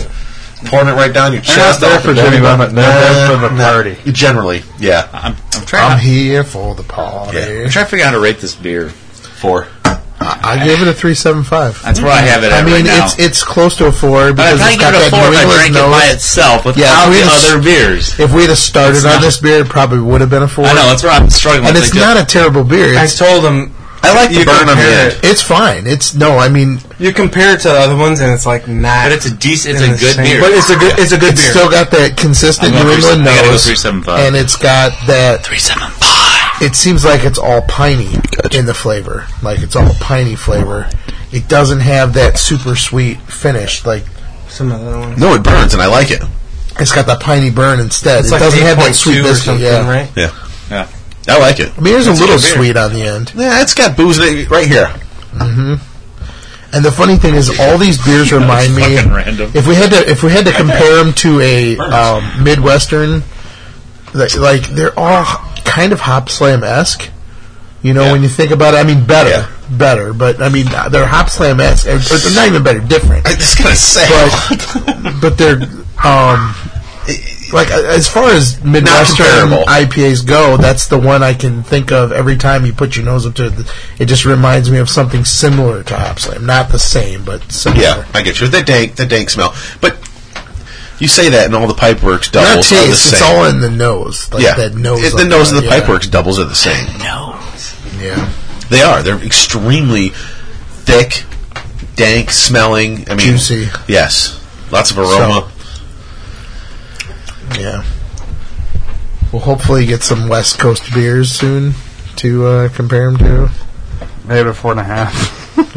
S2: pouring it right down your
S10: They're
S2: chest.
S10: not there for Jimmy Buffett. They're there for the
S2: Nah, nah.
S10: party.
S2: Generally, yeah.
S8: I'm, I'm trying.
S1: I'm
S8: to,
S1: here for the party.
S2: Yeah.
S8: I'm trying to figure out how to rate this beer.
S2: Four.
S1: I, I give it a three seven five.
S8: That's where I have it.
S1: I
S8: at
S1: mean,
S8: right now.
S1: it's it's close to a four
S8: But I
S1: because
S8: probably
S1: it's got
S8: give it a
S1: that
S8: four if
S1: New
S8: I
S1: England
S8: drank it by
S1: nose.
S8: itself
S1: Yeah, we
S8: without the
S1: just-
S8: other beers.
S1: If we had started
S8: It's
S1: on
S8: not-
S1: this beer, it probably would have been a four.
S8: I know that's where I'm struggling.
S1: and
S8: with
S1: it's
S8: like
S1: not a terrible beer.
S3: I
S1: It's,
S3: told them
S2: I like the
S3: You
S2: burn on the
S3: compare
S2: end.
S3: it.
S1: it's fine. It's no, I mean,
S3: you compare it to the other ones and it's like not
S8: But it's a decent. It's
S3: in
S8: a
S3: the
S8: good
S3: same-
S8: beer.
S3: But it's a good it's a good
S1: it's
S3: beer.
S1: still got that consistent
S8: I'm
S1: New
S8: going three-
S1: England
S8: I gotta go
S1: nose,
S8: three seven five.
S1: and it's got that.
S8: three seven five.
S1: It seems like it's all piney in the flavor, like it's all piney flavor. It doesn't have that super sweet finish. Like
S3: Some other ones.
S2: No, it burns, and I like it.
S1: it's got that piney burn instead.
S3: It's
S1: it
S3: like
S1: doesn't have that
S3: 8.2
S1: sweet
S3: or
S1: biscuit.
S3: something,
S1: yeah.
S3: right?
S2: Yeah,
S8: Yeah.
S2: I like it.
S1: I mean, there's a
S8: That's a
S1: little
S8: good beer.
S1: sweet on the end.
S2: Yeah, it's got booze in it right here.
S1: And the funny thing is, all these
S8: <laughs>
S1: beers remind me.
S8: fucking random.
S1: If we had to, if we
S8: <laughs>
S1: had to compare them to a um, midwestern, like- like they're all kind of Hop Slam esque. You know, when you think about it, I mean, better, better, but I mean, they're Hop Slam esque. They're not even better, different. I
S2: just gotta say, <laughs>
S1: but, but they're um, like uh, as far as midwestern
S2: comparable.
S1: IPAs go, that's the one I can think of every time you put your nose up to it. It just reminds me of something similar to Hop Slam, not the same, but similar.
S2: Yeah, I get you. The dank, the dank smell. But you say that, and all the pipeworks doubles
S1: Not
S2: are the
S1: taste;
S2: same.
S1: it's all in the nose. Like
S2: yeah,
S1: that nose.
S2: It- the
S1: up
S2: nose
S1: front,
S2: and the
S1: yeah.
S2: pipeworks doubles are the same.
S1: Nose. Yeah.
S2: They are. They're extremely thick, dank smelling. I mean,
S1: Juicy.
S2: Yes, lots of aroma.
S1: Yeah. We'll hopefully get some West Coast beers soon to uh, compare them to.
S10: I have a four and a half.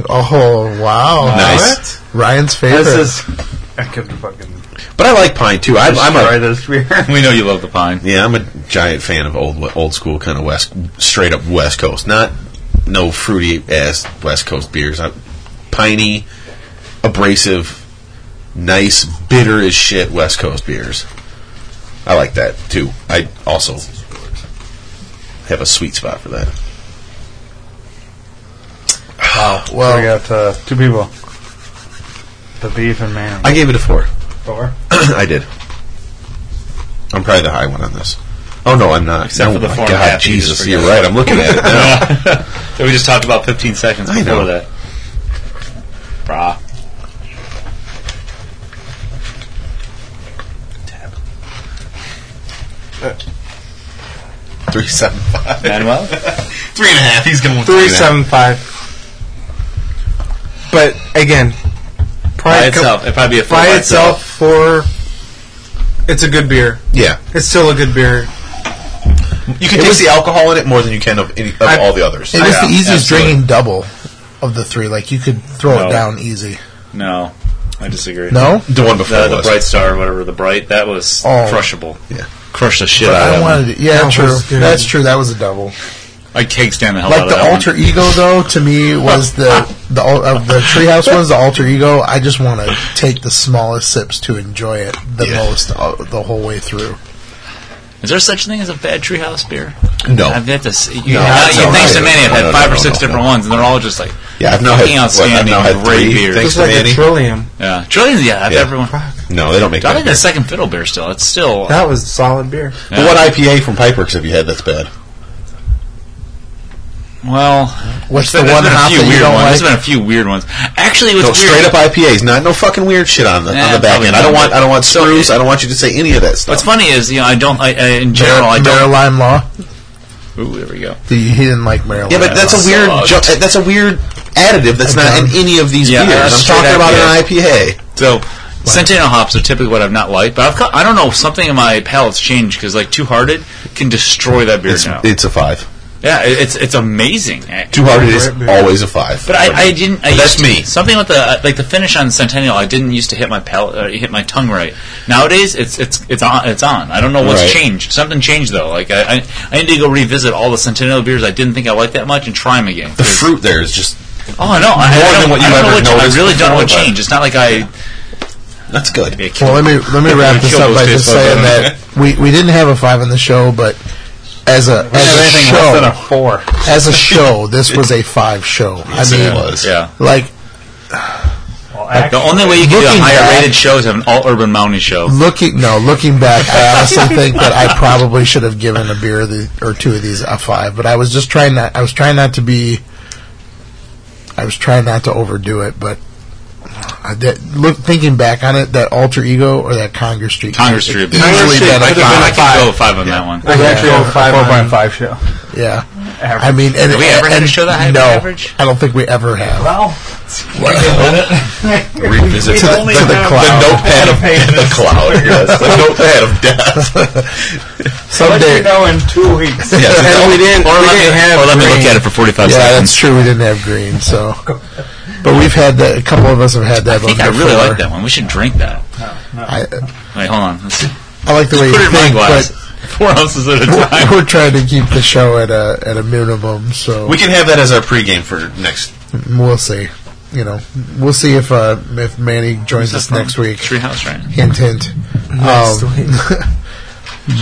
S1: Oh wow!
S2: Nice.
S1: Ryan's <laughs> favorite.
S10: This is. I could fucking.
S2: but I like pine too. I, I'm
S10: destroy
S2: a
S10: this beer.
S8: <laughs> we know you love the pine.
S2: yeah, I'm a giant fan of old old school kind of west, straight up West Coast. Not no fruity ass West Coast beers. I, piney, abrasive, nice, bitter as shit West Coast beers. I like that too. I also have a sweet spot for that.
S10: Wow.
S8: Oh.
S1: Well-
S10: so we got uh, two people. The beef and man.
S2: I gave it a four. <clears throat>
S10: Four.
S2: I did. I'm probably the high one on this. Oh no, I'm not.
S8: Except
S2: no,
S8: for the
S2: my
S8: four and a
S2: God,
S8: half, you just
S2: Jesus, you're
S8: forget.
S2: right. I'm looking at it now.
S8: So we just talked about 15 seconds
S2: I
S8: before
S2: know.
S8: that. Brah.
S2: Three seven five.
S8: <laughs> Manuel?
S2: Three and a half. He's going with
S3: Three seven five. But again,
S8: By
S3: pride com-
S8: itself. It'd probably be a four
S3: by itself for it's a good beer.
S2: Yeah,
S3: It's still a good beer.
S2: you can taste the alcohol in it more than you can of any of
S3: I-
S2: all the others.
S1: It is the easiest
S8: absolutely.
S1: drinking double of the three. Like you could throw
S8: No.
S1: it down easy.
S8: No, I disagree.
S1: No,
S2: The one before
S8: The, the
S2: was.
S8: bright star, whatever the bright, that was
S1: Oh.
S8: crushable.
S2: Yeah.
S8: Crush the shit
S1: but
S8: out
S1: I
S8: of
S1: wanted.
S8: it.
S1: It. Yeah,
S3: That
S1: true.
S3: was good.
S1: That's true. That was a double.
S8: I caked down the hell out
S1: Like
S8: of
S1: the
S8: that
S1: alter
S8: one.
S2: E-
S1: ego, though, to me was the the al- of the treehouse ones. The alter ego. I just want to take the smallest sips to enjoy it the
S2: Yeah.
S1: most uh, the whole way through.
S8: Is there such a thing as a bad treehouse beer?
S2: No.
S8: I've had this. You,
S2: No,
S8: now,
S2: no,
S8: you thanks
S2: no,
S8: to
S2: no,
S8: Manny, I've
S2: no,
S8: had
S2: no,
S8: five
S2: no,
S8: or six
S2: no,
S8: different
S2: no.
S8: ones, and they're all just like
S2: Yeah, I've now
S8: fucking
S2: had- what, I've
S8: outstanding,
S2: now had
S8: great
S2: three,
S8: beers.
S2: thanks
S3: It's like
S2: Manny?
S3: a Trillium.
S8: Yeah, Trillions. Yeah, I've
S2: Yeah.
S8: had everyone.
S2: No, they don't make
S8: I
S2: that.
S8: think the second fiddle beer still. It's still
S3: That was solid beer.
S2: But What IPA from Pipeworks have you had that's bad?
S8: well.
S1: What's the
S8: there's
S1: one
S8: been a
S1: hop
S8: few
S1: that you
S8: weird
S1: don't
S8: ones. There's been
S1: like?
S8: a few weird ones. Actually,
S2: No,
S8: what's weird,
S2: straight up IPAs. Not no fucking weird shit on the on
S8: Nah,
S2: the back
S8: probably
S2: end. I don't
S8: not.
S2: want I don't want
S8: So
S2: screws.
S8: it-
S2: I don't want you to say any of that stuff.
S8: What's funny is you know I don't. I, I in
S1: Mar-
S8: general I
S1: Mara
S8: don't.
S1: Lime Law.
S8: Ooh, there we go.
S1: He he didn't like Mary
S2: Yeah,
S1: Lime
S2: but that's
S1: Law.
S2: a weird ju- that's a weird additive that's not in any of these
S8: Yeah,
S2: beers.
S8: that's
S2: I'm
S8: straight
S2: talking about an
S8: IPA.
S2: IPA.
S8: So, Centennial hops are typically what I've not liked, but I've ca- I don't know something in my palate's changed because like Two Hearted can destroy that beer
S2: It's
S8: now.
S2: it's a five.
S8: yeah, it- it's it's amazing. actually.
S2: Two hearted is always a five.
S8: But I, I didn't. I
S2: But that's
S8: used to-
S2: me.
S8: Something with the uh, like the finish on Centennial. I didn't used to hit my palate, uh, hit my tongue right. Nowadays, it's it's it's on. It's on. I don't know what's
S2: Right.
S8: changed. Something changed though. Like I, I, I need to go revisit all the Centennial beers I didn't think I liked that much and try them again.
S2: the fruit there is just
S8: Oh no, I, I
S2: More
S8: don't,
S2: than what you
S8: I don't
S2: ever
S8: know what, I
S2: noticed
S8: really don't know what
S2: before, but-
S8: changed. It's not like I.
S2: that's good.
S8: maybe I killed
S1: Well, let me let
S8: <laughs>
S1: me wrap this
S8: Kill
S1: up
S8: those
S1: by
S8: days,
S1: just
S8: folks.
S1: saying that we, we didn't have a five on the show, but as a as a
S10: Anything less than a
S1: show
S10: four.
S1: as
S8: <laughs>
S1: a show, this was a five show. I mean,
S2: it was.
S8: Yeah.
S1: like
S10: Well,
S8: The
S10: actually,
S8: only way you can do a
S1: Looking
S8: higher
S1: back-
S8: rated show is have an all urban mountain show.
S1: looking no looking back, I
S8: <laughs>
S1: honestly think that I probably should have given a beer the, or two of these a five, but I was just trying not I was trying not to be I was trying not to overdo it, but. I did, look, thinking back on it, that alter ego or that Conger Street,
S8: Conger Street.
S1: It's usually
S8: Conger
S1: been a
S8: I can- I
S1: five.
S8: can go five on that one.
S10: I was actually
S3: Yeah.
S10: a five
S3: Four
S10: four
S3: point
S10: point five show.
S1: Yeah. I mean, and,
S8: Have we ever
S1: and,
S8: had to show that high of
S1: no,
S8: an average?
S1: I don't think we ever have.
S10: Well,
S8: <laughs>
S2: Revisit to the,
S10: only
S2: to the
S10: have-
S2: cloud. The notepad of the <laughs> cloud. Yes,
S3: <laughs>
S2: the notepad of death.
S1: Someday.
S10: know in two weeks.
S1: <laughs>
S2: Yes, it's all-
S8: Or let,
S1: didn't
S8: me,
S1: have
S8: or let me look
S1: green.
S8: at it for 45
S1: yeah, that's
S8: seconds.
S1: true. We didn't have green,
S8: <laughs>
S1: so. But we've had that. A couple of us have had that.
S8: I think I really like that one. We should drink that.
S1: I,
S8: Wait, hold on. Let's see.
S1: I like the way
S8: Put
S1: you
S8: it in my
S1: think,
S8: glass. <laughs>
S1: but
S8: Four ounces at
S1: <laughs>
S8: a
S1: we're,
S8: time.
S1: we're trying to keep the show at a at a minimum, so
S2: We can have that as our pregame for next.
S1: we'll see. you know, we'll see if uh, if Manny joins us next week.
S8: Treehouse, right?
S1: Hint, hint.
S8: Next
S1: Um,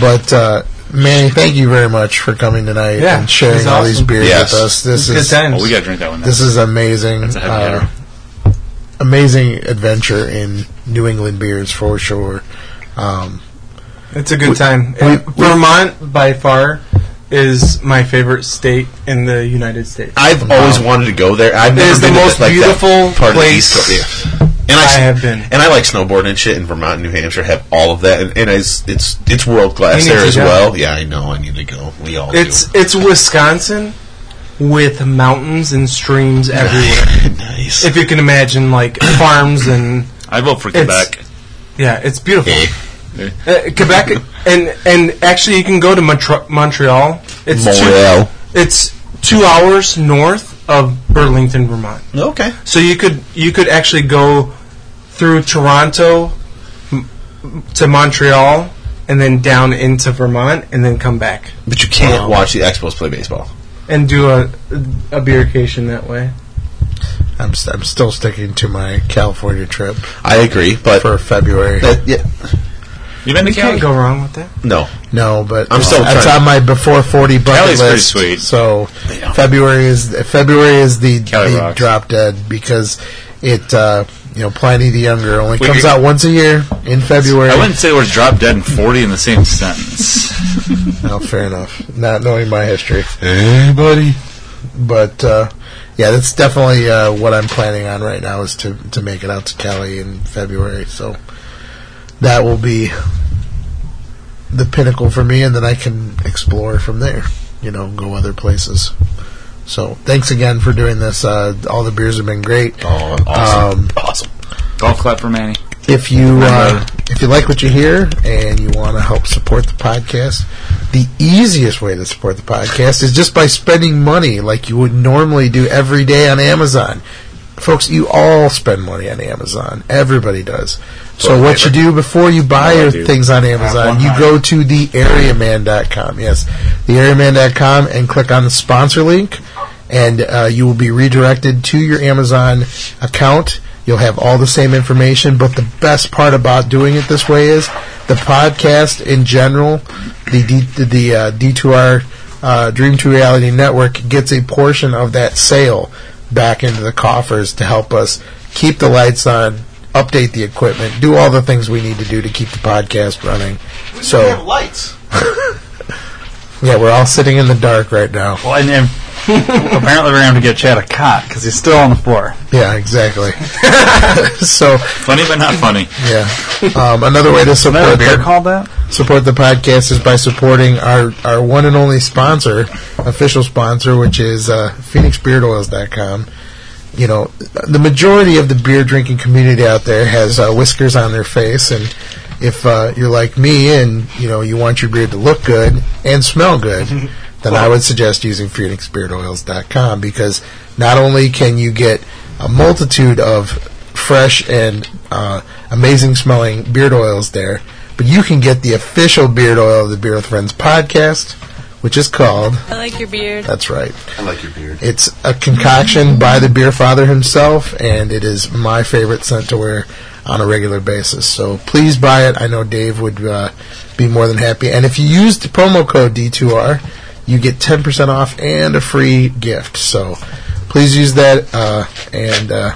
S1: <laughs> but uh, Manny, thank you very much for coming tonight
S3: Yeah,
S1: and sharing
S3: it's
S1: all these
S3: awesome.
S1: beers
S2: Yes.
S1: with us. This
S3: It's good
S1: is
S3: times. Oh, we gotta
S8: drink that one
S1: This is amazing.
S8: That's a heavy
S1: uh,
S8: hitter.
S1: amazing adventure in New England beers for sure. Um,
S3: It's a good
S1: We-
S3: time.
S1: we-
S3: Uh, Vermont, by far, is my favorite state in the United States.
S2: I've always wanted to go there. I've
S3: It
S2: never
S3: is the
S2: been to
S3: most
S2: that- like that
S3: beautiful
S2: part of the East
S3: place
S2: Coast, yeah. And I,
S3: I
S2: s-
S3: have been.
S2: and I like snowboarding and shit. And Vermont, and New Hampshire have all of that, and, and it's it's it's world class
S3: You need
S2: there
S3: to
S2: as
S3: go.
S2: well. Yeah, I know. I need to go. We all
S3: It's it's Wisconsin with mountains and streams everywhere.
S2: <laughs> nice.
S3: If you can imagine, like
S1: <coughs>
S3: farms and
S8: I vote for
S3: It's-
S8: Quebec.
S3: yeah, it's beautiful.
S8: Eh.
S3: Uh, Quebec and and actually, you can go to Montr- Montreal. It's
S2: Montreal.
S3: Two, it's two hours north of Burlington, Vermont.
S2: do. Okay.
S3: So you could you could actually go through Toronto m- to Montreal and then down into Vermont and then come back
S2: But you can't
S3: Wow.
S2: watch the Expos play baseball.
S3: and do a a beercation that way.
S1: I'm s- I'm still sticking to my California trip
S2: I agree, but
S1: for February.
S2: that, yeah,
S8: You been to
S3: You can't
S8: Cali?
S3: go wrong with that.
S2: no.
S1: No, but
S2: I'm still
S1: that's
S2: trying.
S1: on my before forty bucket
S8: Cali's pretty
S1: list.
S8: sweet.
S1: So
S2: Yeah.
S1: February is February is the,
S8: Cali
S1: the
S8: rocks.
S1: drop dead because it uh, you know Pliny the Younger only
S8: We
S1: comes
S8: could-
S1: out once a year in February.
S8: I wouldn't say we're drop dead and 40 in the same sentence.
S1: No, fair enough. Not knowing my history,
S2: Hey, buddy.
S1: but uh, yeah, that's definitely uh, what I'm planning on right now is to to make it out to Cali in February. So that will be the pinnacle for me, and then I can explore from there. You know, go other places. So thanks again for doing this. Uh, all the beers have been great.
S2: Oh, awesome.
S1: Um,
S2: awesome.
S8: Golf clap for Manny.
S1: If you uh,
S8: Remember-
S1: if you like what you hear and you want to help support the podcast, the easiest way to support the podcast is just by spending money like you would normally do every day on Amazon. Folks, you all spend money on Amazon. Everybody does. So
S2: Toilet
S1: what you do before you buy
S8: Oh, I
S1: your
S8: do.
S1: things on Amazon, you go to theareaman.com. Yes, theareaman.com and click on the sponsor link, and uh, you will be redirected to your Amazon account. You'll have all the same information, but the best part about doing it this way is the podcast in general, the D, the uh, D2R uh, Dream to Reality Network gets a portion of that sale back into the coffers to help us keep the lights on, update the equipment, do all the things we need to do to keep the podcast running.
S6: So we have
S1: So
S6: lights.
S1: <laughs> yeah, we're all sitting in the dark right now.
S10: Well, and then apparently we're going to have to get Chad a cot because he's still on the floor.
S1: Yeah, exactly. <laughs> so
S8: Funny but not funny.
S1: yeah, um, another way to
S10: Another
S1: support
S10: beer
S1: the,
S10: called that?
S1: support the podcast is by supporting our our one and only sponsor, official sponsor, which is uh, PhoenixBeardOils.com. you know, the majority of the beer drinking community out there has uh, whiskers on their face, and if uh, you're like me and you know you want your beer to look good and smell good, then I would suggest using PhoenixBeardOils.com because not only can you get a multitude of fresh and uh, amazing smelling beard oils there, but you can get the official beard oil of the Beer with Friends podcast, which is called.
S13: I like your beard.
S1: That's right.
S2: I like your beard.
S1: It's a concoction by the beer father himself, and it is my favorite scent to wear on a regular basis. So please buy it. I know Dave would uh, be more than happy. And if you use the promo code D2R, you get 10% off and a free gift. So please use that uh, and uh,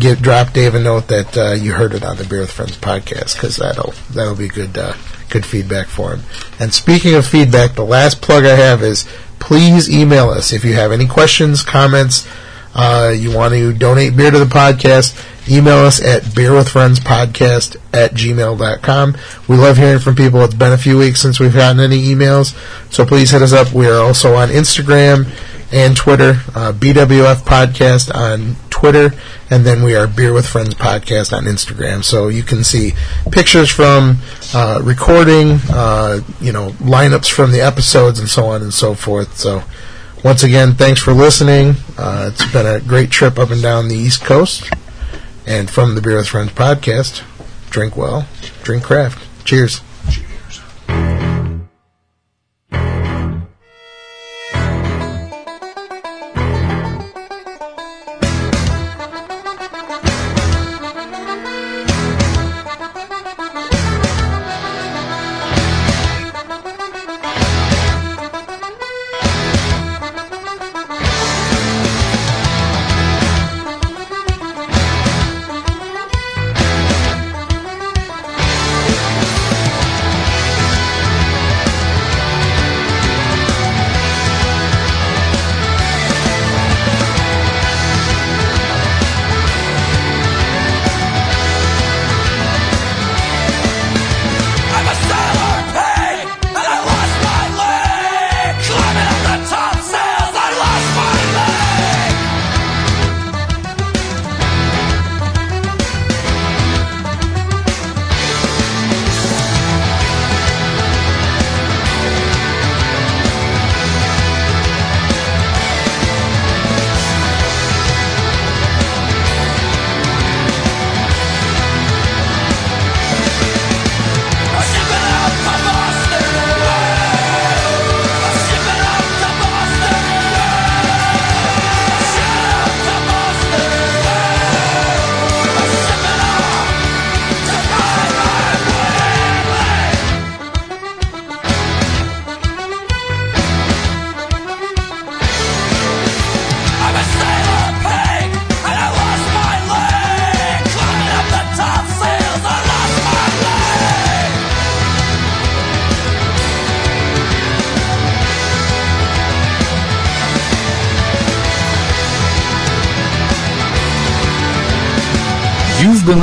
S1: get drop Dave a note that uh, you heard it on the Beer with Friends podcast because that'll that'll be good uh, good feedback for him. And speaking of feedback, the last plug I have is please email us if you have any questions, comments. Uh, you want to donate beer to the podcast, email us at beerwithfriendspodcast at gmail.com. We love hearing from people. It's been a few weeks since we've gotten any emails, so please hit us up. We are also on Instagram and Twitter, uh, BWF Podcast on Twitter, and then we are Beer with Friends Podcast on Instagram. So you can see pictures from uh, recording, uh, you know, lineups from the episodes, and so on and so forth. So once again, thanks for listening. Uh, it's been a great trip up and down the East Coast, and from the Beer with Friends Podcast, drink well, drink craft. Cheers.
S8: been